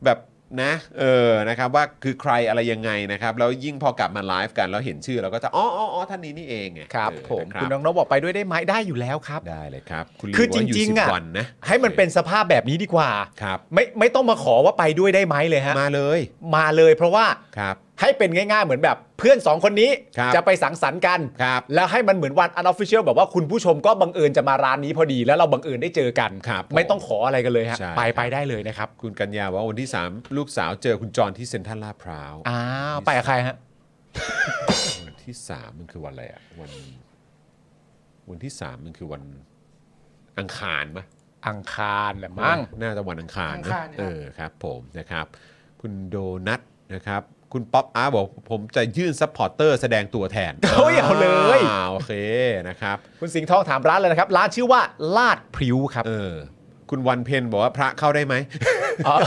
S1: แบบนะเออนะครับว่าคือใครอะไรยังไงนะครับแล้วยิ่งพอกลับมาไลฟ์กันแล้วเห็นชื่อเราก็จะอ๋ออ๋ออ๋อท่านนี้นี่เองไง
S2: ครับ
S1: เออ
S2: ผม
S1: นะ
S2: คุณน้องนกบอกไปด้วยได้ไหมได้อยู่แล้วครับ
S1: ได้เลยครับณ
S2: คือ
S1: ลีบกว่า
S2: จริงๆ
S1: ยู่สิบ
S2: อะ
S1: วันนะ
S2: ให้มันเป็นสภาพแบบนี้ดีกว่า
S1: ครับ
S2: ไม่ไม่ต้องมาขอว่าไปด้วยได้ไหมเลยฮะ
S1: มาเลย
S2: มาเลยเพราะว่า
S1: ครับ
S2: ให้เป็นง่ายๆเหมือนแบบเพื่อนสองคนนี้
S1: ครับ
S2: จะไปสังสรรค์กัน
S1: ครับ
S2: แล้วให้มันเหมือนวันอันออฟฟิเชียลแบบว่าคุณผู้ชมก็บังเอิญจะมาร้านนี้พอดีแล้วเราบังเอิญได้เจอกัน
S1: ครับผ
S2: ไม่ต้องขออะไรกันเลยฮะ
S1: ใช่
S2: ไปไปได้เลยนะครับ
S1: คุณกัญญาบอกว่าวันที่ 3 ลูกสาวเจอคุณจรที่เซ็นทรัลลาดพร้าว
S2: อ้าวไปกับใครฮะ
S1: วันที่ 3 มันคือวันอะไรอ่ะวันวันที่ 3 มันคือวันอังคารปะ
S2: อังคารแหละมั้ง
S1: น่าจะวันอังคาร
S4: อั
S1: นะ
S4: งคารครับ
S1: เออครับผมนะครับ คุณโดนัทนะครับ คุณป๊อปอาร์ตบอกผมจะยื่นซัพพอร์เตอร์แสดงตัวแทน
S2: เฮ้ยเอาเลย
S1: อ่าโอเคนะครับ
S2: คุณสิงห์ทองถามร้านเลยนะครับ ร้านชื่อว่าลาดพริ้วครับ
S1: เออคุณวันเพนบอกว่าพระเข้าได้ไหม
S2: เอ อ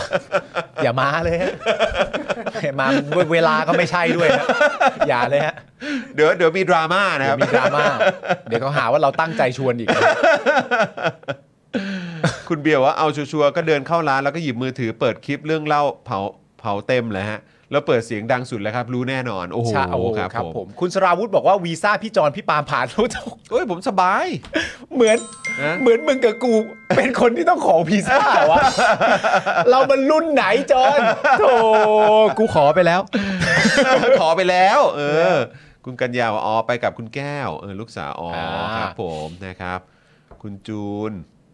S2: อย่ามาเลยฮะอย่ามาเวลาก็ไม่ใช่ด้วยฮะอย่าเลยฮะ
S1: เดี๋ยวเดี๋ยวมีดราม่านะค
S2: เดี๋ยวมี
S1: รับ
S2: ดราม่าเดี๋ยวเขาหาว่าเราตั้งใจชวนอีก
S1: คุณเบียร์ว่าเอาชัวร์ๆก็เดินเข้าร้านแล้วก็หยิบมือถือเปิดคลิปเรื่องเล่าเผาเผาเต็มเลยฮะ แล้วเปิดเสียงดังสุดแล้วครับ รู้แน่นอน โอ้โห
S2: ใช่โอ้โห
S1: ครับ
S2: ครับ
S1: ผ
S2: ผม ม คุณสราวุธบอกว่าวีซ่าพี่จอนพี่ปาล์มผ่านรู้จัก
S1: เอ้ยผมสบาย
S2: เหมือน
S1: นะ
S2: เหมือนมึงกับกู เป็นคนที่ต้องขอพีซ่าว ะ เรามันรุ่นไหนจอนโธ่กูขอไปแล้ว
S1: ขอไปแล้ว เออ คุณกัญญาว่าอ๋อไปกับคุณแก้วเออลูกสาวอ๋ออา ครับผมนะครับ คุณจูน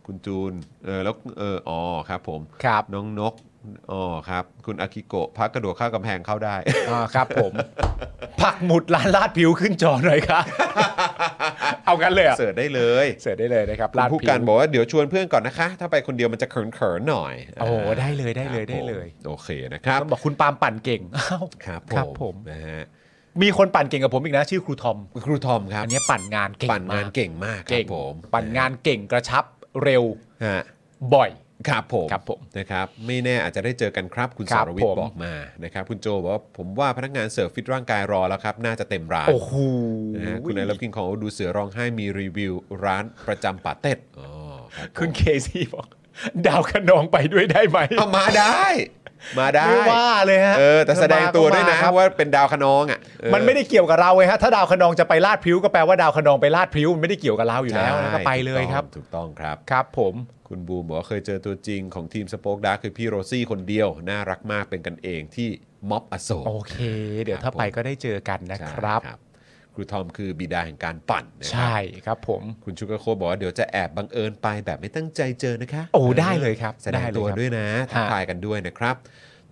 S1: คุณจูนเออแล้วเอออ๋อครับผม
S2: ครับ
S1: น้องนกอ๋อครับ คุณอากิโกะพักกระโดดข้ามกำแพงเข้าได้
S2: อ่าครับผม ผักหมุดร้านลาดผิวขึ้นจอหน่อยครับ เอากันเลยเหรอ
S1: เสิร์ชได้เลย
S2: เสิร์ชได้เลยนะครับ
S1: คุณ
S2: ลาด
S1: ผู้
S2: ผิ
S1: การบ
S2: ว
S1: อกว่าเดี๋ยวชวนเพื่อนก่อนนะคะ ถ้าไปคนเดียวมันจะเขินเขินๆหน่อย
S2: โอ้ได้เลยได้เลยได้เลย
S1: ครับผมโอเคนะครับ
S2: ต้องบอกคุณปาล์มปั่นเก่งอ้าว
S1: ครับ
S2: ครับผม
S1: นะฮะ
S2: มีคนปั่นเก่งกับผมอีกนะ ชื่อครูทอม
S1: ครูทอมครับ
S2: อันเนี้ยปั่นงานเก่ง
S1: ปั่นงาน
S2: ม
S1: เก่งมากครั
S2: เก่ง
S1: บผม
S2: ปั่นงานเก่งกระชับเร็ว
S1: ฮะ
S2: บ่อย
S1: ครับผม
S2: ครับผม
S1: นะครับไม่แน่อาจจะได้เจอกันครับคุณ
S2: ค
S1: ส
S2: รับ
S1: รวิท
S2: ผม
S1: ย์บอกมานะครับคุณโจบอกว่าผมว่าพนักงานเสิร์ฟฟิตร่างกายรอแล้วครับน่าจะเต็มร้าน
S2: โอ้โห
S1: นะฮะคุณนายรับกินของดูเสือร้องไห้มีรีวิวร้านประจำป่าเต็ดอ๋อครับผม
S2: คุณเคซี่บอก ดาวขนองไปด้วยได้ไหม
S1: เอามาได้ มาได้
S2: ไม่ว่าเลยฮะ
S1: เออแต่แสดงตัวด้วยนะ
S2: มาครับ
S1: ว่าเป็นดาวคะนองอ่ะเออ
S2: มันไม่ได้เกี่ยวกับเราเลยฮะถ้าดาวขนองจะไปลาดพริ้วก็แปลว่าดาวขนองไปลาดพริ้วมันไม่ได้เกี่ยวกับเราอยู่แล้ว
S1: ใช่
S2: แล้วก็ไปเลยครับ
S1: ถูกต้องถูกต้องครับ
S2: ครับผม
S1: คุณบูมบอกว่าเคยเจอตัวจริงของทีมสป็อคดาร์คือพี่โรซี่คนเดียว น่ารักมากเป็นกันเองที่ม็อบอโศก
S2: โอเค เดี๋ยวถ้าไปก็ได้เจอกันนะ
S1: ใช่
S2: ครับ
S1: ครูทอมคือบิดาแห่งการปั่นนะครับ
S2: ใช่ครับผม
S1: คุณชูกาโคบอกว่าเดี๋ยวจะแอบบังเอิญไปแบบไม่ตั้งใจเจอนะคะ
S2: โอ้ได้เลยครับ
S1: แสดงตัว
S2: ได้เลยครับ
S1: ด้วยนะทัก
S2: ฮะ
S1: ทายกันด้วยนะครับ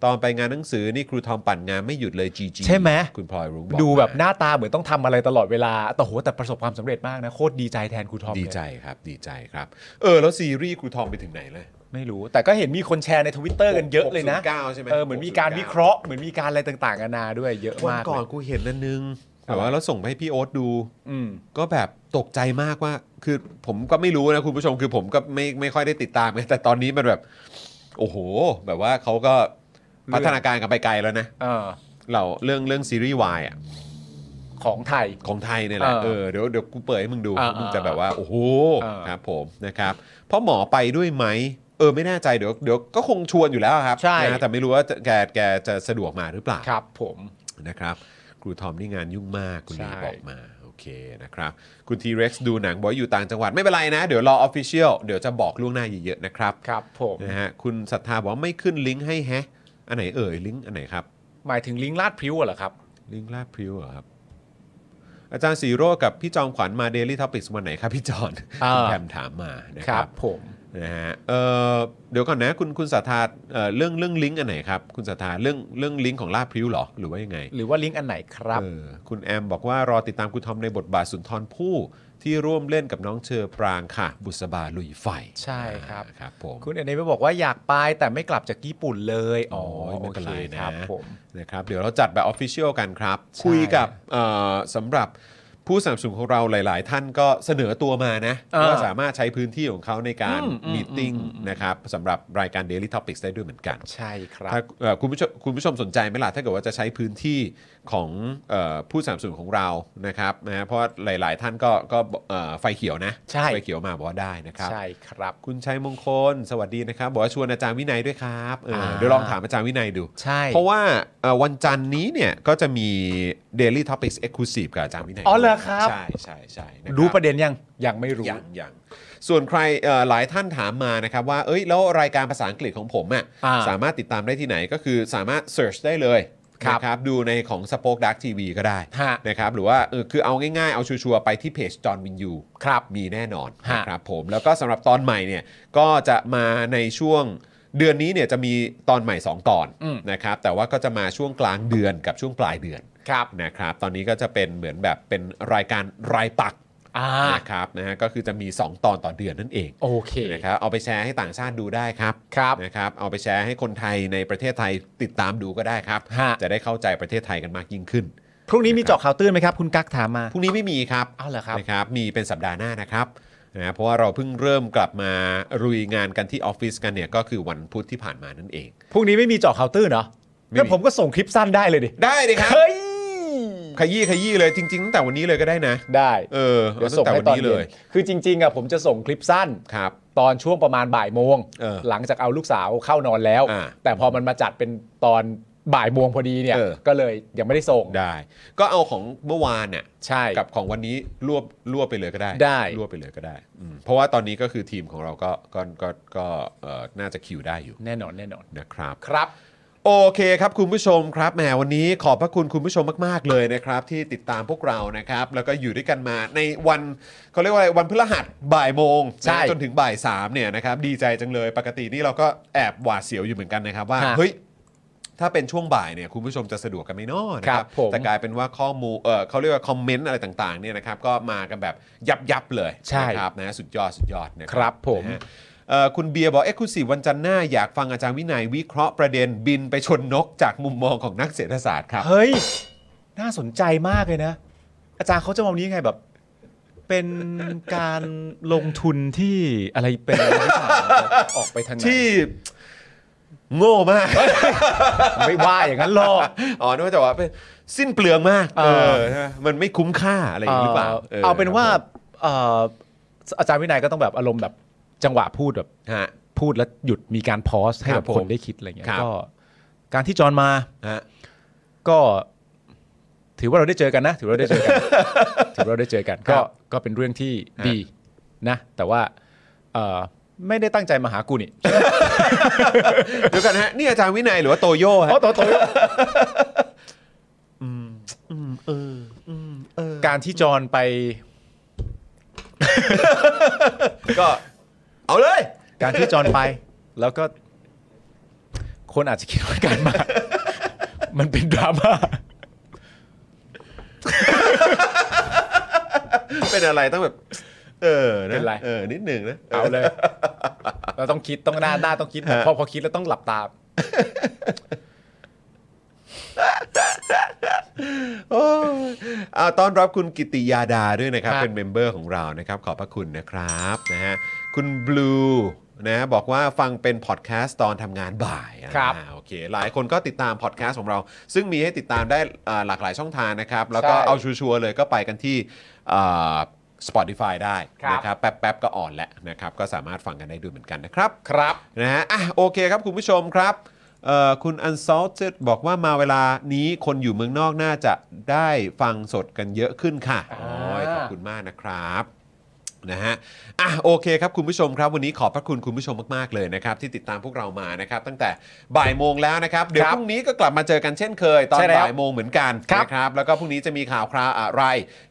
S1: ตอนไปงานหนังสือนี่ครูทอมปั่นงานไม่หยุดเลยจีจี
S2: ใช่ไหม
S1: คุณพลอยรุ้งบอก
S2: ดูแบบห
S1: มา
S2: น้าตาเหมือนต้องทำอะไรตลอดเวลาแต่โหแต่ประสบความสำเร็จมากนะโคตรดีใจแทนครูทอมเลย
S1: ดีใจครับดีใจครับ เออแล้วซีรีส์ครูทอมไปถึงไหนเลย
S2: ไม่รู้ แต่ก็เห็นมีคนแชร์ในทวิตเตอร์กันเยอะเลยนะ
S1: 609ใช่ไหม
S2: เออเหมือนมีการวิเคราะห์เหมือนมีการอะไรต่างๆนานาด้วยเยอะ
S1: วัน
S2: มากเลย
S1: ก่อนกูเห็นนั่นนึงแต่ว่าเราส่งไปให้พี่โอ๊ตดู
S2: อืม
S1: ก็แบบตกใจมากว่า คือผมก็ไม่รู้นะคุณผู้ชมคือผมก็ไม่ไม่ค่อยได้ติดตามไงแต่ตอนนี้มันแบบ โอ้โห แบบว่าเขาก็พัฒนาการกันไปไกลแล้วนะ
S2: เออ
S1: เราเรื่องเรื่องซีรีส์วายอ่ะ
S2: ของไทย
S1: ของไทยเนี่ยแหละ
S2: เออ
S1: เออเดี๋ยวเดี๋ยวกูเปิดให้มึงดู
S2: อ่า
S1: มึงจะแบบว่า โอ้โห
S2: เออ
S1: ครับผมนะครับพ่อหมอไปด้วยไหมเออไม่แน่ใจเดี๋ยวเดี๋ยวก็คงชวนอยู่แล้วครับนะแต่ไม่รู้ว่าจะแกแกจะสะดวกมาหรือเปล่า
S2: ครับผม
S1: นะครับครูทอมนี่งานยุ่งมากคุณ
S2: ใช่
S1: นีบอกมาโอเคนะครับ คุณทีเร็กซ์ดูหนังบอกว่าอยู่ต่างจังหวัดไม่เป็นไรนะ เดี๋ยวรอออฟฟิเชียลเดี๋ยวจะบอกล่วงหน้าเยอะๆนะครับ
S2: ครับผม
S1: นะฮะคุณศรัทธาบอกว่าไม่ขึ้นลิงก์ให้แฮะ อันไหนเอ่ยลิงก์อันไหนครับ
S2: หมายถึงลิงก์ลาดพริ้วอะเหรอครับ
S1: ลิงก์ลาดพริ้วเหรอครับ อาจารย์สีโร่กับพี่จอมขวัญมา Daily Topics วันไหนครับพี่จอน
S2: อ่า
S1: คุณแคมถามมานะ
S2: ค
S1: ค
S2: รั
S1: รั
S2: บบ ผม
S1: นะฮะเอ่อเดี๋ยวก่อนนะคุณคุณศรัทธาเอ่อเรื่องเรื่องลิงก์อันไหนครับคุณศรัทธาเรื่องเรื่องลิงก์ของลาดพริ้วเหรอหรือว่ายังไง
S2: หรือว่าลิงก์อันไหนครับ
S1: เออคุณแอมบอกว่ารอติดตามคุณทอมในบทบาทสุนทรภู่ที่ร่วมเล่นกับน้องเชอปรางค่ะ บุษบาลุยไฟ
S2: ใช่ครับ
S1: อ่าครับผม
S2: คุณเอเนไปบอกว่าอยากไปแต่ไม่กลับจากญี่ปุ่นเลยอ๋อ
S1: โย
S2: โอ
S1: ไม่เป็น
S2: เค
S1: ไร
S2: ค
S1: นะ
S2: รับผม
S1: นะครับเดี๋ยวเราจัดแบบออฟฟิเชียลกันครับ
S2: ใช่
S1: คุยกับเอ่อสำหรับผู้สนับสนุนของเราหลาย ๆ ท่านก็เสนอตัวมานะ
S2: เออ
S1: ว่าสามารถใช้พื้นที่ของเขาในการ
S2: อืมอืม
S1: มีติ้ง
S2: อืมอืม
S1: นะครับสำหรับรายการ Daily Topics ได้ด้วยเหมือนกัน
S2: ใช่ครับ
S1: ถ้าเอ่อคุณผู้ชมคุณผู้ชมสนใจไหมล่ะถ้าเกิดว่าจะใช้พื้นที่ของเออผู้สนับสนุนของเรานะครับนะฮะเพราะว่าหลาย ๆ ท่านก็ก็เอ่อไฟเขียวนะ
S2: ใช่
S1: ไฟเขียวมาบอกว่าได้นะครับ
S2: ใช่ครับ
S1: คุณชัยมงคล สวัสดีนะครับ บอกว่าชวนอาจารย์วินัยด้วยครับเอออา เดี๋ยวลองถามอาจารย์วินัยดู
S2: ใช่
S1: เพราะว่าเอ่อวันจันทร์นี้เนี่ยก็จะมี Daily Topics Exclusive กับอาจารย์วินัย
S2: อ๋อเหรอครับ
S1: ใช่ใช่ใช่นคบ
S2: รู้ประเด็นยังยังไม่รู้
S1: ยังยังส่วนใครเอ่อหลายท่านถามมานะครับว่า เอ้ยแล้วรายการภาษาอังกฤษของผมอ่ะ
S2: อ่า
S1: สามารถติดตามได้ที่ไหนก็คือสามารถ search ได้เลย
S2: ครับ
S1: นะครับดูในของสป o อ e Dark TV ก็ได้
S2: ฮะ
S1: นะครับหรือว่าเออคือเอาง่ายๆ เอาชัวร์ๆไปที่เพจจอห์นวินยู
S2: ครับ
S1: มีแน่นอน
S2: ฮะ
S1: นะครับผมแล้วก็สำหรับตอนใหม่เนี่ยก็จะมาในช่วงเดือนนี้เนี่ยจะมีตอนใหม่ 2 ตอน
S2: อืม
S1: นะครับแต่ว่าก็จะมาช่วงกลางเดือนกับช่วงปลายเดือน
S2: ครับ
S1: นะครับตอนนี้ก็จะเป็นเหมือนแบบเป็นรายการรายปัก
S2: อ่า
S1: นะครับนะฮะก็คือจะมี 2 ตอนต่อเดือนนั่นเอง
S2: โอเค
S1: นะครับเอาไปแชร์ให้ต่างชาติดูได้ครับ
S2: ครับ
S1: นะครับเอาไปแชร์ให้คนไทยในประเทศไทยติดตามดูก็ได้ครับ
S2: ฮะ
S1: จะได้เข้าใจประเทศไทยกันมากยิ่งขึ้น
S2: พรุ่งนี้มีเจาะข่าวตื้นไหมครับ คุณกั๊กถามมา
S1: พรุ่งนี้ไม่มีครับ
S2: อ้าวเหรอครับ
S1: นะครับมีเป็นสัปดาห์หน้านะครับนะฮะเพราะว่าเราเพิ่งเริ่มกลับมารุยงานกันที่ออฟฟิศกันเนี่ยก็คือวันพุธที่ผ่านมานั่นเอง
S2: พรุ่งนี้ไม่มีเจาะข่าวตื้นเหรอ
S1: ไม่มี
S2: งั้นผมก็ส่งคลิปสั้นได้เลยดิ
S1: ได้เลยครับ
S2: เฮ้ย
S1: ขยี้ขยี้เลยจริงๆตั้งแต่วันนี้เลยก็ได้นะ
S2: ได้
S1: เออ
S2: เดี๋ยว
S1: เอา
S2: ส่
S1: ตั้
S2: ง
S1: ง
S2: ให้
S1: แต่วัน
S2: ตอน
S1: นี้
S2: เล
S1: เลย ย
S2: คือจริงๆอะผมจะส่งคลิปสั้น
S1: ครับ
S2: ตอนช่วงประมาณบ่ายโมง
S1: เออ
S2: หลังจากเอาลูกสาวเข้านอนแล้ว
S1: อ่า
S2: แต่พอมันมาจัดเป็นตอนบ่ายโมงพอดีเนี่ย
S1: เออ
S2: ก็เลยยังไม่ได้ส่ง
S1: ได้ ก็เอาของเมื่อวานเนี่ย
S2: ใช่
S1: กับของวันนี้รวบรวบไปเลยก็ได้
S2: ได้
S1: รวบไปเลยก็ได้อืมเพราะว่าตอนนี้ก็คือทีมของเราก็ก็ก็ก็เอ่อน่าจะคิวได้อยู่
S2: แน่นอนแน่นอน
S1: นะครับ
S2: ครับ
S1: โอเคครับคุณผู้ชมครับแหมวันนี้ขอบพระคุณคุณผู้ชมมาก ๆ เลยนะครับ ที่ติดตามพวกเรานะครับ แล้วก็อยู่ด้วยกันมาในวันเขาเรียกว่าอะไรวันพฤหัสบ่ายโมง
S2: ใช่
S1: นะจนถึงบ่ายสามเนี่ยนะครับดีใจจังเลยปกตินี่เราก็แอบหวาดเสียวอยู่เหมือนกันนะครับว่า
S2: ฮะ
S1: เฮ้ยถ้าเป็นช่วงบ่ายเนี่ยคุณผู้ชมจะสะดวกกันไหมเนอะนะ
S2: ค
S1: ค
S2: รั
S1: รับบ
S2: ผม
S1: แต่กลายเป็นว่าข้อมูลเออเขาเรียกว่าคอมเมนต์อะไรต่างๆเนี่ยนะครับก็มากันแบบยับยับๆเลย
S2: ใช่
S1: นะครับนะสุดยอดสุดยอดนะค
S2: ครั
S1: รับ
S2: ผม
S1: นะฮะ เอ่อคุณเบียร์บอกเอ็กซ์คลูซีวันจันทร์หน้าอยากฟังอาจารย์วินัยวิเคราะห์ประเด็นบินไปชนนกจากมุมมองของนักเศรษฐศาสตร์ครับ
S2: เฮ้ย น่าสนใจมากเลยนะ อาจารย์เขาจะมองนี้ยังไงแบบ ไป เป็นการลงทุนที่อะไรเป็นอะไรหรือเปล่าออกไปทางไหน
S1: ที่โง่ มาก
S2: ไม่ว่าอย่างนั้นหรอก
S1: อ๋อนึกว่าจะว่าเป็นสิ้นเปลืองมาก เอ
S2: เออ
S1: อใช่ไหมมันไม่คุ้มค่าอะไรอย่างนี้หรือเปล่า
S2: เอาเป็นว่าเอ่ออาจารย์วินัยก็ต้องแบบอารมณ์แบบจังหวะพูดแบบ
S1: ฮะ
S2: พูดแล้วหยุดมีการพอสให้
S1: ครั
S2: กั
S1: บบ ผม
S2: คนได้คิดอะไรเงี้ย
S1: ครับ
S2: ก็การที่จอห์นมา
S1: ฮะ
S2: ก็ ถือว่าเราได้เจอกันนะ ถือว่าเราได้เจอกัน ถือว่าเราได้เจอกัน
S1: ครั
S2: ก็
S1: บ
S2: ก็เป็นเรื่องที่ดีนะ แต่ว่าเอ่อไม่ได้ตั้งใจมาหากูนี่
S1: เดี๋ยวกันฮะนี่อาจารย์วินัยหรือว่าโตโย่ฮะ
S2: อ๋อตัวตัวการที่จอห์นไป
S1: ก็เอาเลย
S2: การที่จอห์นไป แล้วก็ คนอาจจะคิดว่าการมา มันเป็นดราม่า
S1: เป็นอะไรต้องแบบ เออนะ
S2: เป็นไร
S1: เออนิดหนึ่งนะ
S2: เอาเลย เราต้องคิดต้องหน้าหน้าต้องคิดพอพอคิดแล้วต้องหลับตา
S1: โอ้ยเอาต้อนรับคุณกิติยาดาด้วยนะครับ
S2: ครับ
S1: เป็นเมมเบอร์ของเรานะครับ ขอบพระคุณนะครับนะฮะคุณบลูนะบอกว่าฟังเป็นพอดแคสต์ตอนทำงานบ่ายอ่ะ
S2: ครับ
S1: อ่าโอเค หลายคนก็ติดตามพอดแคสต์ของเรา ซึ่งมีให้ติดตามได้อ่าหลากหลายช่องทางนะครับ แล้วก็
S2: ใช่
S1: เอาชัวร์ๆเลยก็ไปกันที่อ่า Spotify ได้
S2: ครับ
S1: นะครับแป๊บๆก็อ่อนแล้วนะครับ ก็สามารถฟังกันได้ด้วยเหมือนกันนะครับ
S2: ครับ
S1: นะฮะอ่ะโอเคครับคุณผู้ชมครับเอ่อคุณ Unsalted บอกว่ามาเวลานี้คนอยู่เมืองนอกน่าจะได้ฟังสดกันเยอะขึ้นค่ะโอ้ยขอบคุณมากนะครับนะฮะอ่ะโอเคครับคุณผู้ชมครับ วันนี้ขอบพระคุณคุณผู้ชมมากๆเลยนะครับ ที่ติดตามพวกเรามานะครับ ตั้งแต่บ่ายโมงแล้วนะครับ เดี๋ยว
S2: ครับ
S1: พรุ่งนี้ก็กลับมาเจอกันเช่นเคย ตอน
S2: ใช่แล้ว
S1: บ่ายโมงเหมือนกัน
S2: ครับ
S1: นะครับแล้วก็พรุ่งนี้จะมีข่าวคราวอะไร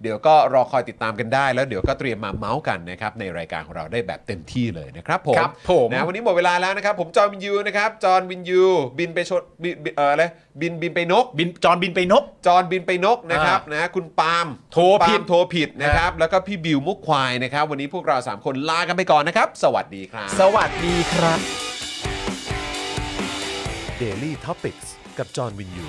S1: เดี๋ยวก็รอคอยติดตามกันได้ แล้วเดี๋ยวก็เตรียมมาเมาส์กันนะครับในรายการของเราได้แบบเต็มที่เลยนะครับผม
S2: ครับผม
S1: นะวันนี้หมดเวลาแล้วนะครับ ผมจอห์นวินยูนะครับ จอห์นวินยู บินไปชนบินบินเอ่ออะไรบินบินไปนก
S2: บินจอนบินไปนก
S1: จอห์นบินไปนกนะครับนะคุณปาล์ม
S2: โทรผิด
S1: ปาล์มโทรผิดนะครับ แล้วก็พี่บิวมุกควายนะครับ วันนี้พวกเรา 3 คนลากันไปก่อนนะครับ สวัสดีครับ
S2: สวัสดีครับ
S5: Daily Topics กับจอห์นวินยู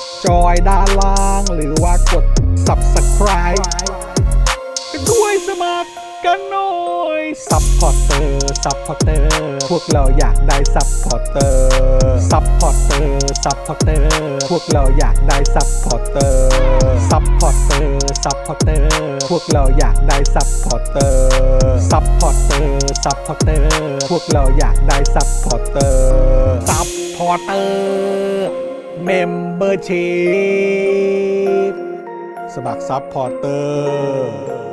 S6: จอยด้านล่าง หรือว่ากด subscribe กันด้วยสมัครกันหน่อย ซัพพอร์เตอร์ ซัพพอร์เตอร์ พวกเราอยากได้ซัพพอร์เตอร์ ซัพพอร์เตอร์ ซัพพอร์เตอร์ พวกเราอยากได้ซัพพอร์เตอร์ ซัพพอร์เตอร์ ซัพพอร์เตอร์ พวกเราอยากได้ซัพพอร์เตอร์ ซัพพอร์เตอร์ ซัพพอร์เตอร์ พวกเราอยากได้ซัพพอร์เตอร์ ซัพพอร์เตอร์ เมมเบอร์ชีพ สมัครซัพพอร์เตอร์